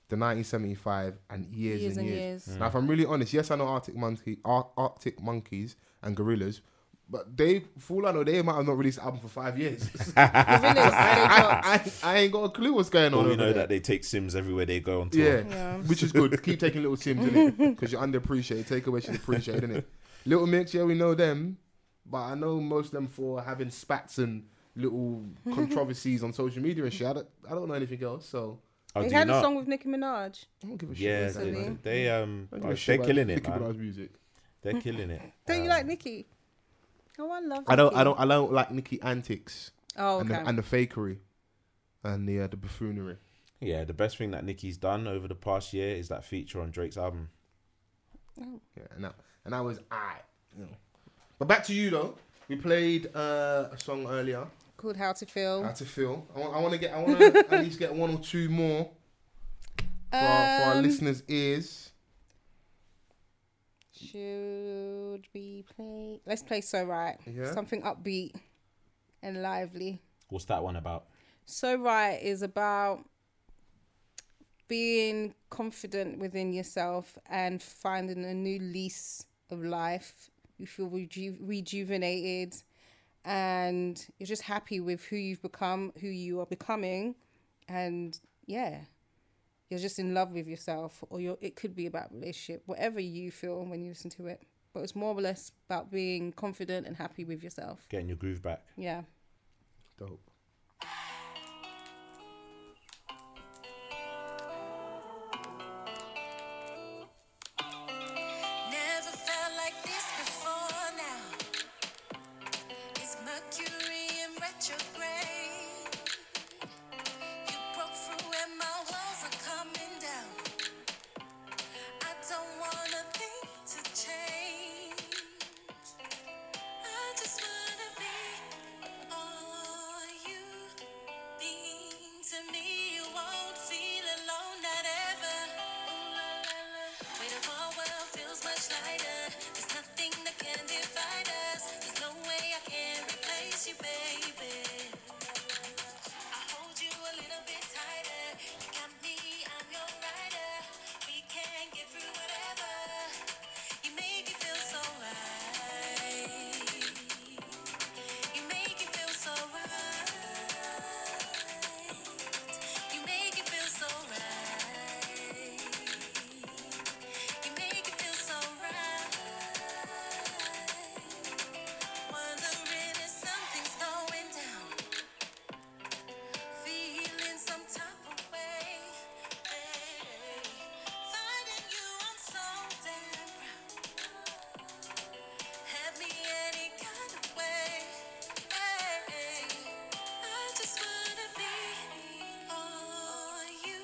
The 1975 and years,
Mm-hmm.
and years. Now, if I'm really honest, yes, I know Arctic Monkey, Ar- Arctic Monkeys and Gorillas, But they, for all I know, they might have not released the album for five years.
The Realest, they dropped.
I, I, I ain't got a clue what's going
All
on.
we
over
know
there.
that they take Sims everywhere they go on tour.
Yeah.
Yeah.
Which is good. Keep taking little Sims, innit? Because you're underappreciated. Take away she's appreciated, innit? Little Mix, yeah, we know them. But I know most of them for having spats and little controversies on social media and shit. I don't, I don't know anything else, so
Oh,
They
do you
had a
not?
song with Nicki Minaj.
I don't give a
Yeah,
shit. about
they,
that, man.
they,
Recently.
um,
I don't give a
like,
shit
they're
about
killing it,
Nicki
man.
Minaj's music.
They're killing it.
Don't you
Um,
like Nicki? Oh, I love.
Uh, I don't,
Nicki.
I don't, I don't like Nicki antics
Oh,
and,
okay.
the, and the fakery and the uh, the buffoonery.
Yeah, the best thing that Nicki's done over the past year is that feature on Drake's album.
Yeah, and that and that was I. You know. But back to you though. We played uh, a song earlier.
Called How to Feel.
How to feel? I want, I want to get. I want to at least get one or two more for, our, for our
Um,
listeners' ears.
Should we play? Let's play So Right.
Yeah.
Something upbeat and lively.
What's that one about?
So Right is about being confident within yourself and finding a new lease of life. You feel reju- rejuvenated and you're just happy with who you've become, who you are becoming. And yeah, you're just in love with yourself or you're, it could be about relationship, whatever you feel when you listen to it. But it's more or less about being confident and happy with yourself.
Getting your groove back.
Yeah.
Dope.
Never felt like this before now. It's Mercury in retrograde. You broke through and my walls are coming down. I don't wanna think to change. I just wanna be all you mean to me. You won't feel alone, not ever. Ooh, la, la, la. Weight of our world feels much lighter. There's nothing that can divide us. There's no way I can replace you, baby. I hold you a little bit tighter. You got me, I'm your rider. We can get through whatever. You make it feel so right. You make it feel so right. You make it feel so right. You make it feel so right. Wondering if something's going down. Feeling some type of way, babe. Finding you on so damn proud. Have me any kind of way, babe. I just wanna be all you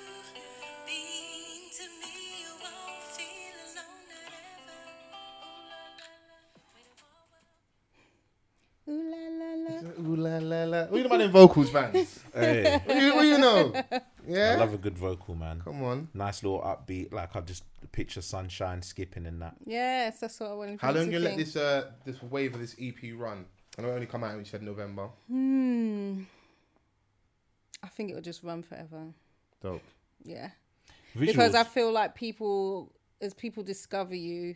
mean to me. You won't feel alone ever. Ooh la
Ooh la
Ooh la la la.
la la, waiting for what.
la la. What do you know about them vocals, fans?
Hey,
what, do you, what do you know?
I
Yeah.
love a good vocal, man.
Come on.
Nice little upbeat. Like I just picture sunshine skipping and that.
Yes, that's what I wanted.
How long
to
you let
think.
this uh this wave of this EP run? I know it only come out. You said November.
Hmm. I think it'll just run forever.
Dope.
Yeah.
Visuals.
Because I feel like people, as people discover you,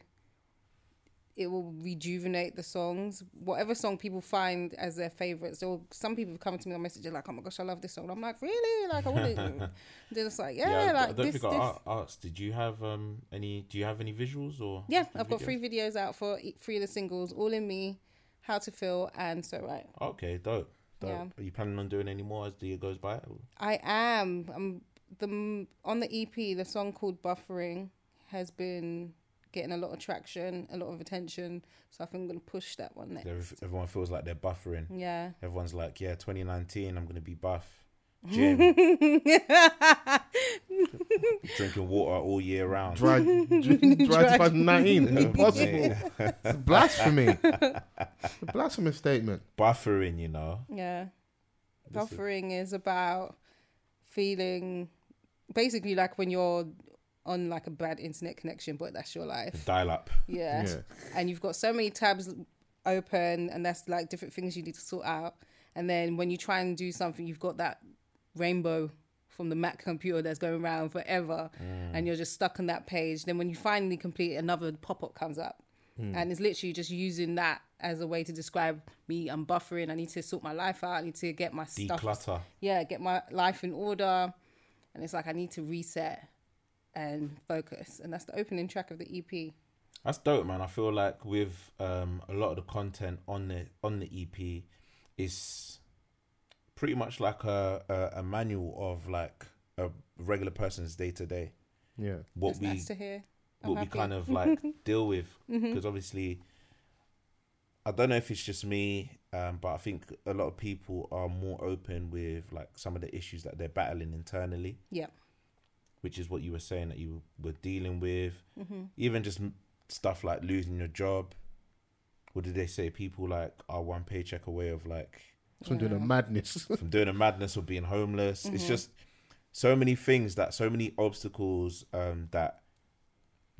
it will rejuvenate the songs. Whatever song people find as their favorites, or some people have come to me on Messenger like, "Oh my gosh, I love this song." I'm like, "Really?" Like I want to. They're just like, "Yeah,
I- I
like
don't
this."
think
this.
I a- asked. Did you have um any? Do you have any visuals or?
yeah,
the
I've got
videos?
three videos out for e- three of the singles: "All in Me," "How to Feel," and "So Right."
Okay, dope. Dope.
Yeah.
Are you planning on doing any more as the year goes by?
I am. I'm the m- on the EP. The song called "Buffering" has been getting a lot of traction, a lot of attention. So I think I'm gonna push that one next.
Every- Everyone feels like they're buffering.
Yeah.
Everyone's like, yeah, 2019, I'm gonna be buff. Gym, drinking water all year round.
Dry, dry, dry 2019.
Yeah,
Impossible.
mate.
It's a blasphemy. it's a blasphemous statement.
Buffering, you know.
Yeah. Buffering is about feeling basically like when you're on like a bad internet connection, but that's your life.
Dial up.
Yeah.
Yeah.
And you've got so many tabs open, and that's like different things you need to sort out. And then when you try and do something, you've got that rainbow from the Mac computer that's going
Mm.
around forever, and you're just stuck on that page. Then when you finally complete, it, another pop up comes up.
Hmm.
and it's literally just using that as a way to describe me. I'm buffering. I need to sort my life out. I need to get my stuff
Declutter.
yeah, get my life in order. And it's like I need to reset and focus. And that's the opening track of the E EP.
That's dope, man. I feel like with um, a lot of the content on the on the EP, is pretty much like a, a a manual of like a regular person's day to day.
Yeah.
What
It's
we
nice to hear. I'm
what
happy. Mm-hmm.
we kind of like deal with because obviously i don't know if it's just me um, but i think a lot of people are more open with like some of the issues that they're battling internally
yeah.
which is what you were saying that you were dealing with
Mm-hmm.
even just m- stuff like losing your job what did they say people like are one paycheck away of like
So doing a madness.
from doing a madness or being homeless. It's
Mm-hmm.
just so many things that so many obstacles um, that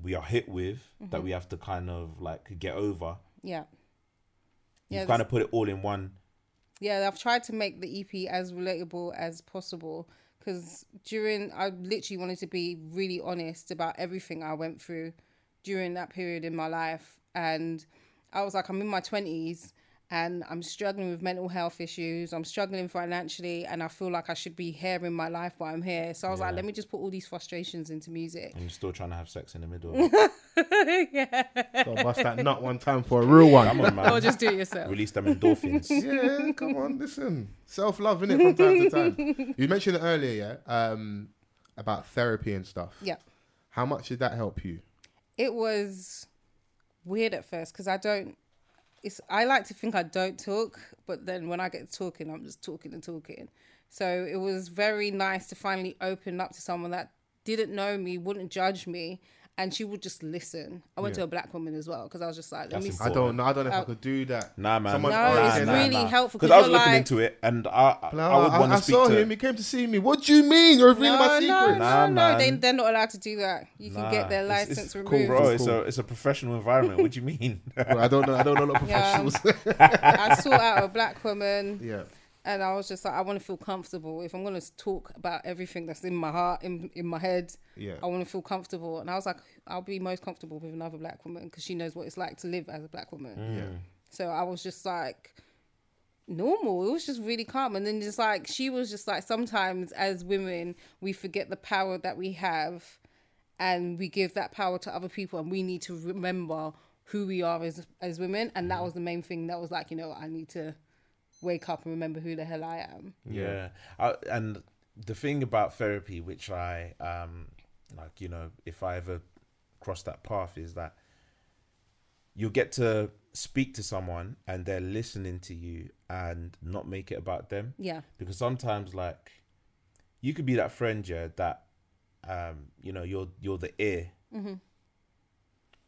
we are hit with
Mm-hmm.
that we have to kind of like get over.
Yeah.
You've
Yeah,
kind of put it all in one.
yeah, I've tried to make the EP as relatable as possible because during I literally wanted to be really honest about everything I went through during that period in my life, and I was like, I'm in my twenties and I'm struggling with mental health issues. I'm struggling financially, and I feel like I should be here in my life while I'm here. So I was like, let me just put all these frustrations into music.
And you're still trying to have sex in the middle.
yeah,
Gotta bust that nut one time for a real one.
Come on,
or
man.
just do it yourself.
Release them endorphins.
yeah, come on, listen. Self love, innit, from time to time. You mentioned it earlier, yeah, um, about therapy and stuff.
Yeah.
How much did that help you?
it was weird at first because I don't. It's I like to think I don't talk, but then when I get talking, I'm just talking and talking. So it was very nice to finally open up to someone that didn't know me, wouldn't judge me, and she would just listen. I went to a black woman as well because I was just like, let
That's
me.
important.
I don't know. I don't know if I could do that.
Nah, man.
Someone
Oh. No,
always
it's
said that.
really helpful 'cause
because I was
you're
looking
like-
into it and I I,
Blah,
I would want
I,
to
I
speak
saw
to
him. He came to see me. What do you mean? You're revealing my
No, no,
secrets?
Nah,
no, no, they,
man.
they're not allowed to do that. You can get their
Nah, it's-
license
it's
removed.
Cool, bro. It's,
It's
a it's a professional environment. what do you mean?
Bro, I don't know. I don't know a lot of
Yeah.
professionals.
I sought out a black woman.
yeah.
and I was just like, I want to feel comfortable. If I'm gonna talk about everything that's in my heart, in in my head,
Yeah.
I want to feel comfortable. And I was like, I'll be most comfortable with another black woman because she knows what it's like to live as a black woman.
Mm.
So I was just like, normal. It was just really calm. And then just like she was just like, sometimes as women, we forget the power that we have, and we give that power to other people, and we need to remember who we are as as women. And that was the main thing. That was like, you know, I need to wake up and remember who the hell I am.
yeah I, and the thing about therapy which i um like you know if i ever cross that path is that you'll get to speak to someone and they're listening to you and not make it about them
Yeah.
because sometimes like you could be that friend yeah that um you know you're you're the ear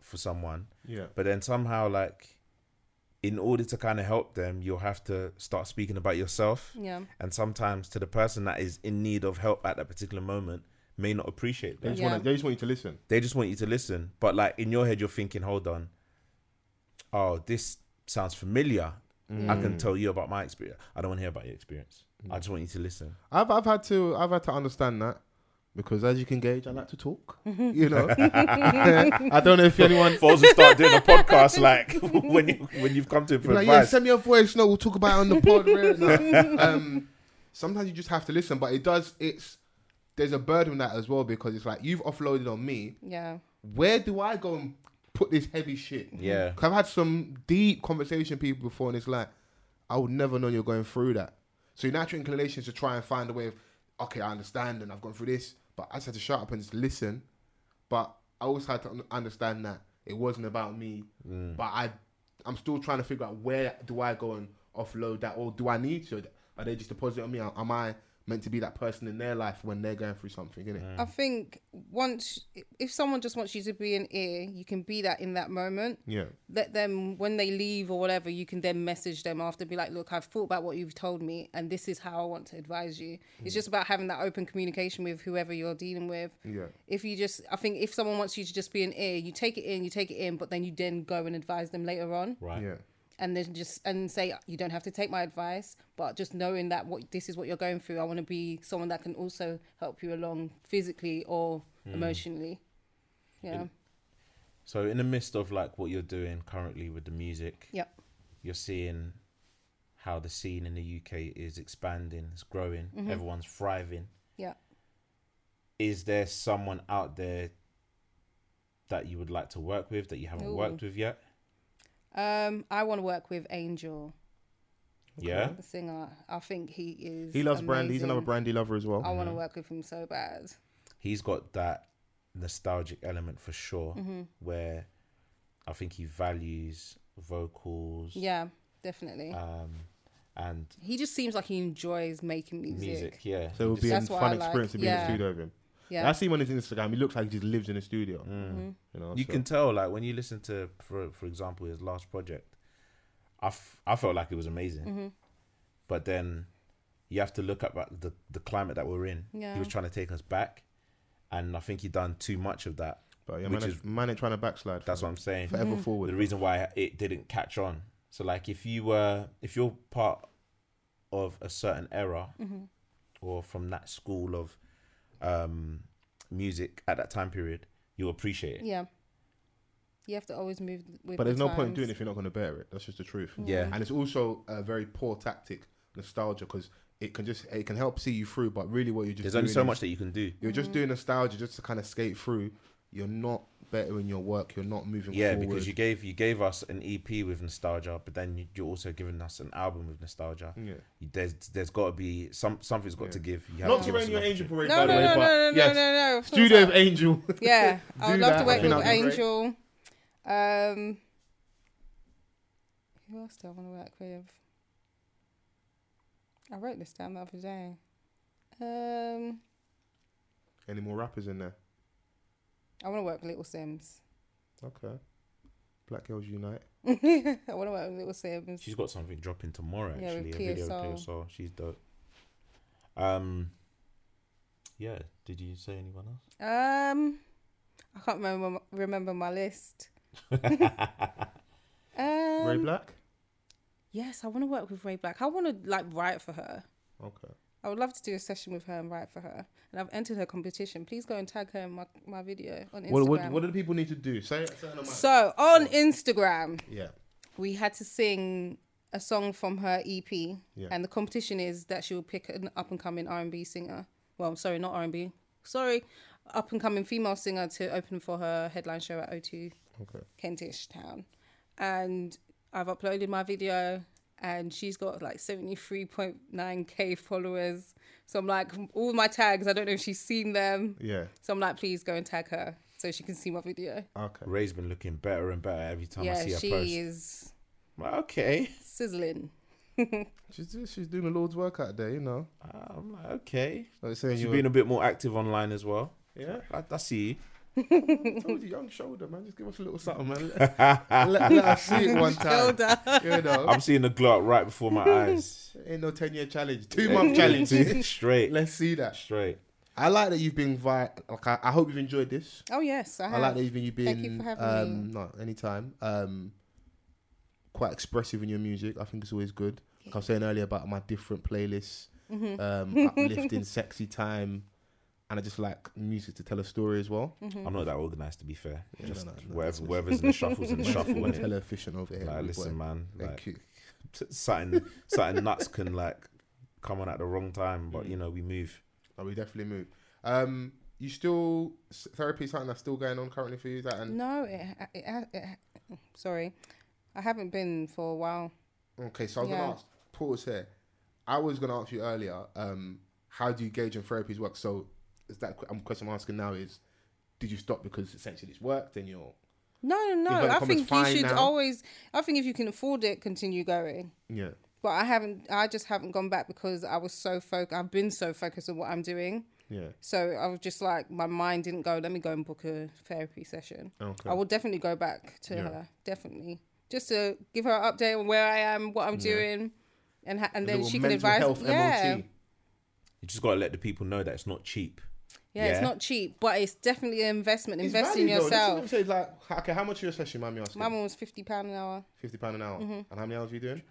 for someone
Yeah.
but then somehow like in order to kind of help them you'll have to start speaking about yourself
Yeah.
and sometimes to the person that is in need of help at that particular moment may not appreciate
They
that.
just,
Yeah.
want they just want you to listen.
They just want you to listen, but like in your head, you're thinking, "Hold on, oh, this sounds familiar. I
Mm.
can tell you about my experience. I don't want to hear about your experience. I just want you to listen."
I've I've had to I've had to understand that because as you can gauge, I like to talk. You know, I don't know if anyone.
Falls and start doing a podcast like when you when you've come to him
Be
for
Like, yeah,
advice.
send me a voice note. We'll talk about it on the pod. right? No. um, sometimes you just have to listen, but it does. It's there's a burden in that as well because it's like you've offloaded on me.
Yeah.
Where do I go and put this heavy shit?
yeah,
'Cause I've had some deep conversation with people before, and it's like I would never know you're going through that. So your natural inclination is to try and find a way of, okay, I understand, and I've gone through this, but I just had to shut up and just listen. But I always had to un- understand that it wasn't about me, but I, I'm still trying to figure out where do I go and offload that, or do I need to? Are they just depositing on me? Am I meant to be that person in their life when they're going through something? Innit?
I think once, if someone just wants you to be an ear, you can be that in that moment.
Yeah,
Let them, when they leave or whatever, you can then message them after, be like, look, I've thought about what you've told me, and this is how I want to advise you. It's just about having that open communication with whoever you're dealing with.
yeah,
If you just, I think if someone wants you to just be an ear, you take it in, you take it in, but then you then go and advise them later on.
right.
yeah.
and then just and say you don't have to take my advice but just knowing that what this is what you're going through i want to be someone that can also help you along physically or emotionally yeah
So in the midst of like what you're doing currently with the music,
Yep.
you're seeing how the scene in the UK is expanding, it's growing, everyone's thriving.
Mm-hmm. Yeah.
Is there someone out there that you would like to work with that you haven't
Ooh.
worked with yet?
Um, I want to work with Angel,
Yeah.
the singer. I think he is.
He loves Mm-hmm. Brandy. He's another
amazing.
Brandy lover as well.
I want to work with him so bad.
he's got that nostalgic element for sure
Mm-hmm.
where i think he values vocals
Yeah, definitely.
Uh,
um and
he just seems like he enjoys making music.
music yeah
So it would be a
That's what I
fun
like,
experience to be in
yeah.
the studio with him.
Yeah. Mm-hmm.
I see him on his Instagram. He looks like he just lives in the studio. You know,
you
so-
can tell like when you listen to for for example his last project i, f- I felt like it was amazing
Mm-hmm.
but then you have to look at like, the the climate that we're in
Yeah.
he was trying to take us back and i think he done too much of that
But yeah,
which
man, is,
is-
man ain't trying to backslide.
that's what i'm saying
forever
Mm-hmm.
forward.
the reason why it didn't catch on. So like if you were if you're part of a certain era
Mm-hmm.
or from that school of um music at that time period, you'll appreciate it.
Yeah. You have to always move with
But
the
there's no point in
times.
doing it if you're not going to bear it. That's just the truth.
Yeah.
And it's also a very poor tactic, nostalgia, because it can just it can help see you through. But really, what you're just
There's only
doing
so
is-
much that you can do.
you're
Mm-hmm.
just doing nostalgia just to kind of skate through. You're not better in your work. You're not moving.
Yeah,
forward.
because you gave you gave us an EP with nostalgia, but then you, you're also giving us an album with nostalgia.
Yeah.
You- There's there's got to be some something's got to give. You have
not to
to give us
rain
an
your angel
opportunity.
parade.
No,
by
no,
the way,
no,
but
no, no,
yes,
no, no, no. Of course
Studio
I-
of Angel.
Yeah, I
Do
would love
that,
to
I
work
think that'd
with
be great.
Angel. Um, who else do I want to work with? I wrote this down the other day. Um,
Any more rappers in there?
I want to work with Little Sims.
Okay. Black Girls Unite.
I want to work with Little Sims.
She's got something dropping tomorrow
Yeah,
actually.
with
a video
PSL.
of PSL. She's dope. Um Yeah, did you say anyone else?
Um, I can't remember my- remember my list. um,
Ray Black.
Yes, I want to work with Ray Black. I want to like write for her.
Okay.
I would love to do a session with her and write for her. And I've entered her competition. Please go and tag her in my, my video on Instagram.
What, what, what do the people need to do? Say it. Say it on my-
so on Instagram,
yeah.
we had to sing a song from her EP,
Yeah.
and the competition is that she will pick an up and coming R and B singer. Well, sorry, not R and B. Sorry, up and coming female singer to open for her headline show at O2
Okay.
Kentish Town, and I've uploaded my video, and she's got like seventy three point nine k followers. So I'm like, all my tags. I don't know if she's seen them.
Yeah.
So I'm like, please go and tag her so she can see my video.
Okay.
Ray's been looking better and better every time I
yeah,
see her
she
post.
is
I'm like, okay.
sizzling.
She's she's doing the Lord's work out there, you know.
I'm like, okay.
Like saying
She's
you're
been a bit more active online as well.
yeah.
I, I see you.
I told you, young shoulder, man. Just give us a little something, man. Let, let, let us see it one time. You know,
I'm seeing the glow up right before my eyes.
ain't no ten year challenge, two month challenge.
Straight.
Let's see that.
Straight.
I like that you've been vi- like I, I hope you've enjoyed this.
Oh yes, I
I,
have.
like that you've been you've been
Thank you for having
um
me.
no anytime um quite expressive in your music. I think it's always good. Like I was saying earlier about my different playlists,
Mm-hmm.
um, uplifting, sexy time, and I just like music to tell a story as well.
Mm-hmm.
I'm not that organized to be fair. Just
no, no, no,
whatever, whatever's in the shuffle's in the shuffle.
We're
innit?
tell efficient over here.
Like,
big
listen,
boy.
man.
Thank
Like,
you.
t- certain certain nuts can like come on at the wrong time, but
Mm.
you know we move.
Oh, we definitely move. Um, you still s- therapy is something that's still going on currently for you? Is that and
No, it, ha- it, ha- it, ha- sorry, I haven't been for a while.
okay, so I was
Yeah.
gonna ask. Pause here. I was gonna ask you earlier. Um, how do you gauge in therapy's work? So, is that qu- um, question I'm asking now? Is did you stop because essentially it's worked and you're
No, no,
You've got
no.
it
I
from
think
us
you
fine
should
now.
always. I think if you can afford it, continue going.
yeah
But I haven't. I just haven't gone back because I was so focused. I've been so focused on what I'm doing.
yeah
So I was just like, my mind didn't go. Let me go and book a therapy session.
Okay.
I will definitely go back to her. Definitely, just to give her an update on where I am, what I'm doing, and ha- and then
Little
she can
mental
advise.
health
yeah,
MLT.
You just gotta let the people know that it's not cheap.
Yeah,
Yeah.
it's not cheap, but it's definitely an investment.
It's
Invest in
value, though. That's what I'm
yourself.
saying, like, okay, how much are your session? Mind me asking.
My one was fifty pound an hour. Mm-hmm.
Fifty pound an hour. And how many hours are you doing?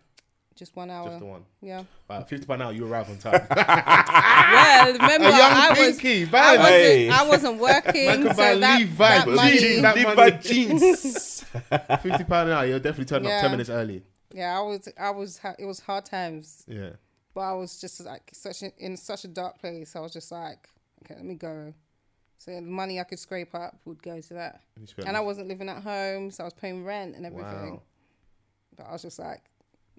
just one hour.
Just the one.
Yeah.
Right, 50 by now, you arrive on time.
yeah, remember
A young
I was
pinky,
I wasn't,
bad.
Hey.
I wasn't working, so
buy
that,
Levi's,
that
but
money-
jeans, that
Levi
money.
jeans.
50 pound an hour, you're definitely turning up
Yeah.
10 minutes early.
yeah, I was, I was, ha- it was hard times,
Yeah.
but I was just like such a, in such a dark place. I was just like, okay, let me go. So the money I could scrape up would go to that,
You spent-
and I wasn't living at home, so I was paying rent and everything.
Wow.
But I was just like,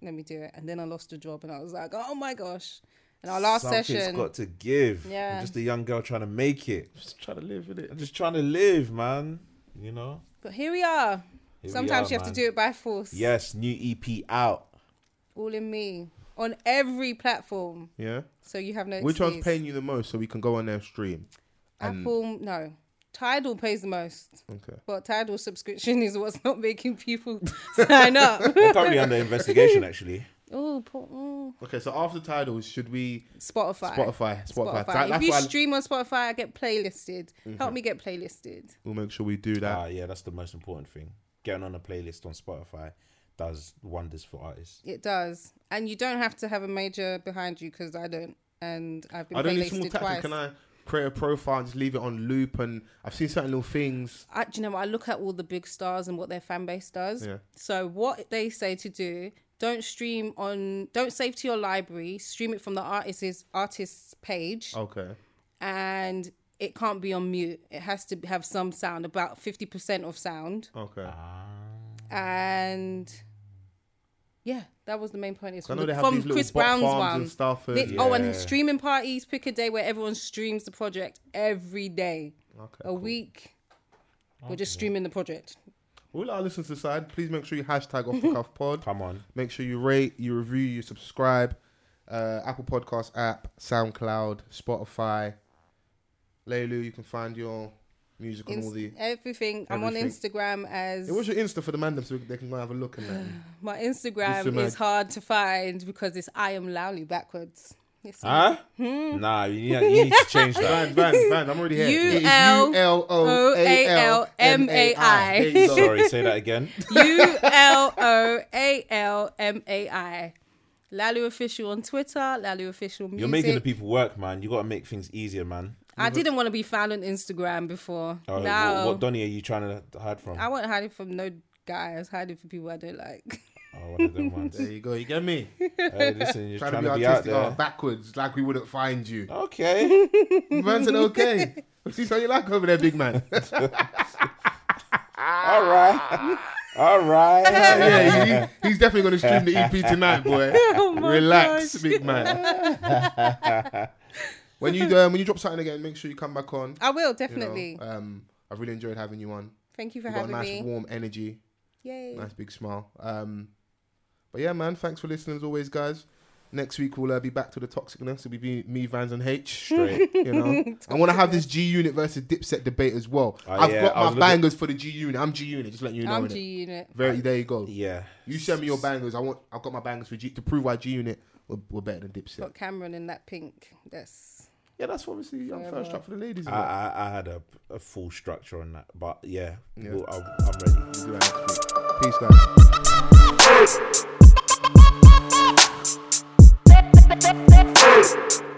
let me do it, and then I lost a job, and I was like, oh my gosh. And our last
Something's
session,
got to give.
Yeah.
I'm just a young girl trying to make it.
Just trying to live with it.
I'm just trying to live, man. You know.
but here we are.
Here we
Sometimes
are,
you have
man.
to do it by force.
Yes, new EP out.
all in me on every platform.
Yeah.
So you have no.
Which
excuse.
one's paying you the most so we can go on their stream? And-
Apple, no. Tidal pays the most,
Okay.
but Tidal subscription is what's not making people sign up.
They're currently under investigation, actually.
oh, poor, mm.
Okay, so after titles, should we
Spotify.
Spotify? Spotify. That-
If
that's
you
why I- Mm-hmm.
stream on Spotify, I get playlisted. Help me get playlisted.
we'll make sure we do that.
Ah, yeah, that's the most important thing. Getting on a playlist on Spotify does wonders for artists.
It does, and you don't have to have a major behind you because I don't, and I've been
I don't need small
playlisted
tactics.
twice.
Can I create a profile and just leave it on loop? And I've seen certain little things.
I, do you know what? I look at all the big stars and what their fan base does.
Yeah.
So what they say to do, don't stream on, don't save to your library. Stream it from the artist's artist's page,
Okay.
and it can't be on mute. It has to have some sound, about fifty percent of sound,
Okay.
and yeah, that was the main point. It's
I
from,
know
the-
they have
from
these little
Chris
bot
Brown's
farms
one.
and stuff. And,
Lit- Oh, and
Yeah.
streaming parties, pick a day where everyone streams the project every day,
okay.
a week. We're just streaming the project.
All our listeners decide. Please make sure you hashtag off the cuff pod.
Come on.
Make sure you rate, you review, you subscribe. Uh, Apple Podcast app, SoundCloud, Spotify. Lelu, you can find your music on
Inst-
all the.
everything. I'm on
everything.
Instagram as
It was your Insta for the mandem so they can go have a look and that.
my
Mr.
Instagram
Mag.
is hard to find because it's I am Lowly backwards. It's
Ah.
Huh? Nah, you need, you need to change that.
Van, Van, Van, I'm already here.
U
It is
L
U-L-O-A-L-M-A-I. There you go.
Sorry, say that again.
U L O A L M A I. Lalu official on Twitter. Lalu official music.
You're making the people work, man. You got to make things easier, man.
I didn't want to be found on Instagram before.
Oh, wh-
now
What, Donny are you trying to hide from?
I won't hide it from no guy. I was hiding from people I don't like.
Oh, one of them ones.
There you go. You get me?
hey, listen, you're
Trying to be
out
artistic or
there.
backwards, like we wouldn't find you.
Okay.
Man said, okay. See how you like over there, big man.
All right. All right.
yeah, he, he's definitely going to stream the EP tonight, boy.
Oh my
Ah, Relax,
gosh.
big man. when you um, when you drop something again, make sure you come back on.
I will
you know.
definitely.
um, I've really enjoyed having you on.
Thank you for
You've got a
having
nice
me.
warm energy.
Yay.
Nice big smile. Um, but yeah, man, thanks for listening as always, guys. Next week we'll uh, be back to the toxicness. It'll be me- me, Vans, and H.
Straight.
You know, I want to have this G Unit versus Dipset debate as well.
Oh,
I've
yeah,
got
I
my
was looking-
bangers for the G Unit. I'm G Unit. Just letting you know.
I'm
innit?
G Unit.
Very. There you go.
Yeah.
You send me your bangers. I want. I've got my bangers for G to prove why G Unit were, were better than Dipset.
Got Cameron in that pink. That's
Yeah, that's obviously I'm first track for the ladies.
I,
innit?
I, I had a, a full structure on that, but yeah,
Yeah.
We'll, I'll, I'm ready.
We'll do that next
ah.
week. Peace, guys.
Hey!